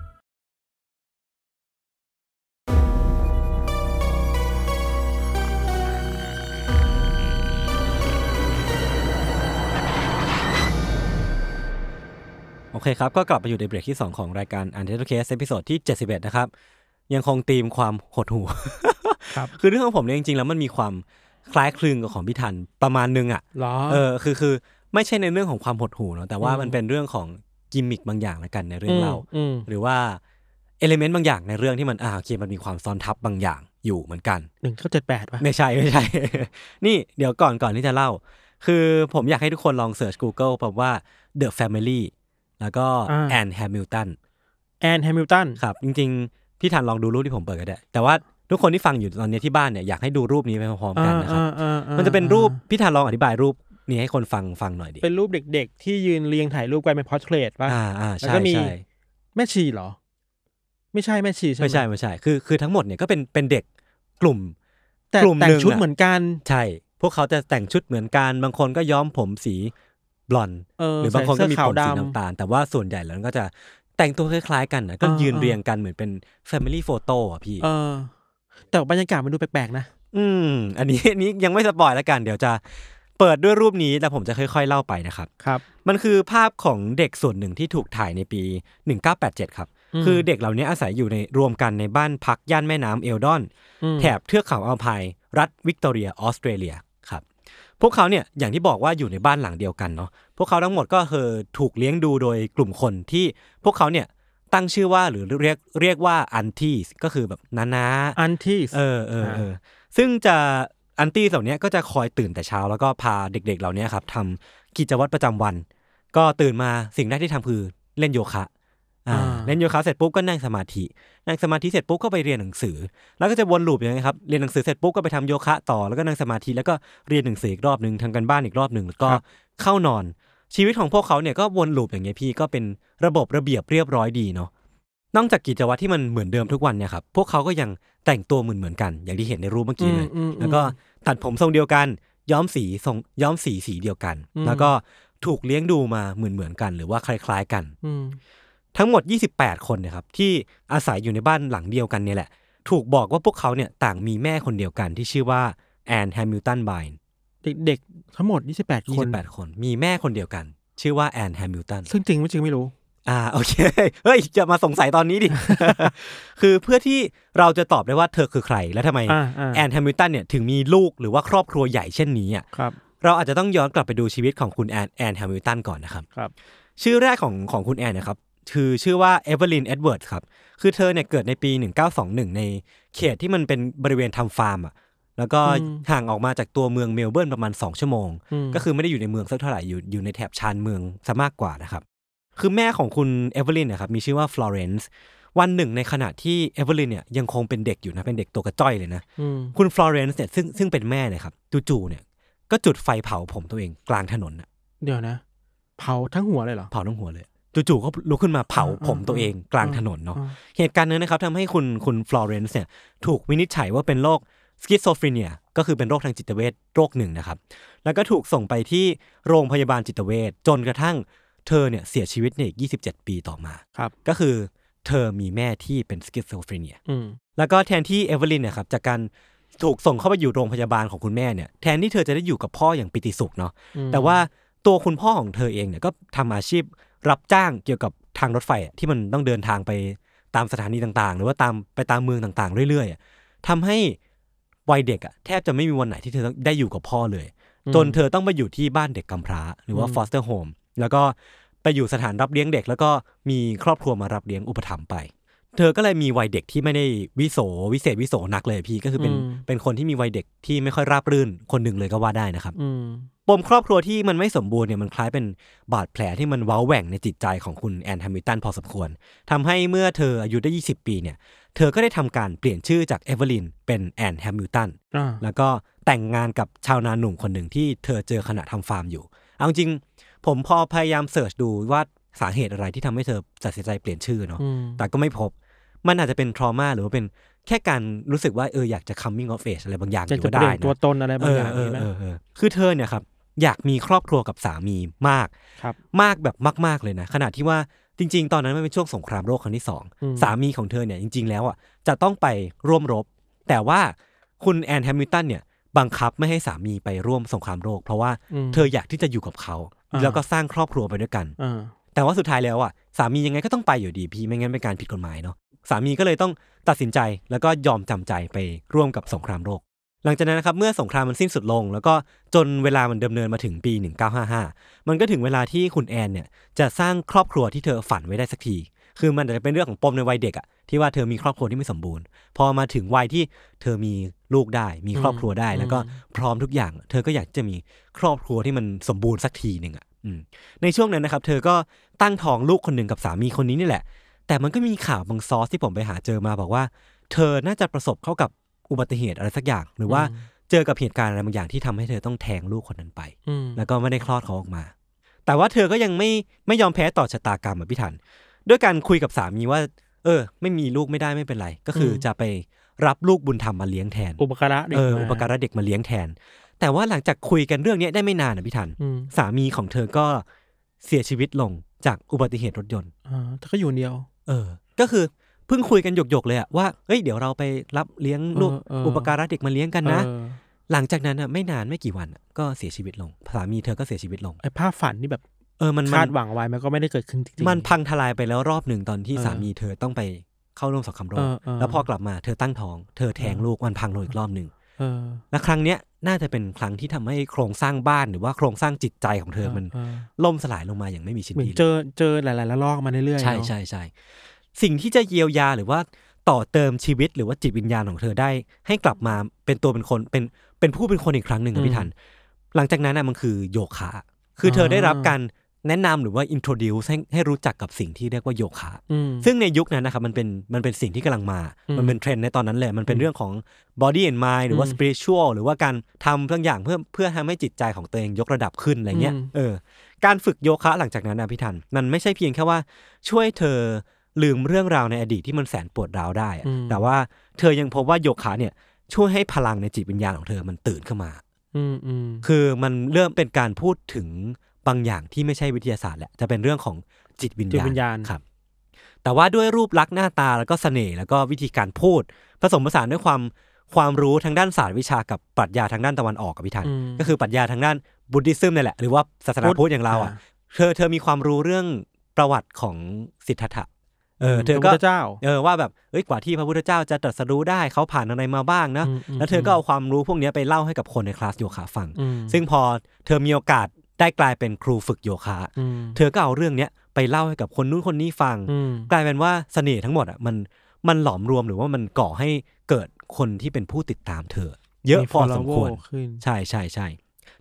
S2: โอเคครับ ก็กลับมาอยู่ในเบรกที่ 2 ของรายการ u n t e r Case เอพิโซดที่ 71 นะครับ ยังคงธีมความหดหู่
S3: ครับ
S2: คือเรื่องของผมเนี่ยจริงๆแล้วมันมีความคล้ายคลึงกับของพิธันประมาณนึงอ่ะ
S3: หรอ
S2: เออคือคือไม่ใช่ในเรื่องของความหดหู่เนาะแต่ว่า
S3: อืม
S2: มันเป็นเรื่องของกิมมิคบางอย่างละกันในเรื่องเล่า
S3: อืม
S2: หรือว่าเอลิเมนต์บางอย่างในเรื่องที่มันอ่าโอเคมันมีความซ้อนทับบางอย่างอยู่เหมือนกัน
S3: หนึ่งเก้าเจ็ดแปดป่ะ
S2: ไม่ใช่ไม่ใช่ นี่เดี๋ยวก่อนก่อนที่จะเล่า คือผมอยากให้ทุกคนลองเสิร์ช Google แบบว่า The Family แล้วก็แอนแฮมิลตัน
S3: แอนแฮมิลตัน
S2: ครับ จริงๆ พี่ทันลองดูรูปที่ผมเปิดก็ได้ แต่ว่าทุกคนที่ฟังอยู่ตอนนี้ที่บ้านเนี่ยอยากให้ดูรูปนี้ไปพร้อมๆกันนะครับ
S3: อ่าๆๆๆ
S2: มันจะเป็นรูปพี่ทันลองอธิบายรูปนี้ให้คนฟังฟังหน่อยดิ
S3: เป็นรูปเด็กๆ ที่ยืนเรียงถ่ายรูปกันเป็นพอร์เทรตป่ะ
S2: อ่าอ่า
S3: แล้ว
S2: ใช่
S3: ก็มี
S2: ใช่
S3: แม่ชีเหรอ ไม่ใช่แม่ชีใช่ไหม
S2: ไม่ใช่ไม่ใช่ คือคือทั้งหมดเนี่ยก็เป็นเป็นเด็กกลุ่ม
S3: แต่
S2: กลุ่ม
S3: แต่
S2: ห
S3: ง
S2: นึ่ง
S3: ชุด
S2: อะ
S3: เหมือนกัน
S2: ใช่ พวกเขาจะแต่งชุดเหมือนกัน บางคนก็ย้อมผมสีบลอนด์
S3: เออ
S2: หรือบางคนก็มีผมสี
S3: ใส่เสื้อขาวดำ
S2: น้ำตาล แต่ว่าส่วนใหญ่แล้วก็จะแต่งตัวคล้ายๆกันนะก็
S3: อ่ายื
S2: ยืนเรียงกันเหมือนเป็น Family Photo อ่ะพี่
S3: เออ แต่บรรยากาศมันดูแปลกๆนะ
S2: อืม อันนี้ อันนี้ยังไม่สปอยแล้วกัน เดี๋ยวจะเปิดด้วยรูปนี้แต่ผมจะค่อยๆเล่าไปนะครับ
S3: ครับ
S2: มันคือภาพของเด็กส่วนหนึ่งที่ถูกถ่ายในปี 1987 ครับ
S3: อืม
S2: คือเด็กเหล่านี้อาศัยอยู่ในรวมกันในบ้านพักย่านแม่น้ำเอลดอน แถบเทือกเขาอัลไพน์รัฐวิกตอเรียออสเตรเลียครับ พวกเขาเนี่ยอย่างที่บอกว่าอยู่ในบ้านหลังเดียวกันเนาะพวกเขาทั้งหมดก็คือถูกเลี้ยงดูโดยกลุ่มคนที่พวกเขาเนี่ยตั้งชื่อว่าหรือเรียกเรียกว่าอันทีสก็คือแบบนานา
S3: อันที่
S2: เออเออเออ
S3: อ่า
S2: ซึ่งจะอันตี้เหล่าเนี้ยก็จะคอยตื่นแต่เช้า แล้วก็พาเด็กๆ เหล่าเนี้ยครับทำกิจวัตรประจำวัน ก็ตื่นมาสิ่งแรกที่ทำคือเล่นโยคะอ่าเล่นโยคะเสร็จปุ๊บก็นั่งสมาธิ นั่งสมาธิเสร็จปุ๊บก็ไปเรียนหนังสือ แล้วก็จะวนลูปอย่างนี้ยครับเรียนหนังสือเสร็จปุ๊บก็ไปทำโยคะต่อแล้วก็นั่งสมาธิแล้วก็เรียนหนังสืออีกรอบหนึ่งทำกันบ้านอีกรอบหนึ่งแล้วก็เข้านอน ชีวิตของพวกเขาเนี่ยก็วนลูปอย่างเงี้ยพี่ก็เป็นระบบระเบียบเรียบร้อยดีเนาะ นอกจากกิจวัตรที่มันเหมือนเดิมทุกวันเนี่ยครับพวกเขาก็ยังแต่งตัวเหมือนเหมือนๆกัน อย่างที่เห็นในรูปเมื่อกี้เลย
S3: อืมอืม
S2: แล้วก็ตัดผมทรงเดียวกัน ย้อมสีทรงย้อมสีสีเดียวกัน
S3: อืม
S2: แล้วก็ถูกเลี้ยงดูมาเหมือนเหมือนๆกันหรือว่าคล้ายๆกัน
S3: อืม
S2: ทั้งหมด 28 คนเนะครับที่อาศัยอยู่ในบ้านหลังเดียวกันเนี่ยแหละ ถูกบอกว่าพวกเขาเนี่ยต่างมีแม่คนเดียวกันที่ชื่อว่าแอนแฮมิลตันไบน์
S3: เด็กๆทั้งหมด 28 คน
S2: 28 คนมีแม่คนเดียวกัน ชื่อว่าแอนแฮมิลตัน
S3: ซึ่งจริงไม่จริงไม่รู้
S2: อ่า โอเค เฮ้ยจะมาสงสัยตอนนี้ดิ คือเพื่อที่เราจะตอบได้ว่าเธอคือใคร และทำไม
S3: อ่าอ่า
S2: แอนแฮมิลตันเนี่ยถึงมีลูกหรือว่าครอบครัวใหญ่เช่นนี้อ่ะ
S3: ครับ
S2: เราอาจจะต้องย้อนกลับไปดูชีวิตของคุณแอนแอนแฮมิลตันก่อนนะครับ
S3: ครับ
S2: ชื่อแรกของของคุณแอนนะครับคือชื่อว่าเอเวอร์ลินเอ็ดเวิร์ดครับ คือเธอเนี่ยเกิดในปี 1921 ในเขตที่มันเป็นบริเวณทำฟาร์มอ่ะแล้วก็
S3: อืม
S2: ห่างออกมาจากตัวเมืองเมลเบิร์นประมาณ 2 ชั่วโมง
S3: อืม
S2: ก็คือไม่ได้อยู่ในเมืองสักเท่าไหร่อยู่อยู่ในแถบชานเมืองซะมากกว่านะครับ คือแม่ของคุณเอเวอร์ลินนะครับมีชื่อว่าฟลอเรนซ์วันหนึ่งในขณะที่เอเวอร์ลินเนี่ยยังคงเป็นเด็กอยู่นะเป็นเด็กตัวกระจ้อยเลยนะ
S3: อืม
S2: คุณฟลอเรนซ์เนี่ยซึ่งซึ่งเป็นแม่เนะครับจู่ๆเนี่ยก็จุดไฟเผาผมตัวเองกลางถนนน่ะ
S3: เดี๋ยวนะ เผาทั้งหัวเลยเหรอ
S2: เผาทั้งหัวเลยจู่ๆก็ลุกขึ้นมาเผา
S3: อ่า
S2: ผมตัวเองกลาง
S3: อ่า
S2: ถนนเนาะ
S3: อ่า
S2: เหตุการณ์นั้นนะครับทำให้คุณคุณฟลอเรนซ์เนี่ยถูกวินิจฉัยว่าเป็นโรคสกิสโซฟรีเนียก็คือเป็นโรคทางจิตเวชโรคหนึ่งนะครับ แล้วก็ถูกส่งไปที่โรงพยาบาลจิตเวชจนกระทั่งเธอเนี่ยเสียชีวิตในอีก 27 ปีต่อมา
S3: ครับ
S2: ก็คือเธอมีแม่ที่เป็นสกิสโซฟรีเนีย
S3: อืม
S2: แล้วก็แทนที่เอเวอร์ลินเนี่ยครับจากการถูกส่งเข้าไปอยู่โรงพยาบาลของคุณแม่เนี่ยแทนที่เธอจะได้อยู่กับพ่ออย่างปิติสุขเนาะ
S3: อืม
S2: แต่ว่าตัวคุณพ่อของเธอเองเนี่ยก็ทำอาชีพรับจ้างเกี่ยวกับทางรถไฟอะที่มันต้องเดินทางไปตามสถานีต่างๆ หรือว่าตามไปตามเมืองต่างๆ เรื่อยๆอะทำให้วัยเด็กอะแทบจะไม่มีวันไหนที่เธอได้อยู่กับพ่อเลย จนเธอต้องไปอยู่ที่บ้านเด็กกำพร้า หรือว่า foster home แล้วก็ไปอยู่สถานรับเลี้ยงเด็ก แล้วก็มีครอบครัวมารับเลี้ยงอุปถัมภ์ไป เธอก็เลยมีวัยเด็กที่ไม่ได้วิโสวิเศษวิโสนักเลยพี่ก็คือเป็น
S3: อืม
S2: เป็นคนที่มีวัยเด็กที่ไม่ค่อยราบรื่นคนหนึ่งเลยก็ว่าได้นะครับ
S3: อืม
S2: ปมครอบครัวที่มันไม่สมบูรณ์เนี่ยมันคล้ายเป็นบาดแผลที่มันเว้าแหว่งในจิตใจของคุณแอนแฮมิลตันพอสมควรทำให้เมื่อเธออายุได้ 20 ปีเนี่ยเธอก็ได้ทำการเปลี่ยนชื่อจากเอเวอร์ลินเป็นแอนแฮมิลตัน
S3: อ่า
S2: แล้วก็แต่งงานกับชาวนาหนุ่มคนหนึ่งที่เธอเจอขณะทำฟาร์มอยู่ เอาจริงๆผมพอพยายามเสิร์ชดูว่าสาเหตุอะไรที่ทำให้เธอตัดสินใจเปลี่ยนชื่อเนาะ
S3: อืม
S2: แต่ก็ไม่พบ มันอาจจะเป็นทรมาหรือว่าเป็นแค่การรู้สึกว่าเอออยากจะ coming of age อะไรบางอย่าง
S3: จะ
S2: อยู่
S3: จะ
S2: ก็
S3: เปลี่ย
S2: ได้
S3: น
S2: นะ
S3: ตัวตนอะ
S2: เอบ
S3: ไรางอ
S2: อย่าง เออ
S3: นี้ไหม
S2: เออเออคือเธอเนี่ยครับอยากมีครอบครัวกับสามีมาก
S3: ครับ
S2: มากแบบมาก ๆ เลยนะ ขณะที่ว่าจริง ๆ ตอนนั้นมันเป็นช่วงสงครามโลกครั้งที่สอง
S3: อืม
S2: สามีของเธอเนี่ยจริง ๆ แล้วอ่ะจะต้องไปร่วมรบ แต่ว่าคุณแอนแฮมิลตันเนี่ยบังคับไม่ให้สามีไปร่วมสงครามโลก เพราะว่า
S3: อืม
S2: เธออยากที่จะอยู่กับเขา
S3: อ่า
S2: แล้วก็สร้างครอบครัวไปด้วยกัน
S3: อ่า
S2: แต่ว่าสุดท้ายแล้วอ่ะสามียังไงก็ต้องไปอยู่ดีพี่ไม่งั้นเป็นการผิดกฎหมายเนาะสามีก็เลยต้องตัดสินใจแล้วก็ยอมจำใจไปร่วมกับสงครามโลก หลังจากนั้นนะครับเมื่อสงครามมันสิ้นสุดลง แล้วก็จนเวลามันดำเนินมาถึงปี 1955 มันก็ถึงเวลาที่คุณแอนเนี่ยจะสร้างครอบครัวที่เธอฝันไว้ได้สักที คือมันอาจจะเป็นเรื่องของปมในวัยเด็กอะที่ว่าเธอมีครอบครัวที่ไม่สมบูรณ์ พอมาถึงวัยที่เธอมีลูกได้ มีครอบครัวได้ แล้วก็พร้อมทุกอย่าง เธอก็อยากจะมีครอบครัวที่มันสมบูรณ์สักทีหนึ่งอะอืม ในช่วงนั้นนะครับ เธอก็ตั้งท้องลูกคนหนึ่งกับสามีคนนี้นี่แหละ แต่มันก็มีข่าวบางซอสที่ผมไปหาเจอมาบอกว่า เธอน่าจะประสบเข้ากับอุบัติเหตุอะไรสักอย่าง หรือว่าเจอกับเหตุการณ์อะไรบางอย่างที่ทำให้เธอต้องแทงลูกคนนั้นไป
S3: อืม
S2: แล้วก็ไม่ได้คลอดเขาออกมา แต่ว่าเธอก็ยังไม่ไม่ยอมแพ้ต่อชะตากรรมอ่ะพี่ทัน ด้วยการคุยกับสามีว่า เออ ไม่มีลูกไม่ได้ไม่เป็นไร ก็คืออ
S3: ม
S2: จะไปรับลูกบุญธรรมมาเลี้ยงแทน
S3: อุปการะด็ก
S2: เออ
S3: ม
S2: อุปการะเด็กมาเลี้ยงแทน แต่ว่าหลังจากคุยกันเรื่องเนี้ยได้ไม่นานนะพี่ทัน
S3: อืม
S2: สามีของเธอก็เสียชีวิตลงจากอุบัติเหตุรถยนต์
S3: อ่าแต่ก็อยู่คนเดียว
S2: เออ ก็คือเพิ่งคุยกันหยกๆเลยอะว่า เอ้ย เดี๋ยวเราไปรับเลี้ยงลูก
S3: เออเอออุ
S2: อุปการะเด็กมาเลี้ยงกันนะ
S3: เออ
S2: หลังจากนั้นอะไม่นานไม่กี่วันอะก็เสียชีวิตลง สามีเธอก็เสียชีวิตลง
S3: ไอ้ภาพฝันที่แบบ
S2: เออ มัน
S3: คา
S2: มั
S3: ด
S2: น
S3: หวังไว้มันก็ไม่ได้เกิดขึ้นจริงๆ
S2: มันพังทลายไปแล้วรอบหนึ่งตอนที่
S3: เออ
S2: สามีเธอต้องไปเข้าร่วมสงครามโล
S3: เอก อเออ
S2: แล้วพอกลับมาเธอตั้งท้อง เธอแท้งลูกมันพังลงอีกรอบหนึ่ง
S3: เออ
S2: และครั้งเนี้ยน่าจะเป็นครั้งที่ทำให้โครงสร้างบ้านหรือว่าโครงสร้างจิตใจของเธอมัน
S3: เออ
S2: ล่มสลายลงมาอย่างไม่มีชิ้น
S3: เหมือน
S2: ดีเลย
S3: เจอเจอหลายๆละลอกมาเรื่อยๆ
S2: ใช่
S3: เนอะ
S2: ใช่ใช่สิ่งที่จะเยียวยาหรือว่าต่อเติมชีวิตหรือว่าจิตวิญญาณของเธอได้ ให้กลับมาเป็นตัวเป็นคนเป็นเป็นผู้เป็นคนอีกครั้งหนึ่ง
S3: อื
S2: อะ
S3: ม
S2: พี่ทัน หลังจากนั้นน่ะมันคือโยคะ คือเธอได้รับ
S3: อ่า
S2: การแนะนำหรือว่า introduce ให้ให้รู้จักกับสิ่งที่เรียกว่าโยคะ
S3: อืม
S2: ซึ่งในยุคนั้นนะครับมันเป็นมันเป็นสิ่งที่กำลังมา
S3: อืม
S2: มันเป็นเทรนด์ในตอนนั้นเลย มันเป็นเรื่องของ body and mind หรือว่า
S3: อืม
S2: spiritual หรือว่าการทำบางอย่างเพื่อเพื่อทำให้จิตใจของตัวเองยกระดับขึ้นอะไรเงี้ย
S3: อืม
S2: เออ การฝึกโยคะหลังจากนั้นนะพี่ทัน มันไม่ใช่เพียงแค่ว่าช่วยเธอ ลืมเรื่องราวในอดีตที่มันแสนปวดร้าวได้อะ
S3: อืม
S2: แต่ว่าเธอยังพบว่าโยคะเนี่ยช่วยให้พลังในจิตวิญญาณของเธอมันตื่นขึ้นมา
S3: อืมอืม
S2: คือมันเริ่มเป็นการพูดถึงบางอย่างที่ไม่ใช่วิทยาศาสตร์แหละจะเป็นเรื่องของจิตวิญ
S3: จิต
S2: ญาณ
S3: วิญญาณ
S2: ครับ แต่ว่าด้วยรูปลักษณ์หน้าตาแล้วก็เสน่ห์แล้วก็วิธีการพูด ผสมผสานด้วยความความรู้ทางด้านศาสตร์วิชากับปรัชญาทางด้านตะวันออกกับพิธัน
S3: อืม
S2: ก็คือปรัชญาทางด้านบุตติซึมนี่แหละ หรือว่าศาสนา
S3: พุทธ
S2: พุทธอย่างเราอ่ะ
S3: อ่า
S2: เธอเธอมีความรู้เรื่องประวัติของสิทธัตถะเออเธอ
S3: พ
S2: ก็
S3: ระพุทธเจ้า
S2: เออว่าแบบเอ้ยกว่าที่พระพุทธเจ้าจะตรัสรู้ได้เขาผ่านอะไรมาบ้างนะ
S3: อืมอืม
S2: แล้วเธอก็เอาความรู้พวกเนี้ยไปเล่าให้กับคนในคลาสโยคะฟัง
S3: อืม
S2: ซึ่งพอเธอมีโอกาสได้กลายเป็นครูฝึกโยคะ
S3: อืม
S2: เธอก็เอาเรื่องเนี้ยไปเล่าให้กับคนนู้นคนนี้ฟัง
S3: อืม
S2: กลายเป็นว่าเสน่ห์ทั้งหมดอ่ะมันมันหลอมรวมหรือว่ามันก่อให้เกิดคนที่เป็นผู้ติดตามเธอ เยอะ
S3: มี
S2: พอสมควร
S3: follower ขึ้น
S2: ใช่ใช่ใช่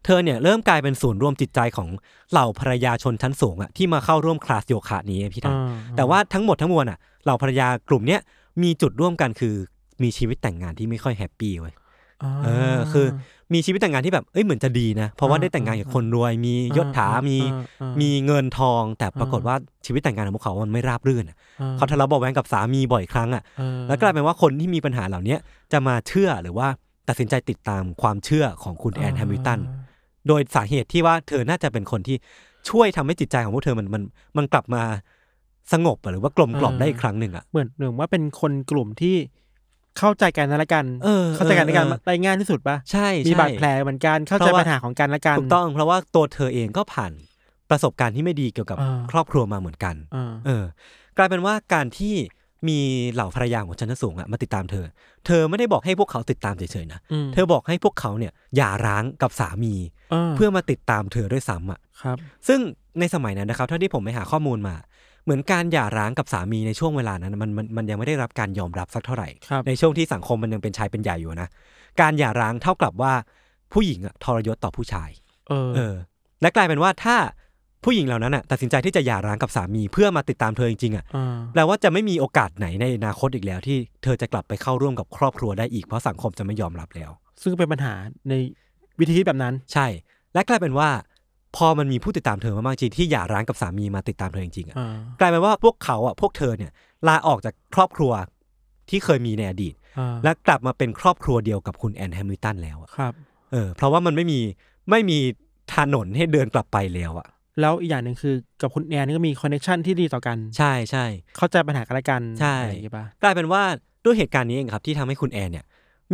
S2: เธอเนี่ยเริ่มกลายเป็นศูนย์รวมจิตใจของเหล่าภรรยาชนชั้นสูงอ่ะที่มาเข้าร่วมคลาสโยคะนี้พี่ทัน
S3: อ่า
S2: แต่ว่าทั้งหมดทั้งมวลอ่ะเหล่าภรรยากลุ่มเนี้ยมีจุดร่วมกันคือมีชีวิตแต่งงานที่ไม่ค่อยแฮปปี้เว้ย
S3: อ่า
S2: เออคือมีชีวิตแต่งงานที่แบบเอ้ยเหมือนจะดีนะ เพราะว่า
S3: อ่า
S2: ได้แต่งงานกับคนรวย มียศถา
S3: อ่ามี
S2: มี
S3: อ่ามี
S2: มีเงินทอง แต่ปรากฏว่าชีวิตแต่งงานของพวกเขา มันไม่ราบรื่นอะ
S3: อ่า
S2: เขาทะเลาะเบาะแวงกับสามีบ่อยครั้งอ่ะ
S3: เออ
S2: แล้วกลายเป็นว่าคนที่มีปัญหาเหล่าเนี้ยจะมาเชื่อหรือว่าตัดสินใจติดตามความเชื่อของคุณแอนแฮมิลตันโดยสาเหตุที่ว่าเธอน่าจะเป็นคนที่ช่วยทำให้จิตใจของพวกเธอมันมันมันกลับมาสงบอะหรือว่ากลมกล่อม
S3: เออ
S2: ได้อีกครั้งหนึ่งอ่ะ
S3: เหมือนเหมือนว่าเป็นคนกลุ่มที่เข้าใจกันและกัน
S2: เออ
S3: เข้าใจกันและกัน
S2: เออเออ
S3: ได้ง่ายที่สุดปะ
S2: ใช่ใช่
S3: มีบาดแผลเหมือนกันเข้าใจปัญหาของกันและกัน
S2: ถูกต้องเพราะว่าตัวเธอเองก็ผ่านประสบการณ์ที่ไม่ดีเกี่ยวกับ
S3: อ่า
S2: ครอบครัวมาเหมือนกัน
S3: อ่า
S2: เออ กลายเป็นว่าการที่มีเหล่าภรรยาของชั้นสูงอะมาติดตามเธอ เธอไม่ได้บอกให้พวกเขาติดตามเฉยๆนะ
S3: ม
S2: เธอบอกให้พวกเขาเนี่ยหย่าร้างกับสามี
S3: า
S2: เพื่อมาติดตามเธอด้วยซ้ำอะ
S3: ครับ
S2: ซึ่งในสมัยนั้นนะครับเท่าที่ผมไปหาข้อมูลมา เหมือนการหย่าร้างกับสามีในช่วงเวลานั้นมันมันมันยังไม่ได้รับการยอมรับสักเท่าไหร่
S3: ครับ
S2: ในช่วงที่สังคมมันยังเป็นชายเป็นใหญ่อยู่นะการหย่าร้างเท่ากับว่าผู้หญิงอะทรยศต่อผู้ชาย
S3: เออ
S2: เออและกลายเป็นว่าถ้าผู้หญิงเหล่านั้นน่ะตัดสินใจที่จะหย่าร้างกับสามีเพื่อมาติดตามเธอจริงๆอ่ะ
S3: อ่า
S2: แปลว่าจะไม่มีโอกาสไหนในอนาคตอีกแล้วที่เธอจะกลับไปเข้าร่วมกับครอบครัวได้อีกเพราะสังคมจะไม่ยอมรับแล้ว
S3: ซึ่งเป็นปัญหาในวิธีคิดแบบนั้น
S2: ใช่ และกลายเป็นว่า พอมันมีผู้ติดตามเธอมากๆจริงที่หย่าร้างกับสามีมาติดตามเธอจริงๆอ่ะ
S3: อ่าก
S2: ลายเป็นว่าพวกเขาอ่ะพวกเธอเนี่ยลาออกจากครอบครัวที่เคยมีในอดีต
S3: อ่า
S2: และกลับมาเป็นครอบครัวเดียวกับคุณแอนแฮมิลตันแล้วอะ
S3: ครับ
S2: เออเพราะว่ามันไม่มีไม่มีถนนให้เดินกลับไปแล้วอ่ะ
S3: แล้วอีกอย่างหนึ่งคือกับคุณแอนนี่ก็มีคอนเนคชันที่ดีต่อกัน
S2: ใช่ใช่
S3: เข้าใจปัญหากันและกัน
S2: ใช่
S3: อะไรอย่างงี้ปะ
S2: กลายเป็นว่าด้วยเหตุการณ์นี้เองครับที่ทำให้คุณแอนเนี่ย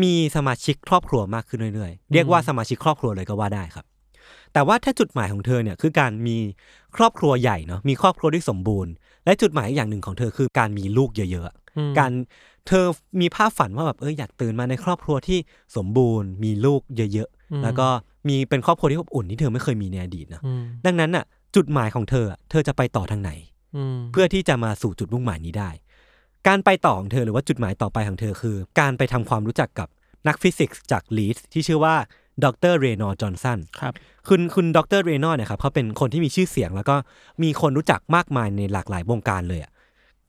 S2: มีสมาชิกครอบครัวมากขึ้นเรื่อยๆ เรียกว่าสมาชิกครอบครัวเลยก็ว่าได้ครับ แต่ว่าถ้าจุดหมายของเธอเนี่ยคือการมีครอบครัวใหญ่เนาะมีครอบครัวที่สมบูรณ์ และจุดหมายอีกอย่างหนึ่งของเธอคือการมีลูกเยอะๆอะ
S3: อืม
S2: การเธอมีภาพฝันว่าแบบเอออยากตื่นมาในครอบครัวที่สมบูรณ์ มีลูกเยอะๆ แล้วก็มีเป็นครอบครัวที่อบอุ่นที่เธอไม่เคยมีในอดีตนะ
S3: อืม
S2: ดังนั้นน่ะจุดหมายของเธออะเธอจะไปต่อทางไหน
S3: อืม
S2: เพื่อที่จะมาสู่จุดมุ่งหมายนี้ได้ การไปต่อของเธอหรือว่าจุดหมายต่อไปของเธอคือ การไปทำความรู้จักกับนักฟิสิกส์จากลีดส์ที่ชื่อว่าดรเรนอจอห์นสัน
S3: ครับ
S2: คุณคุณดรเรโนอเนี่ยครับเขาเป็นคนที่มีชื่อเสียง แล้วก็มีคนรู้จักมากมายในหลากหลายวงการเลยอะ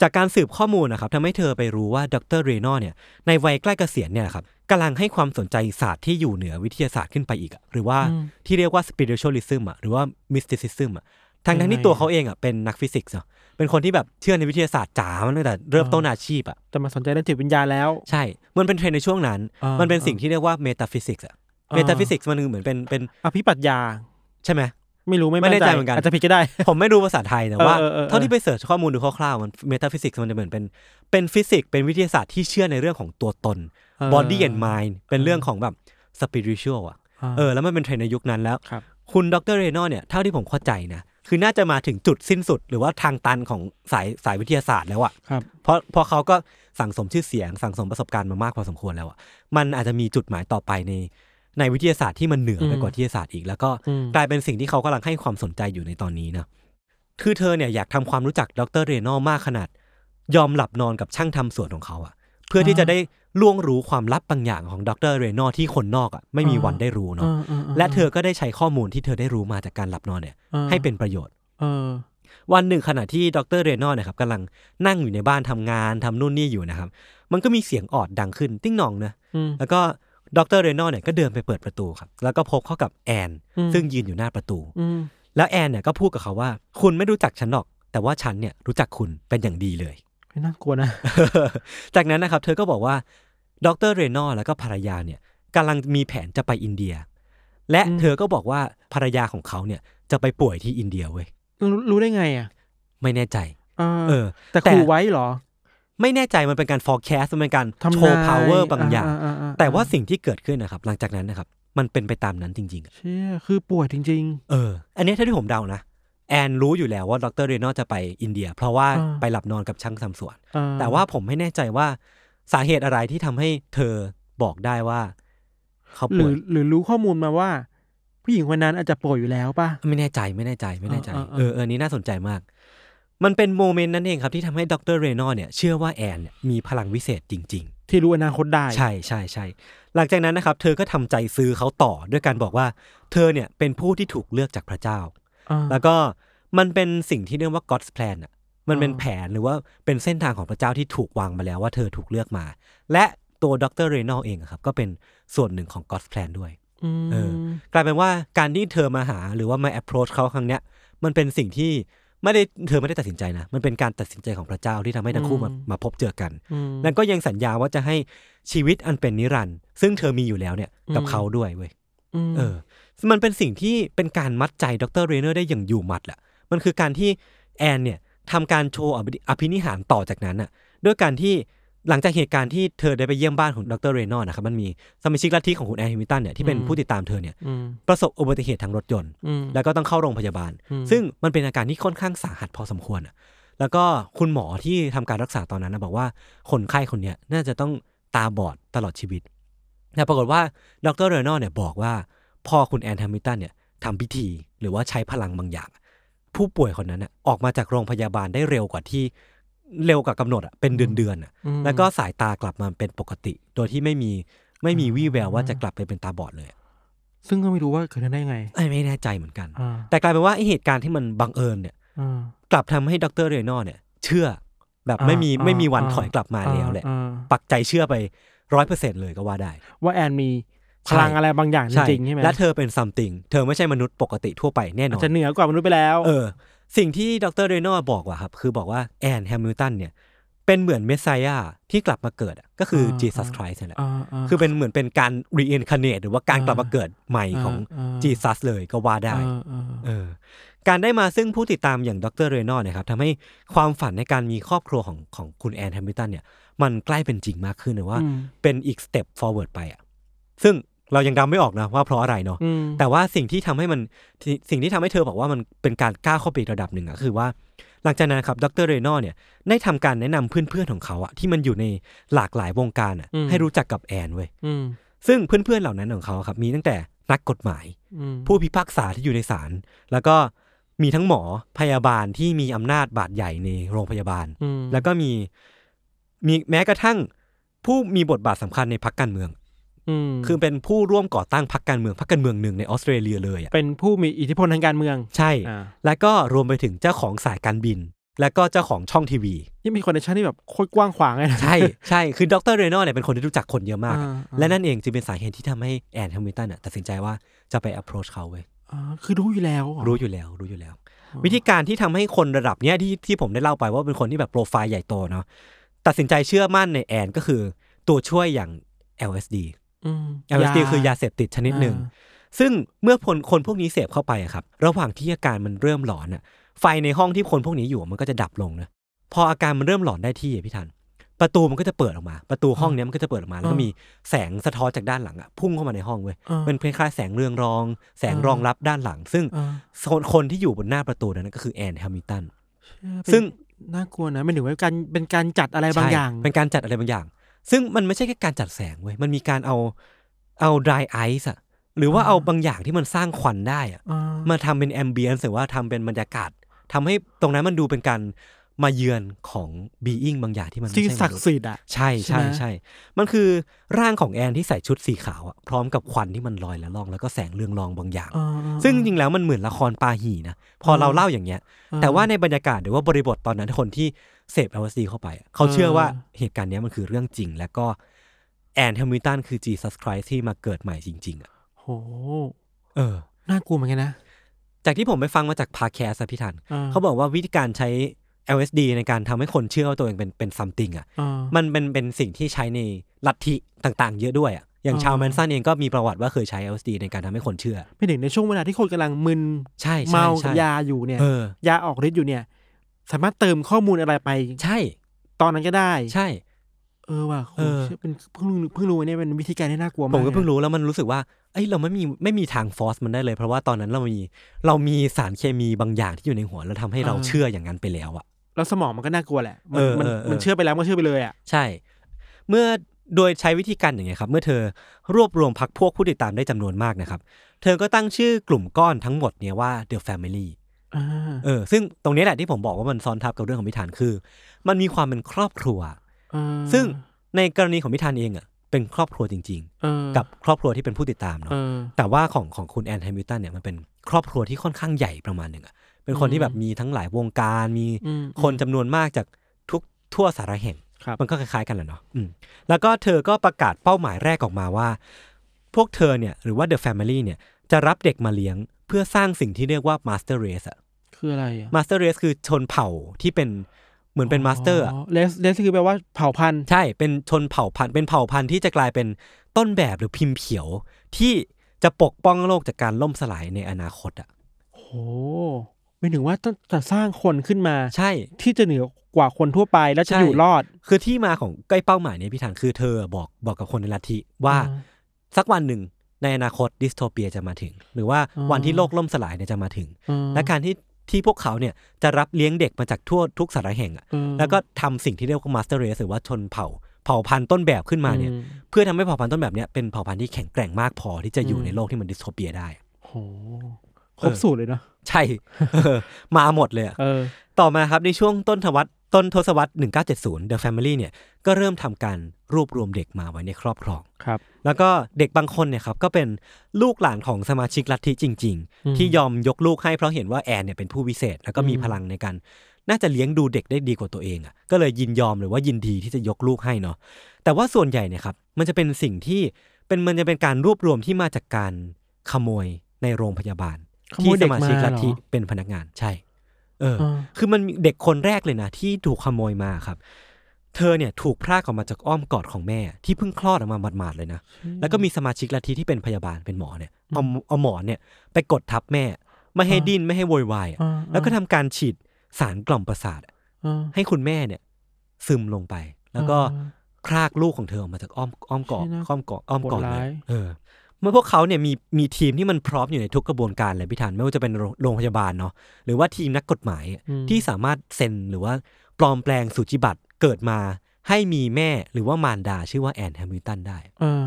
S2: จากการสืบข้อมูลนะครับทำให้เธอไปรู้ว่าดรเรโนเนี่ยในวัยใกล้เกษียณเนี่ยครับกำลังให้ความสนใจศาสตร์ที่อยู่เหนือวิทยาศาสตร์ขึ้นไปอีกอะหรือว่าที่เรียกว่า spiritualism อะหรือว่า mysticism อะทั้งทั้งๆที่ตัวเขาเองอะเป็นนักฟิสิกส์เนาะเป็นคนที่แบบเชื่อในวิทยาศาสตร์จ๋ามาตั้งแต่เริ่มต้นอาชีพอะ
S3: แต่มาสนใจเรื่องจิตวิญญาณแล้ว
S2: ใช่ มันเป็นเทรนด์ในช่วงนั้น
S3: อ่ามั
S2: มันเป็นสิ่งที่เรียกว่าเมตาฟิสิกส์อะ
S3: อ่า
S2: เมตาฟิสิกส์มันคือเหมือนเป็นเป็น
S3: อภิปรัชญา
S2: ใช่ไหม
S3: ไม่รู้ไม่
S2: ไม่แน่
S3: มั่
S2: ใจเหมือนกัน
S3: อาจจะผิดก็ได้
S2: ผมไม่รู้ภาษาไทยนะ
S3: เออ
S2: ว่า
S3: เออเออ
S2: เท่าที่ไปเสิร์ชข้อมูลดูคร่าวๆมันเมตาฟิสิกส์มันจะเหมือนเป็นเป็นฟิสิกส์เป็นวิทยาศาสตร์ที่เชื่อในเรื่องของตัวตน body and mind เป็นเรื่องของแบบ spiritual อ่ะเออแล้วมันเป็นเทรนด์ในยุคนั้นแล้ว
S3: ครับ
S2: คุณดรเรโนเนี่ยเท่าที่ผมเข้าใจนะคือน่าจะมาถึงจุดสิ้นสุด หรือว่าทางตันของสายสายวิทยาศาสตร์แล้วอ่ะ
S3: ครับ
S2: เพราะเพราะเขาก็สั่งสมชื่อเสียง สั่งสมประสบการณ์มามากพอสมควรแล้วอะมันอาจจะมีจุดหมายต่อไปในในวิทยาศาสตร์ที่มันเหนือไป
S3: อืม
S2: กว่าวิทยาศาสตร์อีก แล้วก็
S3: อืม
S2: กลายเป็นสิ่งที่เขากำลังให้ความสนใจอยู่ในตอนนี้นะคือเธอเนี่ยอยากทำความรู้จักดรเรโนมากขนาด ยอมหลับนอนกับช่างทำสวนของเขาอะเพื่อที่จะได้ล่วงรู้ความลับบางอย่างของดรเรโนที่คนนอกอะไม่มีวันได้รู้เนาะ
S3: อ่าๆๆ
S2: และเธอก็ได้ใช้ข้อมูลที่เธอได้รู้มาจากการหลับนอนเนี่ย
S3: อ่า
S2: ให้เป็นประโยชน์
S3: เออ
S2: วันหนึ่งขณะที่ดรเรโนอนะครับกำลังนั่งอยู่ในบ้านทำงานทำนู่นนี่อยู่นะครับ มันก็มีเสียงออดดังขึ้นติ้งหนองนะ
S3: อืม
S2: แล้วก็ดรเรโนอเนี่ยก็เดินไปเปิดประตูครับแล้วก็พบเข้ากับแอน
S3: อืม
S2: ซึ่งยืนอยู่หน้าประตู
S3: อืม
S2: แล้วแอนเนี่ยก็พูดกับเขาว่า คุณไม่รู้จักฉันหรอก แต่ว่าฉันเนี่ยรู้จักคุณเป็นอย่างดีเลย
S3: ไม่น่ากลัวนะ
S2: จากนั้นนะครับ เธอก็บอกว่าดรเรโนแล้วก็ภรรยาเนี่ยกำลังมีแผนจะไปอินเดีย และ
S3: อืม
S2: เธอก็บอกว่าภรรยาของเขาเนี่ยจะไปป่วยที่อินเดียเว้ย
S3: รู้รู้ได้ไงอ่ะ
S2: ไม่แน่ใจ
S3: เอ
S2: เออ
S3: แต่
S2: แต่
S3: ขู่ไว้เหรอ
S2: ไม่แน่ใจมันเป็นการ forecast มันเป็นการ
S3: ทำนาย
S2: โชว์ power บางอย่าง
S3: ๆๆ
S2: แต่ว่าสิ่งที่เกิดขึ้นนะครับ หลังจากนั้นนะครับ มันเป็นไปตามนั้นจริง ๆอะ
S3: เชี่ยคือป่วยจริง
S2: เออ อันนี้เท่าที่ผมเดานะ แอนรู้อยู่แล้วว่าดรเรโนจะไปอินเดีย เพราะว่า
S3: อ่า
S2: ไปหลับนอนกับช่างทำสวน
S3: ๆเออ
S2: แต่ว่าผมไม่แน่ใจว่าสาเหตุอะไรที่ทำให้เธอบอกได้ว่าเขา
S3: หรื
S2: ป่ว
S3: อยหรือรู้ข้อมูลมาว่า ผู้หญิงคนนั้นอาจจะป่วยอยู่แล้วป่ะ
S2: ไม่แน่ใจไม่แน่ใจไม่แน่ใจ
S3: อ่าอ่าอ่า
S2: เออเออนี่น่าสนใจมาก มันเป็นโมเมนต์นั้นเองครับที่ทำให้ดรเรโนเนี่ยเชื่อว่าแอนเนี่ยมีพลังวิเศษจริง ๆ
S3: ที่รู้อนาคตได้
S2: ใช่ใช่ใช่หลังจากนั้นนะครับ เธอก็ทำใจซื้อเขาต่อด้วยการบอกว่า เธอเนี่ยเป็นผู้ที่ถูกเลือกจากพระเจ้า
S3: อ่า
S2: แล้วก็มันเป็นสิ่งที่เรียกว่า God's plan อ่ะมันเป็น
S3: อ่า
S2: แผนหรือว่าเป็นเส้นทางของพระเจ้าที่ถูกวางมาแล้วว่าเธอถูกเลือกมา และตัวดรเรโนเองอะครับก็เป็นส่วนหนึ่งของ God's plan ด้วย
S3: อืม
S2: เออ กลายเป็นว่าการที่เธอมาหาหรือว่ามา approach เขาครั้งเนี้ยมันเป็นสิ่งที่ไม่ได้เธอไม่ได้ตัดสินใจนะมันเป็นการตัดสินใจของพระเจ้าที่ทำให้ทั้งคู่มามาพบเจอกัน
S3: ม
S2: แล้วก็ยังสัญญาว่าจะให้ชีวิตอันเป็นนิรันดร์ซึ่งเธอมีอยู่แล้วเนี่ยกับ
S3: อืม
S2: เขาด้วยเว้ย
S3: ม
S2: เออ มันเป็นสิ่งที่เป็นการมัดใจดรเรเนอร์ได้อย่างอยู่หมัดแหละมันคือการที่แอนเนี่ยทำการโชว์อภิอภินิหารต่อจากนั้นน่ะด้วยการที่หลังจากเหตุการณ์ที่เธอได้ไปเยี่ยมบ้านของดรเรเนอร์นะครับมันมีสมาชิกลัทธิของคุณแอนฮิมิตันเนี่ยที่เป็นผู้ติดตามเธอเนี่ย
S3: อืม
S2: ประสบอุบัติเหตุทางรถยนต์
S3: อืม
S2: แล้วก็ต้องเข้าโรงพยาบาล
S3: อืม
S2: ซึ่งมันเป็นอาการที่ค่อนข้างสาหัสพอสมควรอะแล้วก็คุณหมอที่ทำการรักษาตอนนั้นนะบอกว่าคนไข้คนเนี้ยน่าจะต้องตาบอดตลอดชีวิต แต่ปรากฏว่าดรเรโนเนี่ยบอกว่าพอคุณแอนแฮมิลตันเนี่ยทำพิธีหรือว่าใช้พลังบางอย่าง ผู้ป่วยคนนั้นน่ะออกมาจากโรงพยาบาลได้เร็วกว่าที่เร็วกว่ากำหนดอะเป็นเดือนเดือนๆอะ
S3: อืม
S2: แล้วก็สายตากลับมาเป็นปกติ โดยที่ไม่มีไม่มีวี่แววว่าจะกลับไปเป็นตาบอดเลยอะ
S3: ซึ่งก็ไม่รู้ว่าเกิดขึ้นได้ไง
S2: เอ้ยไม่แน่ใจเหมือนกัน
S3: อ่า
S2: แต่กลายเป็นว่าไอเหตุการณ์ที่มันบังเอิญเนี่ย
S3: อ่า
S2: กลับทำให้ดรเรโนเนี่ยเชื่อแบบไม่มี
S3: อ่า
S2: ไม่มีวัน
S3: อ่า
S2: ถอยกลับมาแล้วแหละ
S3: อ่า
S2: ปักใจเชื่อไปร้อยเปอร์เซ็นเลยก็ว่าได้
S3: ว่าแอนมีพลัง
S2: ใช่
S3: อะไรบางอย่างจริงๆใช่ไหม
S2: และเธอเป็นซัมติงเธอไม่ใช่มนุษย์ปกติทั่วไปแน่น
S3: อา
S2: อน
S3: จจะเหนือกว่ามนุษย์ไปแล้ว
S2: เออ สิ่งที่ดรเรโนบอกว่าครับ คือบอกว่าแอนแฮมิลตันเนี่ย เป็นเหมือนเมสไซยาที่กลับมาเกิดอะก็คืออา จีซัส
S3: อ่า
S2: คริสต์นั่นแหละ
S3: อาา
S2: คือเป็นเหมือนเป็นการ reincarnate หรือว่าการกลับมาเกิดใหม่ของ
S3: อ่าอ่า
S2: จีซัสเลยก็ว่าได้
S3: อ่าอ่า
S2: เออการได้มาซึ่งผู้ติดตามอย่างดรเรโนเนี่ยครับทำให้ความฝันในการมีครอบครัวของของคุณแอนแฮมิลตันเนี่ยมันใกล้เป็นจริงมากขึ้นหรือว่า
S3: อืม
S2: เป็นอีกสเต็ป forward ไปอ่ะซึ่งเรายังเดาไม่ออกนะว่าเพราะอะไรเนาะ
S3: อืม
S2: แต่ว่าสิ่งที่ทำให้มันที่สิ่งที่ทำให้เธอบอกว่ามันเป็นการก้าวเข้าไปอีกระดับหนึ่งอ่ะคือว่า หลังจากนั้นครับดรเรโนเนี่ยได้ทำการแนะนำเพื่อนๆของเขาอ่ะที่มันอยู่ในหลากหลายวงการอ่ะให้รู้จักกับแอนเว้ย
S3: อืม
S2: ซึ่งเพื่อนๆเหล่านั้นของเขาครับมีตั้งแต่นักกฎหมาย
S3: อืม
S2: ผู้พิพากษาที่อยู่ในศาลแล้วก็มีทั้งหมอพยาบาลที่มีอำนาจบาดใหญ่ในโรงพยาบาล
S3: อืม
S2: แล้วก็มีมีแม้กระทั่ง ผู้มีบทบาทสำคัญในพักการเมือง
S3: ม
S2: คือเป็นผู้ร่วมก่อตั้งพักการเมืองพักการเมืองหนึ่งในออสเตรเลียเลยอ่ะ
S3: เป็นผู้มีอิทธิพลทางการเมือง
S2: ใช่
S3: อ่า
S2: แล้วก็รวมไปถึงเจ้าของสายการบิน แล้วก็เจ้าของช่องทีวี
S3: นี่มีคอนเนคชั่นที่แบบโคตรกว้างขวางเลยนะ
S2: ใช่ใช่คือดรเรโนเนี่ยเป็นคนที่รู้จักคนเยอะมาก
S3: อ่า
S2: และนั่นเองจึงเป็นสาเหตุที่ทำให้แอนแฮมิลตันน่ะตัดสินใจว่าจะไป approach เขาเว้ย
S3: อ่าคือรู้อยู่แล้วเหอ
S2: รู้อยู่แล้วรู้อยู่แล้ว
S3: อ๋อ
S2: วิธีการที่ทำให้คนระดับเนี้ยที่ที่ผมได้เล่าไปว่าเป็นคนที่แบบโปรไฟล์ใหญ่โตเนาะตัดสินใจเชื่อมั่นในแอนก็คือตัวช่วยอย่าง LSD
S3: อืม
S2: LSD คือยาเสพติดชนิดหนึ่ง
S3: อ่า
S2: ซึ่งเมื่อคนคนพวกนี้เสพเข้าไปอะครับ ระหว่างที่อาการมันเริ่มหลอนอะไฟในห้องที่คนพวกนี้อยู่มันก็จะดับลงนะพออาการมันเริ่มหลอนได้ที่อะพี่ทัน ประตูมันก็จะเปิดออกมา ประตูห้องเนี้ยมันก็จะเปิดออกมา แล้วก็
S3: อ่ามี
S2: มีแสงสะท้อนจากด้านหลังอะพุ่งเข้ามาในห้องเว้ย
S3: อ่ามั
S2: มันคล้ายๆแสงเรืองรอง แสง
S3: อ่าร
S2: รองรับด้านหลัง ซึ่ง
S3: อ่า
S2: คนคนที่อยู่บนหน้าประตูนั้นก็คือแอนแฮมิลตัน
S3: เออเป็น
S2: ซึ่ง
S3: น่ากลัวนะมันถือว่าการเป็นการจัดอะไรบางอย่าง
S2: ใช่เป็นการจัดอะไรบางอย่าง ซึ่งมันไม่ใช่แค่การจัดแสงเว้ย มันมีการเอาเอา dry ice อะหรือว่าเอาบางอย่างที่มันสร้างควันได้อะ
S3: อ่า
S2: มาทำเป็นแอมเบียนหรือว่าทำเป็นบรรยากาศทำให้ตรงนั้นมันดูเป็นการมาเยือนของบีอิงบางอย่างที่มันไม่
S3: ที่
S2: ใช่มนุษย์
S3: ศักดิ์สิทธิ์อ่ะ
S2: ใช่ใช่
S3: ใช่ไหม
S2: ใช่ มันคือร่างของแอนที่ใส่ชุดสีขาวอะพร้อมกับควันที่มันลอยละล่อง แล้วก็แสงเรืองรองบางอย่าง
S3: อ่า
S2: ซึ่งจริงๆแล้วมันเหมือนละครปาหีนะพอ
S3: เออ
S2: เราเล่าอย่างเงี้ย
S3: อ่
S2: แต่ว่าในบรรยากาศหรือว่าบริบทตอนนั้นคนที่เสพ LSD เข้าไปอะเขาเชื่อว่าเหตุการณ์เนี้ยมันคือเรื่องจริง แล้วก็แอนแฮมิลตันคือจีซัสคริสที่มาเกิดใหม่จริง ๆอ่ะ
S3: โห
S2: เออ
S3: น่ากลัวเหมือนกันนะ
S2: จากที่ผมไปฟังมาจากพาแคสอะพี่ทัน
S3: อ่
S2: เขาบอกว่าวิธีการใช้ LSD ในการทำให้คนเชื่อว่าตัวเองเป็นเป็นซัมติงอ่ะ
S3: อ่า
S2: มันเป็นเป็นสิ่งที่ใช้ในลัทธิต่างๆ เยอะด้วยอ่ะ อย่าง
S3: อ๋อ
S2: ชาวแมนซันเองก็มีประวัติว่าเคยใช้ LSD ในการทำให้คนเชื่อ
S3: เป็นหนึ่งในช่วงเวลาที่คนกำลังมึน
S2: ใช่ใช่
S3: เมา
S2: ใช่
S3: กับยาอยู่เนี่ย
S2: เออ
S3: ยาออกฤทธิ์อยู่เนี่ย สามารถเติมข้อมูลอะไรไป
S2: ใช่
S3: ตอนนั้นก็ได้
S2: ใช่
S3: เออว่ะโห
S2: เออ
S3: เชี่ยเป็นเพิ่งรู้เพิ่งรู้เนี่ยเป็นวิธีการที่น่ากลัวมาก
S2: ผมก็เพิ่ง
S3: ลยนะ
S2: รู้แล้วมันรู้สึกว่าเอ้ยเราไม่มีไม่มีทางฟอร์สมันได้เลย เพราะว่าตอนนั้นเรามีเรามีสารเคมีบางอย่างที่อยู่ในหัวแล้วทำให้เราเชื่ออย่างนั้นไปแล้วอ่ะ
S3: แล้วสมองมันก็น่ากลัวแหละมั
S2: เออ
S3: มัน
S2: เออเออ
S3: มันเชื่อไปแล้วมันก็เชื่อไปเลยอ่ะ
S2: ใช่ เมื่อโดยใช้วิธีการอย่างเงี้ยครับ เมื่อเธอรวบรวมพักพวกผู้ติดตามได้จำนวนมากนะครับ เธอก็ตั้งชื่อกลุ่มก้อนทั้งหมดเนี่ยว่า The Family
S3: อ่า
S2: เออซึ่งตรงนี้แหละที่ผมบอกว่ามันซ้อนทับกับเรื่องของมิทานคือ มันมีความเป็นครอบครัว
S3: เออ
S2: ซึ่งในกรณีของมิทานเองอ่ะเป็นครอบครัวจริง
S3: เออ
S2: ๆ กับครอบครัวที่เป็นผู้ติดตามเนาะ
S3: เออ
S2: แต่ว่าของของคุณแอนแฮมิลตันเนี่ยมันเป็นครอบครัวที่ค่อนข้างใหญ่ประมาณหนึ่งอะเป็นคนที่แบบมีทั้งหลายวงการมี
S3: อืม
S2: คนจำนวนมากจากทุกทั่วสารแห่ง
S3: ครับ
S2: มันก็คล้ายๆกันแหละเนาะอืมแล้วก็เธอก็ประกาศเป้าหมายแรกออกมาว่า พวกเธอเนี่ยหรือว่า The Family เนี่ยจะรับเด็กมาเลี้ยงเพื่อสร้างสิ่งที่เรียกว่า Master Race อะ
S3: คืออะไรอ่ะ
S2: Master Race คือชนเผ่าที่เป็นเหมือนเป็น Master อะ
S3: เลสเลสคือแปลว่าเผ่าพันธุ์
S2: ใช่ เป็นชนเผ่าพันธุ์ เป็นเผ่าพันธุ์ที่จะกลายเป็นต้นแบบหรือพิมพ์เขียว ที่จะปกป้องโลกจากการล่มสลายในอนาคตอ่ะ
S3: โอ้ไม่ถึงว่าต้องจะสร้างคนขึ้นมา
S2: ใช่
S3: ที่จะเหนือกว่าคนทั่วไปแล้วจะ
S2: ใช่
S3: อยู่รอด
S2: คือที่มาของใกล้เป้าหมายเนี่ยพี่ถังคือเธอบอกบอกกับคนในลัทธิว่า
S3: อ่า
S2: สักวันหนึ่งในอนาคตดิสโทเปียจะมาถึง หรือว่า
S3: อ่า
S2: วันที่โลกล่มสลายเนี่ยจะมาถึง
S3: เออ
S2: และการที่ที่พวกเขาเนี่ยจะรับเลี้ยงเด็กมาจากทั่วทุกสารแห่งอ่ะ
S3: เออ
S2: แล้วก็ทำสิ่งที่เรียกว่ามาสเตอร์เรสหรือว่าชนเผ่าเผ่าพันธุ์ต้นแบบขึ้นมาเนี่ย
S3: อื
S2: เพื่อทำให้เผ่าพันธุ์ต้นแบบเนี้ยเป็นเผ่าพันธุ์ที่แข็งแกร่งมากพอที่จะอยู่
S3: อืม
S2: ในโลกที่มันดิสโทเปียได้
S3: โหครบสูตรเลยเนาะ
S2: ใช่ เออมาหมดเลยอะ
S3: เออ
S2: ต่อมาครับในช่วงต้นทวัตต้นทศวรรษ 1970 The Family เนี่ยก็เริ่มทำการรวบรวมเด็กมาไว้ในครอบครอง
S3: ครับ
S2: แล้วก็เด็กบางคนเนี่ยครับก็เป็นลูกหลานของสมาชิกลัทธิจริง
S3: อืม
S2: ๆ ที่ยอมยกลูกให้เพราะเห็นว่าแอนเนี่ยเป็นผู้วิเศษ แล้วก็มี
S3: อืม
S2: พลังในการน่าจะเลี้ยงดูเด็กได้ดีกว่าตัวเองอ่ะก็เลยยินยอมหรือว่ายินดีที่จะยกลูกให้เนาะแต่ว่าส่วนใหญ่เนี่ยครับมันจะเป็นสิ่งที่เป็นมันจะเป็นการรวบรวมที่มาจากการขโมยในโรงพยาบาล
S3: ขโม
S2: ที่
S3: ย
S2: ส
S3: เด็ก
S2: มา
S3: มา
S2: ชิกลัทธิ
S3: เหรอ
S2: เป็นพนักงานใช่ เออ
S3: เออ
S2: คือมันมีเด็กคนแรกเลยนะ ที่ถูกขโมยมาครับ เธอเนี่ยถูกพรากออกมาจากอ้อมกอดของแม่ ที่เพิ่งคลอดออกมาหมาดๆเลยนะ แล้วก็มีสมาชิกลัทธิที่เป็นพยาบาลเป็นหมอเนี่ยเอาเอาหมอนเนี่ยไปกดทับแม่ ไม่ให้
S3: อ่า
S2: ดิ้นไม่ให้โวยวายอะ
S3: อ่า
S2: แล้วก็ทำการฉีดสารกล่อมประสาทอะ
S3: เออ
S2: ให้คุณแม่เนี่ย ซึมลงไป แล้วก็
S3: อ่า
S2: คลากลูกของเธอออกมาจากอ้อมอ้อมกอด
S3: ใช่นะ
S2: อ้อมกอดอ้อมกอด
S3: โหด
S2: เล
S3: ร้าย
S2: ยเออ เมื่อพวกเขาเนี่ยมีมีทีมที่มันพร้อมอยู่ในทุกกระบวนการเลยพี่ธันไม่ว่าจะเป็นโรงโรงพยาบาลเนาะหรือว่าทีมนักกฎหมายอะ
S3: อืม
S2: ที่สามารถเซ็นหรือว่าปลอมแปลงสูจิบัตรเกิดมา ให้มีแม่หรือว่ามารดาชื่อว่าแอนแฮมิลตันได้
S3: เออ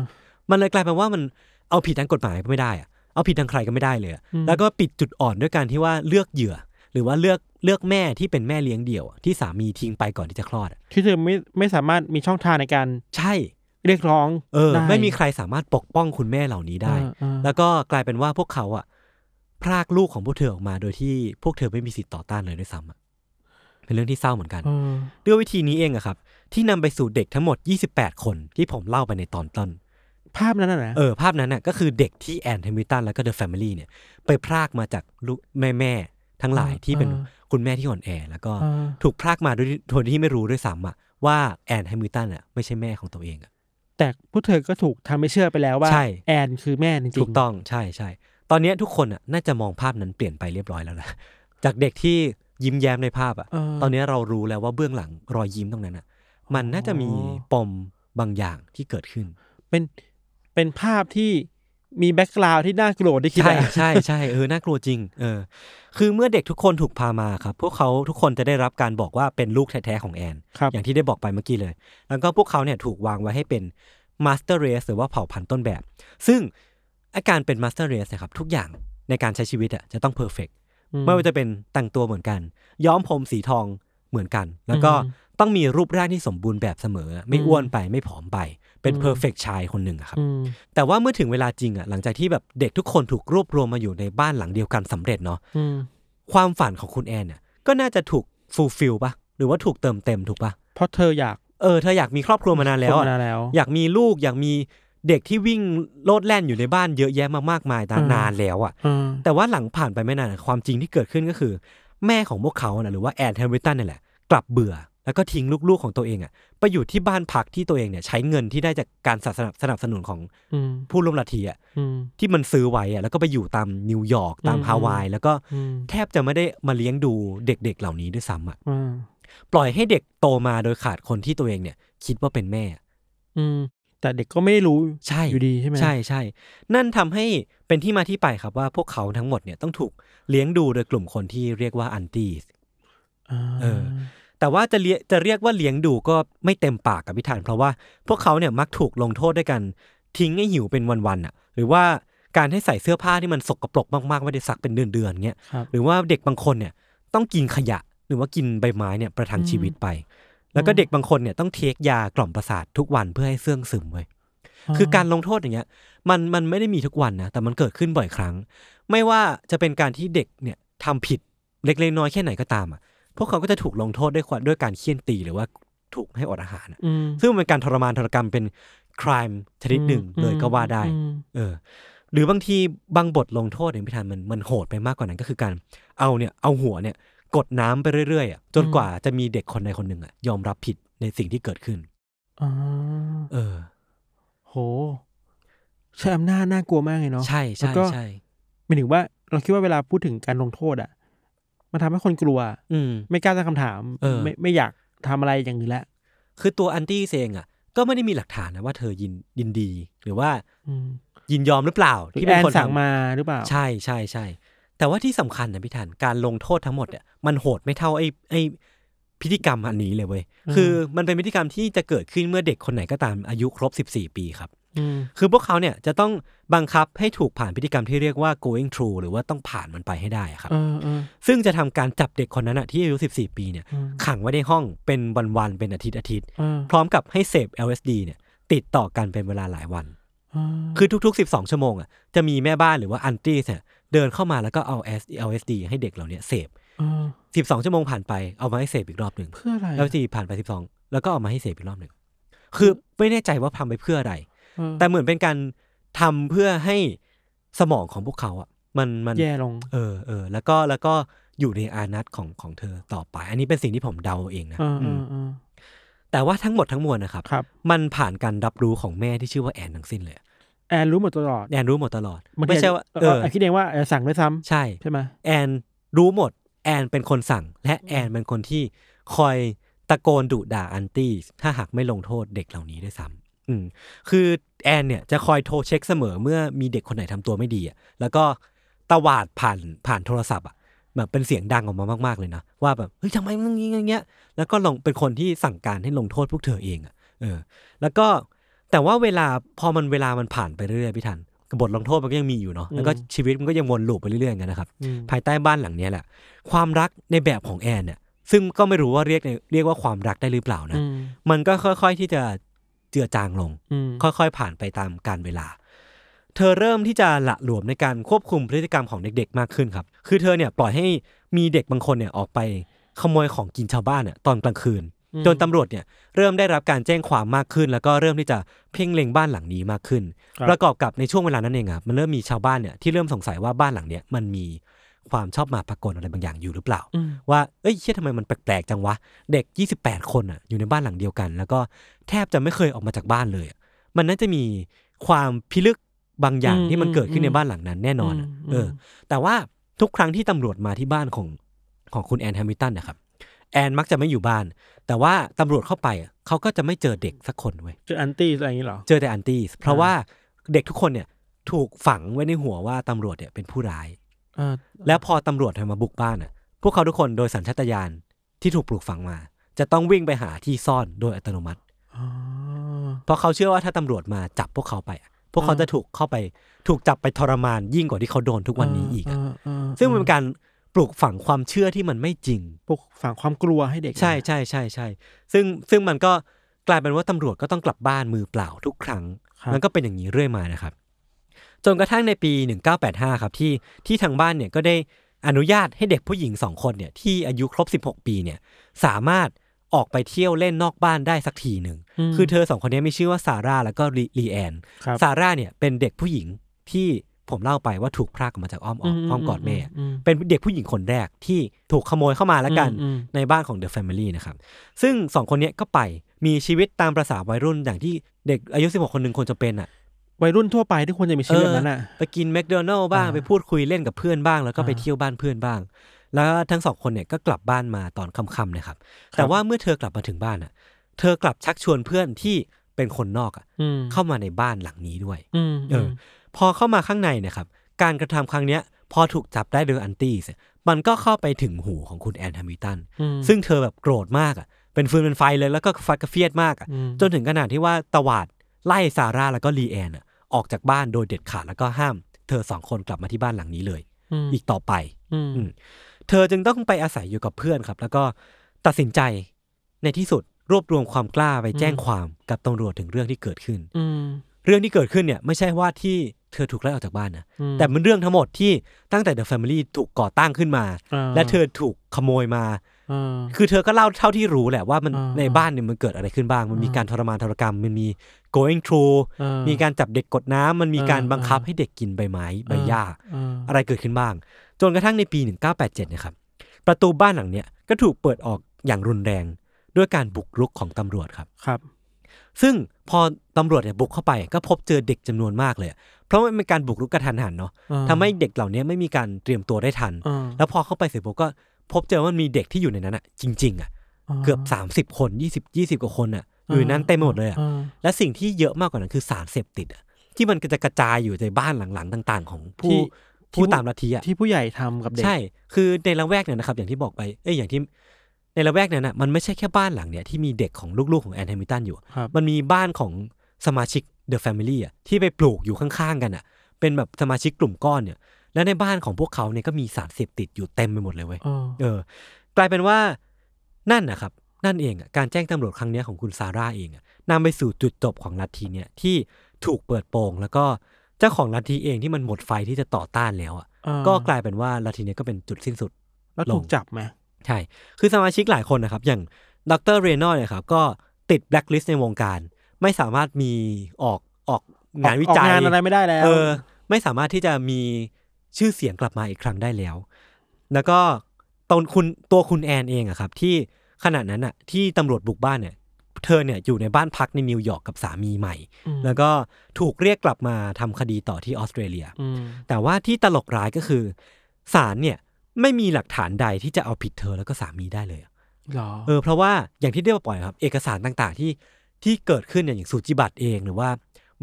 S2: มันเลยกลายเป็นว่ามันเอาผิดทางกฎหมายก็ไม่ได้อะเอาผิดทางใครก็ไม่ได้เลยอะ
S3: อืม
S2: แล้วก็ปิดจุดอ่อนด้วยการที่ว่าเลือกเหยื่อ หรือว่าเลือกเลือกแม่ที่เป็นแม่เลี้ยงเดี่ยวอะที่สามีทิ้งไปก่อนที่จะคลอดอะ
S3: ที่เธอไม่ไม่สามารถมีช่องทางในการ
S2: ใช่
S3: เรียกร้อง
S2: เออ
S3: ด้
S2: ไม่มีใครสามารถปกป้องคุณแม่เหล่านี้ได้
S3: เออเออ
S2: แล้วก็กลายเป็นว่าพวกเขาอะพรากลูกของพวกเธอออกมาโดยที่พวกเธอไม่มีสิทธิ์ต่อต้านเลยด้วยซ้ำอะเป็นเรื่องที่เศร้าเหมือนกัน
S3: เออ
S2: ด้วยวิธีนี้เองอะครับ ที่นำไปสู่เด็กทั้งหมด 28 คนที่ผมเล่าไปในตอนต้น
S3: ภาพนั้นน่ะนะ
S2: เออ ภาพนั้นน่ะก็คือเด็กที่แอนแฮมิลตันแล้วก็เดอะแฟมิลี่เนี่ย ไปพรากมาจากลูกแม่แม่ทั้งหลายที่เป็นคุณแม่ที่อ่อนแอ แล้วก็
S3: เออ
S2: ถูกพรากมาด้วยโดยที่ไม่รู้ด้วยซ้ำอะว่าแอนแฮมิลตันอะไม่ใช่แม่ของตัวเองอะ
S3: แต่พวกเธอก็ถูกทำให้เชื่อไปแล้วว่า
S2: ใช่
S3: แอนคือแม่จริงๆ
S2: ถูกต้องใช่ใช่ตอนเนี้ยทุกคนน่ะน่าจะมองภาพนั้นเปลี่ยนไปเรียบร้อยแล้วนะ จากเด็กที่ยิ้มแย้มในภาพอ่ะ
S3: เออ
S2: ตอนเนี้ยเรารู้แล้วว่าเบื้องหลังรอยยิ้มตรงนั้นอ่ะ มันน่าจะมี
S3: อ๋อ
S2: ปมบางอย่างที่เกิดขึ้น
S3: เป็นเป็นภาพที่มีแบ็กกราวด์ที่น่ากลัวที่คิด
S2: ใช่
S3: อะ
S2: ใช่ใช่เออน่ากลัวจริงเออคือเมื่อเด็กทุกคนถูกพามาครับ พวกเขาทุกคนจะได้รับการบอกว่าเป็นลูกแท้ๆของแอน
S3: ครับ
S2: อย่างที่ได้บอกไปเมื่อกี้เลย แล้วก็พวกเขาเนี่ยถูกวางไว้ให้เป็นมาสเตอร์เรสหรือว่าเผ่าพันธุ์ต้นแบบ ซึ่งอาการเป็นมาสเตอร์เรสนะครับทุกอย่างในการใช้ชีวิตอ่ะจะต้องเพอร์เฟก
S3: อื
S2: ไม่ว่าจะเป็นแต่งตัวเหมือนกัน ย้อมผมสีทองเหมือนกัน แล้วก็
S3: อืม
S2: ต้องมีรูปร่างที่สมบูรณ์แบบเสมอ ไม่
S3: อืม
S2: อ้วนไปไม่ผอมไป เป็น
S3: อืม
S2: เพอร์เฟกชายคนหนึ่งอะครับ
S3: อืม
S2: แต่ว่าเมื่อถึงเวลาจริงอะหลังจากที่แบบเด็กทุกคนถูกรวบรวมมาอยู่ในบ้านหลังเดียวกันสำเร็จเนาะ
S3: อืม
S2: ความฝันของคุณแอนเนี่ยก็น่าจะถูกฟูลฟิลปะหรือว่าถูกเติมเต็มถูกปะ
S3: เพราะเธออยาก
S2: เออเธออยากมีครอบครัวมานานแล้ว
S3: ค
S2: อะ
S3: นนานแล้ว
S2: อยากมีลูกอยากมีเด็กที่วิ่งโลดแล่นอยู่ในบ้านเยอะแยะมามากมายนาน
S3: อืม
S2: นานแล้วอะ
S3: อืม
S2: แต่ว่าหลังผ่านไปไม่นานความจริงที่เกิดขึ้นก็คือ แม่ของพวกเขานะหรือว่าแอนแฮมิลตันนี่แหละ กลับเบื่อ แล้วก็ทิ้งลูกๆของตัวเองอ่ะไปอยู่ที่บ้านพักที่ตัวเองเนี่ยใช้เงินที่ได้จากการสนับสนับสนุนของ
S3: อืม
S2: ผู้ร่วมลัทธิอ่ะ
S3: อืม
S2: ที่มันซื้อไว้อ่ะแล้วก็ไปอยู่ตามนิวยอร์กตาม
S3: อืม
S2: ฮาวายแล้วก็
S3: อืม
S2: แทบจะไม่ได้มาเลี้ยงดูเด็ก ๆ เหล่านี้ด้วยซ้ำอ่ะ
S3: อ่า
S2: ปล่อยให้เด็กโตมาโดยขาดคนที่ตัวเองเนี่ย คิดว่าเป็นแม่
S3: อืม แต่เด็กก็ไม่ได้รู้
S2: ใช่
S3: อยู่ดีใช่ไหม
S2: ใช่ใช่ นั่นทำให้เป็นที่มาที่ไปครับว่าพวกเขาทั้งหมดเนี่ยต้องถูกเลี้ยงดูโดยกลุ่มคนที่เรียกว่าอันตี้
S3: อ่า
S2: เออ แต่ว่าจะเรียจะเรียกว่าเลี้ยงดูก็ไม่เต็มปากกับพิธาน เพราะว่าพวกเขาเนี่ยมักถูกลงโทษด้วยกันทิ้งให้หิวเป็นวันๆอ่ะ หรือว่าการให้ใส่เสื้อผ้าที่มันสกปรกมากๆไม่ได้ซักเป็นเดือนๆเงี้ย
S3: ครับ
S2: หรือว่าเด็กบางคนเนี่ยต้องกินขยะหรือว่ากินใบไม้เนี่ยประทังชีวิตไป แล้วก็เด็กบางคนเนี่ยต้องเทคยากล่อมประสาททุกวันเพื่อให้เสื่องซึมเว้ย คือการลงโทษอย่างเงี้ยมันมันไม่ได้มีทุกวันนะแต่มันเกิดขึ้นบ่อยครั้ง ไม่ว่าจะเป็นการที่เด็กเนี่ยทำผิดเล็กๆน้อยๆแค่ไหนก็ตามอ่ะพวกเขาก็จะถูกลงโทษด้วยความด้วยการเคี่ยนตีหรือว่าถูกให้อดอาหารอะ
S3: อืม
S2: ซึ่งมันเป็นการทรมานทรกรรมเป็น crime ชนิดหนึ่ง
S3: อืม
S2: เลยก็ว่าได้
S3: อืม
S2: เออ หรือบางทีบางบทลงโทษเนี่ยพี่ธันมันมันโหดไปมากกว่านั้นก็คือการเอาเนี่ยเอาหัวเนี่ยกดน้ำไปเรื่อยๆอ่ะจนกว่าจะมีเด็กคนใดคนหนึ่งอ่ะยอมรับผิดในสิ่งที่เกิดขึ้น
S3: อ่า
S2: เออ
S3: โหใช้อำนาจน่ากลัวมากเลยเนาะ
S2: ใช่
S3: แล้ว
S2: ใช่
S3: ก็
S2: ใช่
S3: หมายถึงว่าเราคิดว่าเวลาพูดถึงการลงโทษอ่ะ มันทำให้คนกลัว
S2: อืม
S3: ไม่กล้าตั้งคำถาม
S2: เออ
S3: ไม่ไม่อยากทำอะไรอย่างอื่นละ
S2: คือตัวอันตี้เองอ่ะ ก็ไม่ได้มีหลักฐานนะว่าเธอยินยินดี หรือว่า
S3: อืม
S2: ยินยอมหรือเปล่า
S3: หรือ
S2: ที่
S3: แอ
S2: เป็น
S3: น
S2: คน
S3: สั่ง
S2: ทำ
S3: มาหรือเปล่า
S2: ใช่ใช่ใช่แต่ว่าที่สำคัญนะพี่ทันการลงโทษทั้งหมดเนี่ยมันโหดไม่เท่าไอ้ไอ้พิธีกรรมอันนี้เลยเว้ย
S3: อืม
S2: คือมันเป็นพิธีกรรมที่จะเกิดขึ้นเมื่อเด็กคนไหนก็ตามอายุครบ 14 ปีครับ
S3: อืม
S2: คือพวกเขาเนี่ยจะต้องบังคับให้ถูกผ่านพิธีกรรมที่เรียกว่า going through หรือว่าต้องผ่านมันไปให้ได้อะครับ
S3: เออเออ
S2: ซึ่งจะทำการจับเด็กคนนั้นอะที่อายุ 14 ปีเนี่ย
S3: อืม
S2: ขังไว้ในห้องเป็นวันๆเป็นอาทิตย์อาทิตย์
S3: เออ
S2: พร้อมกับให้เสพ LSD เนี่ยติดต่อกันเป็นเวลาหลายวัน
S3: เออ
S2: คือทุก ๆ 12 ชั่วโมงอ่ะจะมีแม่บ้านหรือว่าอันตี้เนี่ยเดินเข้ามาแล้วก็เอา LSD ให้เด็กเหล่าเนี้ยเสพ
S3: เออ
S2: 12 ชั่วโมงผ่านไปเอามาให้เสพอีกรอบหนึ่ง
S3: เพื่ออะไรอะ
S2: LSD ผ่านไป 12 แล้วก็เอามาให้เสพอีกรอบหนึ่ง คือไม่แน่ใจว่าทำไปเพื่ออะไร
S3: เออ
S2: แต่เหมือนเป็นการทำเพื่อให้สมองของพวกเขาอ่ะมันมัน
S3: แย่ลง
S2: เออเออแล้วก็แล้วก็อยู่ในอานัตของของเธอต่อไป อันนี้เป็นสิ่งที่ผมเดาเองนะ
S3: เออเอ
S2: อืม
S3: อเออ
S2: แต่ว่าทั้งหมดทั้งมวลนะครับ
S3: ครับ
S2: มันผ่านการรับรู้ของแม่ที่ชื่อว่าแอนทั้งสิ้นเลย
S3: แอนรู้หมดตลอด
S2: แอนรู้หมดตลอด
S3: บงที
S2: ไม่ใช่ว่าเอ
S3: เออเอ
S2: อ
S3: อคิดเองว่าแอนสั่งด้วยซ้ำ
S2: ใช่
S3: ใช่ไหม
S2: แอนรู้หมด แอนเป็นคนสั่ง และแอนเป็นคนที่คอยตะโกนดุด่าอันตี้ถ้าหากไม่ลงโทษเด็กเหล่านี้ด้วยซ้ำอืมคือแอนเนี่ยจะคอยโทรเช็คเสมอเมื่อมีเด็กคนไหนทำตัวไม่ดีอ่ะแล้วก็ตวาดผ่านผ่านโทรศัพท์อ่ะแบบเป็นเสียงดังออกมามาก ๆ เลยนะ ว่าแบบเฮ้ยทำไมมึงอย่างงี้อย่างเงี้ยแล้วก็ลงเป็นคนที่สั่งการให้ลงโทษพวกเธอเองอ่ะเออ แล้วก็แต่ว่าเวลาพอมันเวลามันผ่านไปเรื่อยๆพี่ทันบทลงโทษมันก็ยังมีอยู่เนาะแล้วก็ชีวิตมันก็ยังวนลูปไปเรื่อยๆอย่างนั้นนะครับ
S3: อืม
S2: ภายใต้บ้านหลังเนี้ยแหละ ความรักในแบบของแอนเนี่ยซึ่งก็ไม่รู้ว่าเรียกในเรียกว่าความรักได้หรือเปล่านะ
S3: อืม
S2: มันก็ค่อยๆที่จะเจือจางลง
S3: อืม
S2: ค่อยๆ ผ่านไปตามการเวลา เธอเริ่มที่จะละหลวมในการควบคุมพฤติกรรมของเด็กๆ มากขึ้นครับ คือเธอเนี่ยปล่อยให้มีเด็กบางคนเนี่ยออกไปขโมยของกินชาวบ้านเนี่ยตอนกลางคืน จนตำรวจเนี่ยเริ่มได้รับการแจ้งความมากขึ้น แล้วก็เริ่มที่จะเพ่งเล็งบ้านหลังนี้มากขึ้น
S3: ครับ
S2: ประกอบกับในช่วงเวลานั้นเองอะมันเริ่มมีชาวบ้านเนี่ยที่เริ่มสงสัยว่าบ้านหลังเนี้ยมันมีความชอบมาพากลอะไรบางอย่างอยู่หรือเปล่า
S3: อืม
S2: ว่าเอ้ยเชี่ยทำไมมันแปลกๆจังวะ เด็ก 28 คนอ่ะอยู่ในบ้านหลังเดียวกัน แล้วก็แทบจะไม่เคยออกมาจากบ้านเลยอะมันน่าจะมีความพิลึกบางอย่าง
S3: อืม
S2: ที่มันเกิดขึ้น
S3: อืม
S2: ในบ้านหลังนั้นแน่นอนอะ
S3: อืมอืม
S2: เออ แต่ว่าทุกครั้งที่ตำรวจมาที่บ้านของของคุณแอนแฮมิลตันนะครับ แอนมักจะไม่อยู่บ้าน แต่ว่าตำรวจเข้าไปอะเขาก็จะไม่เจอเด็กสักคนเว้ย
S3: เจออันตี้อะไรอย่างนี้เหรอ
S2: เจอแต่อันตี้ เพราะว่าเด็กทุกคนเนี่ยถูกฝังไว้ในหัวว่าตำรวจเนี่ยเป็นผู้ร้าย
S3: เออ
S2: แล้วพอตำรวจมาบุกบ้านอ่ะ พวกเขาทุกคนโดยสัญชาตญาณที่ถูกปลูกฝังมา จะต้องวิ่งไปหาที่ซ่อนโดยอัตโนมัติ
S3: อ๋อ
S2: เพราะเขาเชื่อว่าถ้าตำรวจมาจับพวกเขาไปอะพวกเขา
S3: อ่า
S2: จะถูกเข้าไปถูกจับไปทรมานยิ่งกว่าที่เขาโดนทุกวันนี้อีก
S3: เ
S2: อะ
S3: เออ
S2: ซึ่งมันเป็นการปลูกฝังความเชื่อที่มันไม่จริง
S3: ปลุกฝังความกลัวให้เด็ก
S2: ใช่ใช่ใช่ใช่ซึ่งซึ่งมันก็กลายเป็นว่าตำรวจก็ต้องกลับบ้านมือเปล่าทุกครั้ง
S3: ครับ
S2: มันก็เป็นอย่างนี้เรื่อยมานะครับ จนกระทั่งในปี 1985 ครับที่ที่ทางบ้านเนี่ยก็ได้อนุญาตให้เด็กผู้หญิงสองคนเนี่ยที่อายุครบ 16 ปีเนี่ยสามารถออกไปเที่ยวเล่นนอกบ้านได้สักทีหนึ่ง
S3: ม
S2: คือเธอสองคนเนี้มีชื่อว่าซาร่าแล้วก็ลีแอน
S3: ครับ
S2: ซาร่าเนี่ยเป็นเด็กผู้หญิงที่ผ ผมเล่าไปว่าถูกพรากออกมาจากอ้อมอกอ้อมกอดแม่
S3: ม
S2: เป็นเด็กผู้หญิงคนแรกที่ถูกขโมยเข้ามาแล้วกัน
S3: อืมอืม
S2: ในบ้านของเดอะแฟมิลี่นะครับ ซึ่งสองคนเนี้ยก็ไปมีชีวิตตามประษาวัยรุ่นอย่างที่เด็กอายุ 16 คนหนึ่งควรจะเป็นอ่ะ
S3: วัยรุ่นทั่วไปที่ควรจะมีชีวิตแบบนั้นอ่ะ
S2: ไปกินแม d โดนัล s บ้าง
S3: อ่า
S2: ไปพูดคุยเล่นกับเพื่อนบ้าง แล้วก็
S3: อ่า
S2: ไปเที่ยวบ้านเพื่อนบ้าง แล้วทั้งสองคนเนี่ยก็กลับบ้านมาตอนค่ำๆนะครับ แต่ว่าเมื่อเธอกลับมาถึงบ้านอ่ะ เธอกลับชักชวนเพื่อนที่เป็นคนนอกอ่ะ
S3: อืม
S2: เข้ามาในบ้านหลังนี้ด้วย
S3: อืม
S2: เออพอเข้ามาข้างในเนะครับ การกระทำครั้งเนี้ย พอถูกจับได้โดยอันตี้เนี่ยมันก็เข้าไปถึงหูของคุณแอนแฮมิลตัน
S3: ม
S2: ซึ่งเธอแบบโกรธมากอ่ะ เป็นฟืนเป็นไฟเลยแล้วก็ฟัดกระเฟียดมากอ่ะ
S3: อืม
S2: จนถึงขนาดที่ว่าตวาดไล่ซาร่าแล้วก็ลีแอนอะออกจากบ้านโดยเด็ดขาดแล้วก็ห้าม เธอสองคนกลับมาที่บ้านหลังนี้เลย
S3: ม
S2: อีกต่อไป
S3: อืม
S2: อืม เธอจึงต้องไปอาศัยอยู่กับเพื่อนครับ แล้วก็ตัดสินใจในที่สุดรวบรวมความกล้าไปแจ้ง
S3: อืม
S2: ความกับตำรวจถึงเรื่องที่เกิดขึ้น
S3: อืม
S2: เรื่องที่เกิดขึ้นเนี่ยไม่ใช่ว่าที่เธอถูกไล่ออกจากบ้านนะ
S3: อืม
S2: แต่มันเรื่องทั้งหมดที่ตั้งแต่ The Family ถูกก่อตั้งขึ้นมา
S3: อ่า
S2: และเธอถูกขโมยมา
S3: อ่า
S2: คือเธอก็เล่าเท่าที่รู้แหละว่ามัน
S3: อ่า
S2: ในบ้านเนี่ยมันเกิดอะไรขึ้นบ้าง มันมีการทรมานทรกรรม มันมี going through
S3: อ่ามี
S2: มีการจับเด็กกดน้ำมันมีการ
S3: อ่า
S2: บังคับ
S3: อ่า
S2: ให้เด็กกินใบไม้ใบหญ้า
S3: อ่า
S2: อะไรเกิดขึ้นบ้าง จนกระทั่งในปี 1987เนะครับ ประตูบ้านหลังเนี้ยก็ถูกเปิดออกอย่างรุนแรง ด้วยการบุกรุกของตำรวจครับ
S3: ครับ
S2: ซึ่งพอตำรวจเนี่ยบุกเข้าไปก็พบเจอเด็กจำนวนมากเลย เพราะมันเป็นการบุกรุกกระทันหันเนาะ
S3: อ่า
S2: ทำให้เด็กเหล่านี้ไม่มีการเตรียมตัวได้ทัน
S3: อ่า
S2: แล้วพอเข้าไปเสร็จปุ๊บก็พบเจอว่ามันมีเด็กที่อยู่ในนั้นอะจริงๆอะ
S3: า
S2: เกือบ 30 คน 20 20 กว่าคนอ่ะอยู่ในนั้น
S3: อ่า
S2: เต็มไปหมดเลยอ่ะ
S3: อ่า
S2: และสิ่งที่เยอะมากกว่านั้นคือสารเสพติดอ่ะที่มันก็จะกระจายอยู่ในบ้านหลังๆ ต่าง ๆ ของผู้ผู้ตามลัทธิอ่ะ
S3: ที่ผู้ใหญ่ทำกับเด็ก
S2: ใช่ คือในละแวกเนี่ยนะครับ อย่างที่บอกไปเอ้ยอย่างที่ในละแวกนั้นอ่ะมันไม่ใช่แค่บ้านหลังเนี่ยที่มีเด็กของลูกๆของแอนแฮมิลตันอยู่อะ
S3: ครับ
S2: มันมีบ้านของสมาชิกเดอะแฟมิลี่อ่ะที่ไปปลูกอยู่ข้างๆกันอ่ะ เป็นแบบสมาชิกกลุ่มก้อนเนี่ย และในบ้านของพวกเขาเนี่ยก็มีสารเสพติดอยู่เต็มไปหมดเลยเว้ย
S3: เออ
S2: เออกลายเป็นว่านั่นนะครับ นั่นเองอะการแจ้งตำรวจครั้งเนี้ยของคุณซาร่าเองอะนำไปสู่จุดจบของลัทธิเนี่ยที่ถูกเปิดโปง แล้วก็เจ้าของลัทธิเองที่มันหมดไฟที่จะต่อต้านแล้วอะ
S3: อ่า
S2: ก็กลายเป็นว่าลัทธิเนี้ยก็เป็นจุดสิ้นสุด
S3: แล้ว
S2: ลง
S3: ถูกจับไหม
S2: ใช่ คือสมาชิกหลายคนนะครับ อย่างดรเรโนอลเนี่ยครับก็ติดแบล็คลิสต์ในวงการ ไม่สามารถมีออกออกงานวิจัย
S3: ออกงานอะไรไม่ได้แล้ว
S2: เออไม่สามารถที่จะมีชื่อเสียงกลับมาอีกครั้งได้แล้ว แล้วก็ตอนคุณตัวคุณแอนเองอะครับ ที่ขณะนั้นอะที่ตำรวจบุกบ้านเนี่ย เธอเนี่ยอยู่ในบ้านพักในนิวยอร์กกับสามีใหม่
S3: ม
S2: แล้วก็ถูกเรียกกลับมาทำคดีต่อที่ออสเตรเลีย
S3: อืม
S2: แต่ว่าที่ตลกร้ายก็คือศาลเนี่ยไม่มีหลักฐานใดที่จะเอาผิดเธอแล้วก็สามีได้เลยอะ
S3: หรอ
S2: เออเพราะว่าอย่างที่ได้ปล่อยครับ เอกสารต่างๆที่ที่เกิดขึ้นเนี่ยอย่างสูจิบัตรเองหรือว่า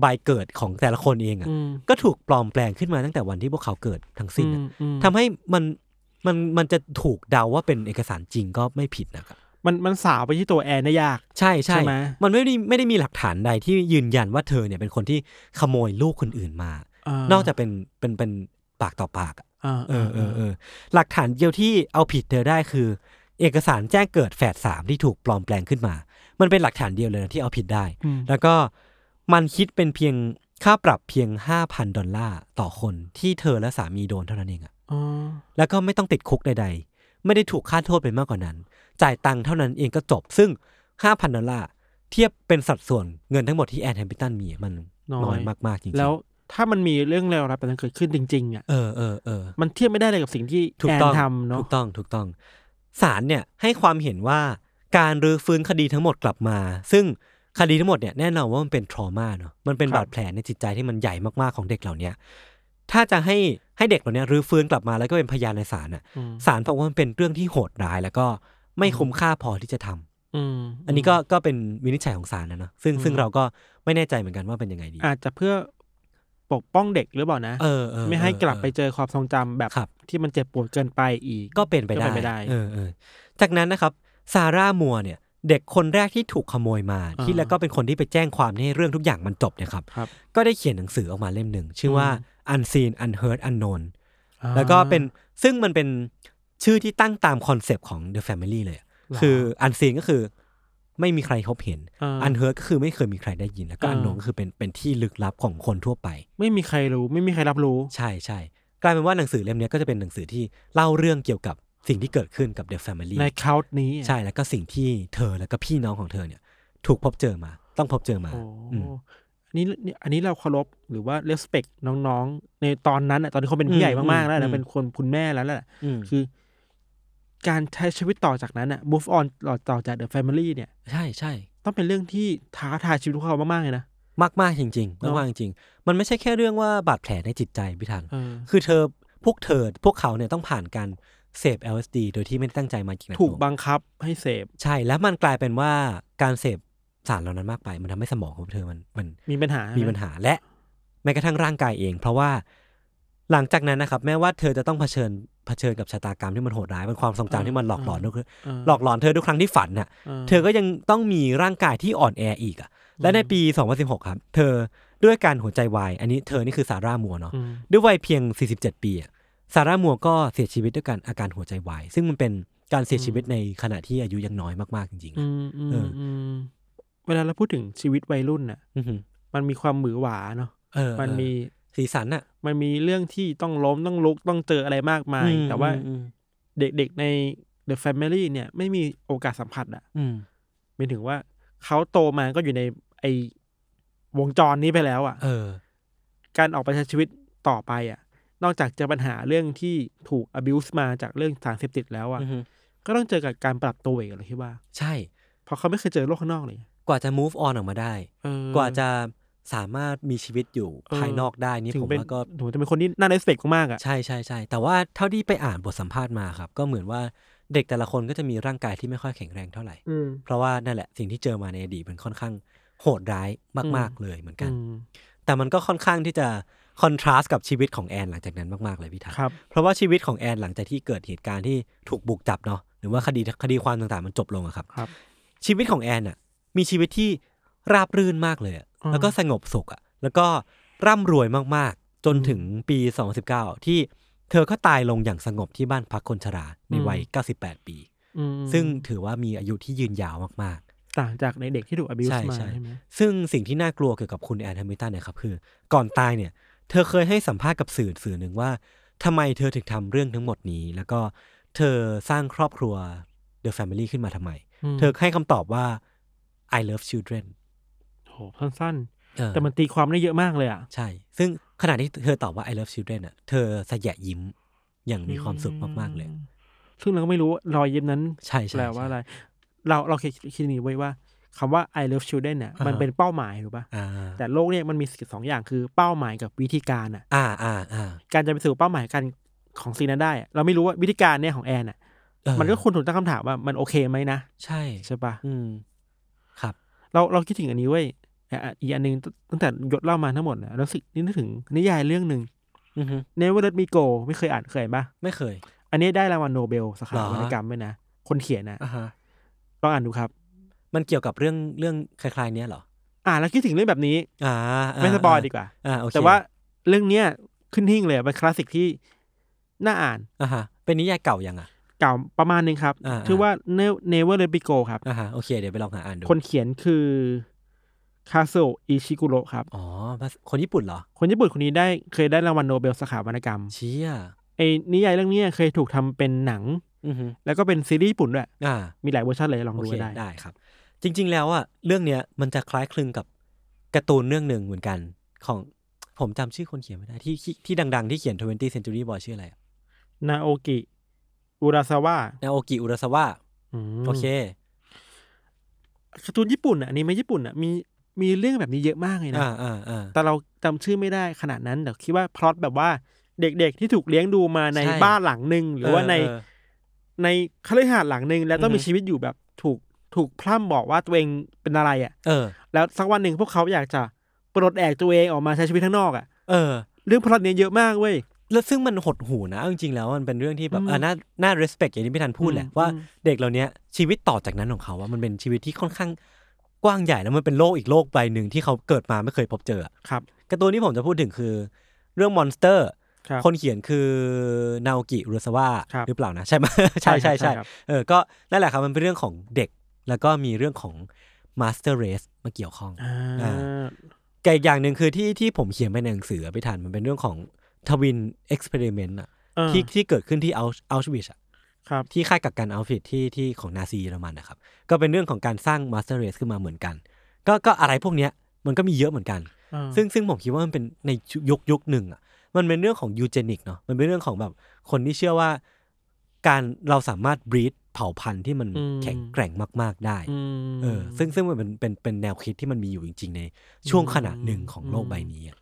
S2: ใบเกิดของแต่ละคนเองอะ
S3: ม
S2: ก็ถูกปลอมแปลงขึ้นมาตั้งแต่วันที่พวกเขาเกิดทั้งสิ้น
S3: อื
S2: น่ะ
S3: มอืม
S2: ทำให้มันมันมันจะถูกเดาว่าเป็นเอกสารจริงก็ไม่ผิดนะครับ
S3: มันมันสาวไปที่ตัวแอนได้ยาก
S2: ใช่ใช่
S3: ใช่ไหม
S2: มันไม่ได้ไม่ได้มีหลักฐานใดที่ยืนยันว่าเธอเนี่ยเป็นคนที่ขโมยลูกคนอื่นมา นอกจากเป็นเป็นเป็นปากต่อปากอะ
S3: เออ
S2: เออเออเออหลักฐานเดียวที่เอาผิดเธอได้คือ เอกสารแจ้งเกิดแฝดสามที่ถูกปลอมแปลงขึ้นมา มันเป็นหลักฐานเดียวเลยนะที่เอาผิดได้
S3: ม
S2: แล้วก็มันคิดเป็นเพียงค่าปรับเพียง 5,000 ดอลลาร์ต่อคนที่เธอและสามีโดนเท่านั้นเองอะ
S3: อ๋อ
S2: แล้วก็ไม่ต้องติดคุกใดๆ ไม่ได้ถูกค่าโทษไปมากกว่านั้น จ่ายตังค์เท่านั้นเองก็จบ ซึ่ง 5,000 ดอลลาร์เทียบเป็นสัดส่วนเงินทั้งหมดที่แอนแฮม l ิ n ตันมีอะมันน้อยมากๆจริงๆ
S3: แล้วถ้ามันมีเรื่องเลวร้ายแบบนั้นเกิดขึ้นจริง ๆ อ่ะ
S2: เออเออเออ
S3: มันเทียบไม่ได้เลยกับสิ่งที่
S2: ถู
S3: แอก น
S2: ต้อง
S3: ทำเนาะ
S2: ถูกต้องถูกต้องศาลเนี่ยให้ความเห็นว่าการรื้อฟื้นคดีทั้งหมดกลับมา ซึ่งคดีทั้งหมดเนี่ยแน่นอนว่ามันเป็นทรมาเนาะมันเป็น
S3: ครับ
S2: บาดแผลในจิตใจที่มันใหญ่มากๆของเด็กเหล่าเนี้ยถ้าจะให้ให้เด็กเหล่าเนี้ยรื้อฟื้นกลับมาแล้วก็เป็นพยานในศาลน่ะ
S3: อืม
S2: ศาลบอกว่ามันเป็นเรื่องที่โหดร้าย แล้วก็ไม่คุ้มค่าพอที่จะทำ
S3: อืม
S2: อันนี้ก็ก็เป็นวินิจฉัยของศาลนะเนาะซึ่งซึ่ง
S3: อืม
S2: เราก็ไม่แน่ใจเหมือนกันว่าเป็นยังไงดี
S3: อาจจะเพื่อปกป้องเด็กหรือเปล่านะ
S2: เออเออ
S3: ไม่ให้
S2: เออ
S3: กลับไปเจอความทรงจำแบบ
S2: ครับ
S3: ที่มันเจ็บปวดเกินไปอีก
S2: ก็เป็นไปได้
S3: ก็เป็นไปได้
S2: เออเออจากนั้นนะครับซาร่ามัวร์เนี่ย เด็กคนแรกที่ถูกขโมยมา
S3: อ่า
S2: ที่แล้วก็เป็นคนที่ไปแจ้งความให้เรื่องทุกอย่างมันจบเนะครับ
S3: ครับ
S2: ก็ได้เขียนหนังสือออกมาเล่มหนึ่ง ชื่อว่า Unseen Unheard Unknown
S3: อ่า
S2: แล้วก็เป็นซึ่งมันเป็นชื่อที่ตั้งตามคอนเซปต์ของ The Family เลยอะคือ Unseen ก็คือไม่มีใครพบเห็น
S3: อ่า
S2: Unheard ก็คือไม่เคยมีใครได้ยิน แล้วก็
S3: อ่า
S2: Unknown ก็คือเป็นเป็นที่ลึกลับของคนทั่วไป
S3: ไม่มีใครรู้ไม่มีใครรับรู้
S2: ใช่ใช่กลายเป็นว่าหนังสือเล่มเนี้ยก็จะเป็นหนังสือที่เล่าเรื่องเกี่ยวกับสิ่งที่เกิดขึ้นกับ The Family
S3: ในคราวนี้อะ
S2: ใช่แล้วก็สิ่งที่เธอแล้วก็พี่น้องของเธอเนี่ย ถูกพบเจอมา ต้องพบเจอมา
S3: โอ้
S2: อืม
S3: อันนี้อันนี้เราเคารพหรือว่าเลสเปกน้องๆ ในตอนนั้นอะตอนที่เขาเป็นผู้ใหญ่มากๆแล้ว
S2: อื
S3: นะ
S2: ม
S3: เป็นคนคุณแม่แล้วแหละ
S2: อืม
S3: คือการใช้ชีวิตต่อจากนั้นอะ move on ต่อต่อจาก The Family เนี่ย
S2: ใช่ใช่
S3: ต้องเป็นเรื่องที่ท้าทายชีวิตพวกเขามากๆเลยนะ
S2: มากมากๆจริงๆ
S3: เนอะ
S2: มากๆจริงๆ มันไม่ใช่แค่เรื่องว่าบาดแผลในจิตใจพี่ทัน
S3: เออ
S2: คือเธอพวกเธอพวกเขาเนี่ยต้องผ่านการเสพ LSD โดยที่ไม่ได้ตั้งใจมาจริงนะ
S3: ถูกบังคับให้เสพ
S2: ใช่แล้วมันกลายเป็นว่าการเสพสารเหล่านั้นมากไป มันทำให้สมองของเธอมันมัน
S3: มีปัญหา
S2: มี
S3: มี
S2: ปัญหาและแม้กระทั่งร่างกายเอง เพราะว่าหลังจากนั้นนะครับ แม้ว่าเธอจะต้องเผชิญเผชิญกับชะตากรรมที่มันโหดร้ายเป็นความทรงจำที่มันหลอกหลอนด้วยหลอกหลอนเธอทุกครั้งที่ฝันน่ะ เธอก็ยังต้องมีร่างกายที่อ่อนแออีกอ่ะและในปี 2016 ครับ เธอด้วยการหัวใจวาย อันนี้เธอนี่คือซาร่ามัวเนาะด้วยวัยเพียง 47 ปีอะซาร่ามัวก็เสียชีวิตด้วยการอาการหัวใจวาย ซึ่งมันเป็นการเสียชีวิตในขณะที่อายุยังน้อยมากๆจริงๆ
S3: อื
S2: นะ
S3: มอืม
S2: เอออื
S3: มเวลาเราพูดถึงชีวิตวัยรุ่นน่ะ
S2: อือหือ
S3: มันมีความหมือหวาเนาะ
S2: เออ
S3: มันมี
S2: สีสันอ่ะ
S3: มันมีเรื่องที่ต้องล้มต้องลุกต้องเจออะไรมากมาย
S2: อืม
S3: แต่ว่า
S2: อืม
S3: เด็กๆใน The Family เนี่ยไม่มีโอกาสสัมผัสอะ
S2: อืม
S3: หมายถึงว่าเขาโตมาก็อยู่ในไอวงจรนี้ไปแล้วอะ
S2: เออ
S3: การออกไปใช้ชีวิตต่อไปอ่ะ นอกจากเจอปัญหาเรื่องที่ถูก abuse มาจากเรื่องสารเสพติดแล้วอ่ะ
S2: อือฮึ
S3: ก็ต้องเจอกับการปรับตัวอีกเหรอคิดว่า
S2: ใช่
S3: เพราะเขาไม่เคยเจอโลกข้างนอกเลย
S2: กว่าจะ move on ออกมาได้
S3: เออ
S2: กว่าจะสามารถมีชีวิตอยู่
S3: เออ
S2: ภายนอกได้นี่
S3: ถึง
S2: ผม
S3: เป็น
S2: ว่าก็
S3: ถึงจะเป็นคนที่น่าเลสเปกมากๆอ่ะ
S2: ใช่ใช่ใช่แต่ว่าเท่าที่ไปอ่านบทสัมภาษณ์มาครับ ก็เหมือนว่าเด็กแต่ละคนก็จะมีร่างกายที่ไม่ค่อยแข็งแรงเท่าไหร่
S3: อืม
S2: เพราะว่านั่นแหละสิ่งที่เจอมาในอดีตมันค่อนข้างโหดร้ายมากๆเลยเหมือนกัน
S3: อืม
S2: แต่มันก็ค่อนข้างที่จะคอนทราสต์กับชีวิตของแอนหลังจากนั้นมากๆเลยพี่ทัก
S3: ครับ
S2: เพราะว่าชีวิตของแอนหลังจากที่เกิดเหตุการณ์ที่ถูกบุกจับเนาะหรือว่าคดีคดีความต่างๆมันจบลงอะครับ
S3: ครับ
S2: ชีวิตของแอนน่ะมีชีวิตที่ราบรื่นมากเลยอะ
S3: อ่า
S2: แล้วก็สงบสุขอะแล้วก็ร่ำรวยมากๆ จนถึงปี 2019 ที่เธอก็ตายลงอย่างสงบที่บ้านพักคนชราในวัย 98 ปี
S3: อืม
S2: ซึ่งถือว่ามีอายุที่ยืนยาวมาก
S3: ต่างจากในเด็กที่ถูก abuse
S2: ใช่
S3: มา
S2: ใช่
S3: ใช่ไหม
S2: ๆ ซึ่งสิ่งที่น่ากลัวเกี่ยวกับคุณแอนแฮมิลตันเนี่ยครับคือ ก่อนตายเนี่ย เธอเคยให้สัมภาษณ์กับสื่อสื่อหนึ่งว่าทำไมเธอถึงทำเรื่องทั้งหมดนี้ แล้วก็เธอสร้างครอบครัว The Family ขึ้นมาทำไม เธอให้คำตอบว่า I love children
S3: โหสั้น
S2: เออ
S3: ๆ แต่มันตีความได้เยอะมากเลยอ่ะ
S2: ใช่ ซึ่งขณะที่เธอตอบว่า I love children อ่ะเธอสยะยิ้มอย่างมีความสุขมากๆเลย
S3: ซึ่งเราก็ไม่รู้ว่ารอยเย็บนั้น
S2: ใช่ใช่
S3: แปลว่าอะไร เราเราเคยคิดอย่างนี้ไว้ว่าคำว่า I love children เนี่ยมันเป็นเป้าหมายถูกปะ
S2: อ่า
S3: แต่โลกเนี่ยมันมีสองอย่างคือเป้าหมายกับวิธีการอ่ะ
S2: อ่าอ่าอ่า
S3: การจะไปสู่เป้าหมายการของซีนั้นได้อะเราไม่รู้ว่าวิธีการเนี่ยของแอนอ่ะ
S2: เออ
S3: มันก็ควรถูกตั้งคำถามว่ามันโอเคไหมนะ
S2: ใช่
S3: ใช่ปะ
S2: อืมครับ
S3: เราเราคิดถึงอันนี้เว้ยอ่ะอ่ะอีกอันหนึ่งตตั้งแต่หยดเล่ามาทั้งหมดนะเราสึกนึกถึงนิยายเรื่องหนึ่ง
S2: อือฮึ
S3: Never Let Me Go ไม่เคยอ่านเคยอ่านปะ
S2: ไม่เคย
S3: อันนี้ได้รางวัลโนเบลสาขา
S2: เหรอ
S3: วรรณกรรมด้วยนะ คนเขียนนะ
S2: อ่าฮะ
S3: ลองอ่านดูครับ
S2: มันเกี่ยวกับเรื่องเรื่องคล้ายๆเนี้ยเหรอ
S3: อ่านแล้วคิดถึงเรื่องแบบนี้
S2: อ่า
S3: ไม่สปอยดีกว่า
S2: อ่าโอเค
S3: แต่ว่าเรื่องเนี้ยขึ้นหิ้งเลยเป็นคลาสสิกที่น่าอ่าน
S2: อ่าฮะเป็นนิยายเก่ายังอ่ะ
S3: เก่าประมาณหนึงครับ
S2: อ่า
S3: ชื่อว่า Ne- Never Let Me Go ครับ
S2: อ่าฮะโอเคเดี๋ยวไปลองหาอ่านดู
S3: คนเขียนคือคาโซอิชิกุโรครับ
S2: อ๋อคนญี่ปุ่นเหรอ
S3: คนญี่ปุ่นคนนี้ได้เคยได้รางวัลโนเบลสาขาวรรณกรรม
S2: เชี่ย
S3: ไอ้นิยายเรื่องเนี้ยเคยถูกทำเป็นหนัง
S2: อือฮึ
S3: แล้วก็เป็นซีรีส์ญี่ปุ่นด้วย
S2: อ่า
S3: มีหลายเวอร์ชันเลยลอง
S2: โอ
S3: ดู
S2: เค
S3: ได้
S2: ได้ครับ จริง ๆ แล้วอะเรื่องเนี้ยมันจะคล้ายคลึงกับการ์ตูนเรื่องหนึ่งเหมือนกัน ของผมจำชื่อคนเขียนไม่ได้ที่ที่ที่ดัง ๆ ที่เขียน 20 Century Boy ชื่ออะไร
S3: นาโอกิ อุราซาวะ
S2: นาโอกิอุราซาวะ
S3: อืม
S2: โอเค
S3: การ์ตูนญี่ปุ่นอ่ะอันนี้ไม่ญี่ปุ่นอ่ะมีมีเรื่องแบบนี้เยอะมากเลยนะ
S2: อ่าอ่าอ่า
S3: แต่เราจำชื่อไม่ได้ขนาดนั้นแต่คิดว่าพล็อตแบบว่าเด็กๆที่ถูกเลี้ยงดูมาใน
S2: ใช่
S3: บ้านหลังหนึ่งหรือว่าใน
S2: เอ
S3: ในคฤหาสน์หลังหนึ่งแล้วต้อง
S2: อือ
S3: มี
S2: ฮึ
S3: ชีวิตอยู่แบบถูกถูกพร่ำบอกว่าตัวเองเป็นอะไรอะ่ะ
S2: เออ
S3: แล้วสักวันหนึ่งพวกเขาอยากจะปลดแอกตัวเองออกมาใช้ชีวิตข้างนอกอะ่ะ
S2: เออ
S3: เรื่องพล็อตเนี้ยเยอะมากเว้ย
S2: แล้วซึ่งมันหดหูนะเอาจริงๆแล้วมันเป็นเรื่องที่แบบ
S3: อืม
S2: เออน่าน่า respect อย่างที่พี่ธันพูดแหละ
S3: อืม
S2: ว่า
S3: อืม
S2: เด็กเหล่าเนี้ยชีวิตต่อจากนั้นของเขาว่ามันเป็นชีวิตที่ค่อนข้างกว้างใหญ่แล้วมันเป็นโลกอีกโลกใบหนึ่งที่เขาเกิดมาไม่เคยพบเจออะ
S3: ครับ
S2: การ์ตูนที่ผมจะพูดถึงคือ เรื่องมอนสเตอร์
S3: ครับ
S2: คนเขียนคือนาโอกิอุรซาวะ
S3: ครับ
S2: หรือเปล่านะ ใช่ไหม ใช่ใช่
S3: ใช่
S2: ใช่
S3: ครับ
S2: เออก็นั่นแหละครับมันเป็นเรื่องของเด็ก แล้วก็มีเรื่องของมาสเตอร์เรสมาเกี่ยวข้อง
S3: อ่า
S2: อ่า แต่อีกอย่างหนึ่งคือที่ที่ผมเขียนไปในหนังสือไปทันมันเป็นเรื่องของทวินเอ็กซ์เพร์เมนต์อะ
S3: เออ
S2: ที่ที่เกิดขึ้นที่เอาเอาชวิช
S3: ครับ
S2: ที่ค่ายกักกันเอาฟิตที่ที่ของนาซีเยอรมันนะครับ ก็เป็นเรื่องของการสร้างมาสเตอร์เรสขึ้นมาเหมือนกัน ก็ก็อะไรพวกเนี้ยมันก็มีเยอะเหมือนกัน
S3: อ่า
S2: ซึ่งซึ่งผมคิดว่ามันเป็นในยุคยุคหนึ่งอ่ะมันเป็นเรื่องของยูเจนิกเนาะมันเป็นเรื่องของแบบคนที่เชื่อว่าการเราสามารถบรีดเผ่าพันธุ์ที่มัน
S3: อืม
S2: แข็งแกร่งมาก ๆได้
S3: อืม
S2: เออซึ่งซึ่งมันเป็นเป็นเป็นแนวคิดที่มันมีอยู่จริง ๆ ในช่วงขนาดหนึ่งของโลกใบนี้อะ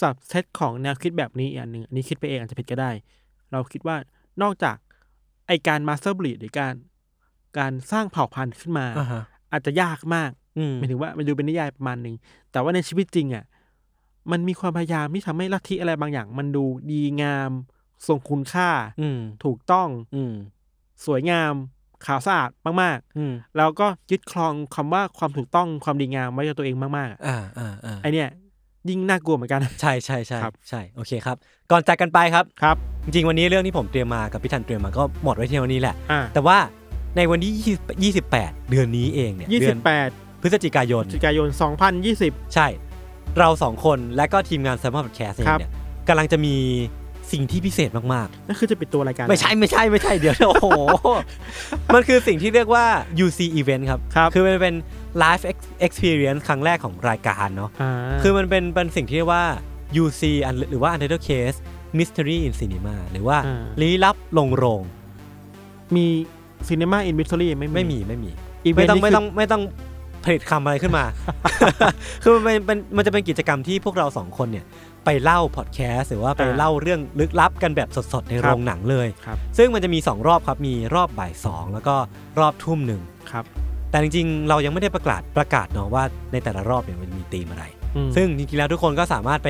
S3: สับเซตของแนวคิดแบบนี้อีกอันหนึ่งอันนี้คิดไปเองอาจจะผิดก็ได้ เราคิดว่านอกจากไอการมาสเตอร์บลีดหรือการการสร้างเผ่าพันธุ์ขึ้นมา อาจจะยากมาก
S2: อืม
S3: หมายถึงว่ามันดูเป็นนิยายประมาณหนึ่งแต่ว่าในชีวิตจริงอ่ะมันมีความพยายามที่ทำให้ลัทธิอะไรบางอย่าง มันดูดีงามทรงคุณค่า
S2: อืม
S3: ถูกต้อง
S2: อืม
S3: สวยงามขาวสะอาดมาก
S2: อืม
S3: ๆ แล้วก็ยึดครองคำว่าความถูกต้องความดีงามไว้กับตัวเองมากๆอะ
S2: อ่าอ่าอ่า
S3: ไอเนี่ยยิ่งน่ากลัวเหมือนกัน
S2: ใช่ใช่ใช่
S3: ครับ
S2: ใช่โอเคครับ ก่อนจากกันไปครับ
S3: ครับ
S2: จริงๆ วันนี้เรื่องที่ผมเตรียมมากับพี่ทันเตรียมมาก็หมดไว้ที่วันนี้แหละ
S3: อ่า
S2: แต่ว่าในวันที่ 20 28 เดือนนี้เองเนี่ยเดือน
S3: 28
S2: พฤศจิกายน
S3: พฤศจิกายน 2020
S2: ใช่ เราสองคนและก็ทีมงานแซมมอนพอดแคสต์เอง
S3: ครับ
S2: เนี่ยกำลังจะมีสิ่งที่พิเศษมาก
S3: นั่นคือจะปิดตัวรายการ
S2: ๆ ไม่ใช่ไม่ใช่ไม่ใช่เดี๋ยว โอ้โห มันคือสิ่งที่เรียกว่า UC Event ครับ
S3: ครับ
S2: คือมันเป็น Live Ex- Experience ครั้งแรกของรายการเนาะ
S3: อ่า
S2: คือมันเป็นเป็นสิ่งที่เรียกว่า UC อันหรือว่า Untitled Case Mystery in Cinema หรือว่า
S3: อ่า
S2: ลี้ลับลงโรง
S3: มีซีนีมาอินวิส o รี่ไม่
S2: ไม่มีไม่มี
S3: อีเว
S2: ไม่
S3: นต์
S2: ต้อง
S3: นี้
S2: ไม่
S3: คือ
S2: ต้องไม่ต้องผลิตคำอะไรขึ้นมา คือมันเป็นเป็นมันจะเป็นกิจกรรมที่พวกเราสองคนเนี่ย ไปเล่าพอดแคสต์หรือว่าไปเล่าเรื่องลึกลับกันแบบสดๆ ในโรงหนังเลย
S3: ครับ
S2: ซึ่งมันจะมี 2 รอบครับ มีรอบบ่าย 2 แล้วก็รอบทุ่มหนึ่ง
S3: ครับ
S2: แต่จริงๆ เรายังไม่ได้ประกาศประกาศเนาะว่าในแต่ละรอบเนี่ยมันมีธีมอะไร
S3: อืม
S2: ซึ่งจริงๆ แล้วทุกคนก็สามารถไป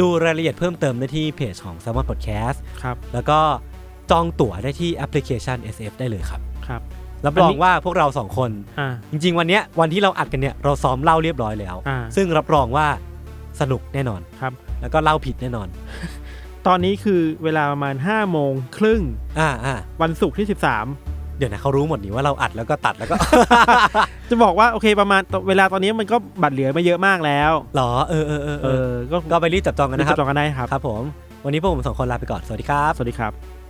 S2: ดูรายละเอียดเพิ่มเติมได้ที่เพจของ s ซ m มอนพอดแคสต์
S3: ครับ
S2: แล้วก็จองตั๋วได้ที่แอปพลิเคชัน SF ได้เลยครับ
S3: ครับ
S2: รับรองว่าพวกเราสองคน
S3: อ่า
S2: จริงๆ วันเนี้ยวันที่เราอัดกันเนี่ยเราซ้อมเล่าเรียบร้อยแล้ว
S3: อ่า
S2: ซึ่งรับรองว่าสนุกแน่นอน
S3: ครับ
S2: แล้วก็เล่าผิดแน่นอน
S3: ตอนนี้คือเวลาประมาณ5โมงครึ่ง
S2: อ่าอ่า
S3: วันศุกร์ที่
S2: เดี๋ยวนะเขารู้หมดนี่ว่าเราอัดแล้วก็ตัด แล้วก็
S3: 13 จะบอกว่าโอเคประมาณเวลาตอนนี้มันก็บัตรเหลือมาเยอะมากแล้ว
S2: หรอเออเออเออ
S3: เอ
S2: เออ
S3: อ ก็
S2: ก็ไปรีบจับจองกันนะค
S3: จั
S2: รั
S3: บบ จองกันได้ครับ
S2: ครับผม วันนี้พวกผมสองคนลาไปก่อน สวัสดีครับ
S3: สวัสดีครับ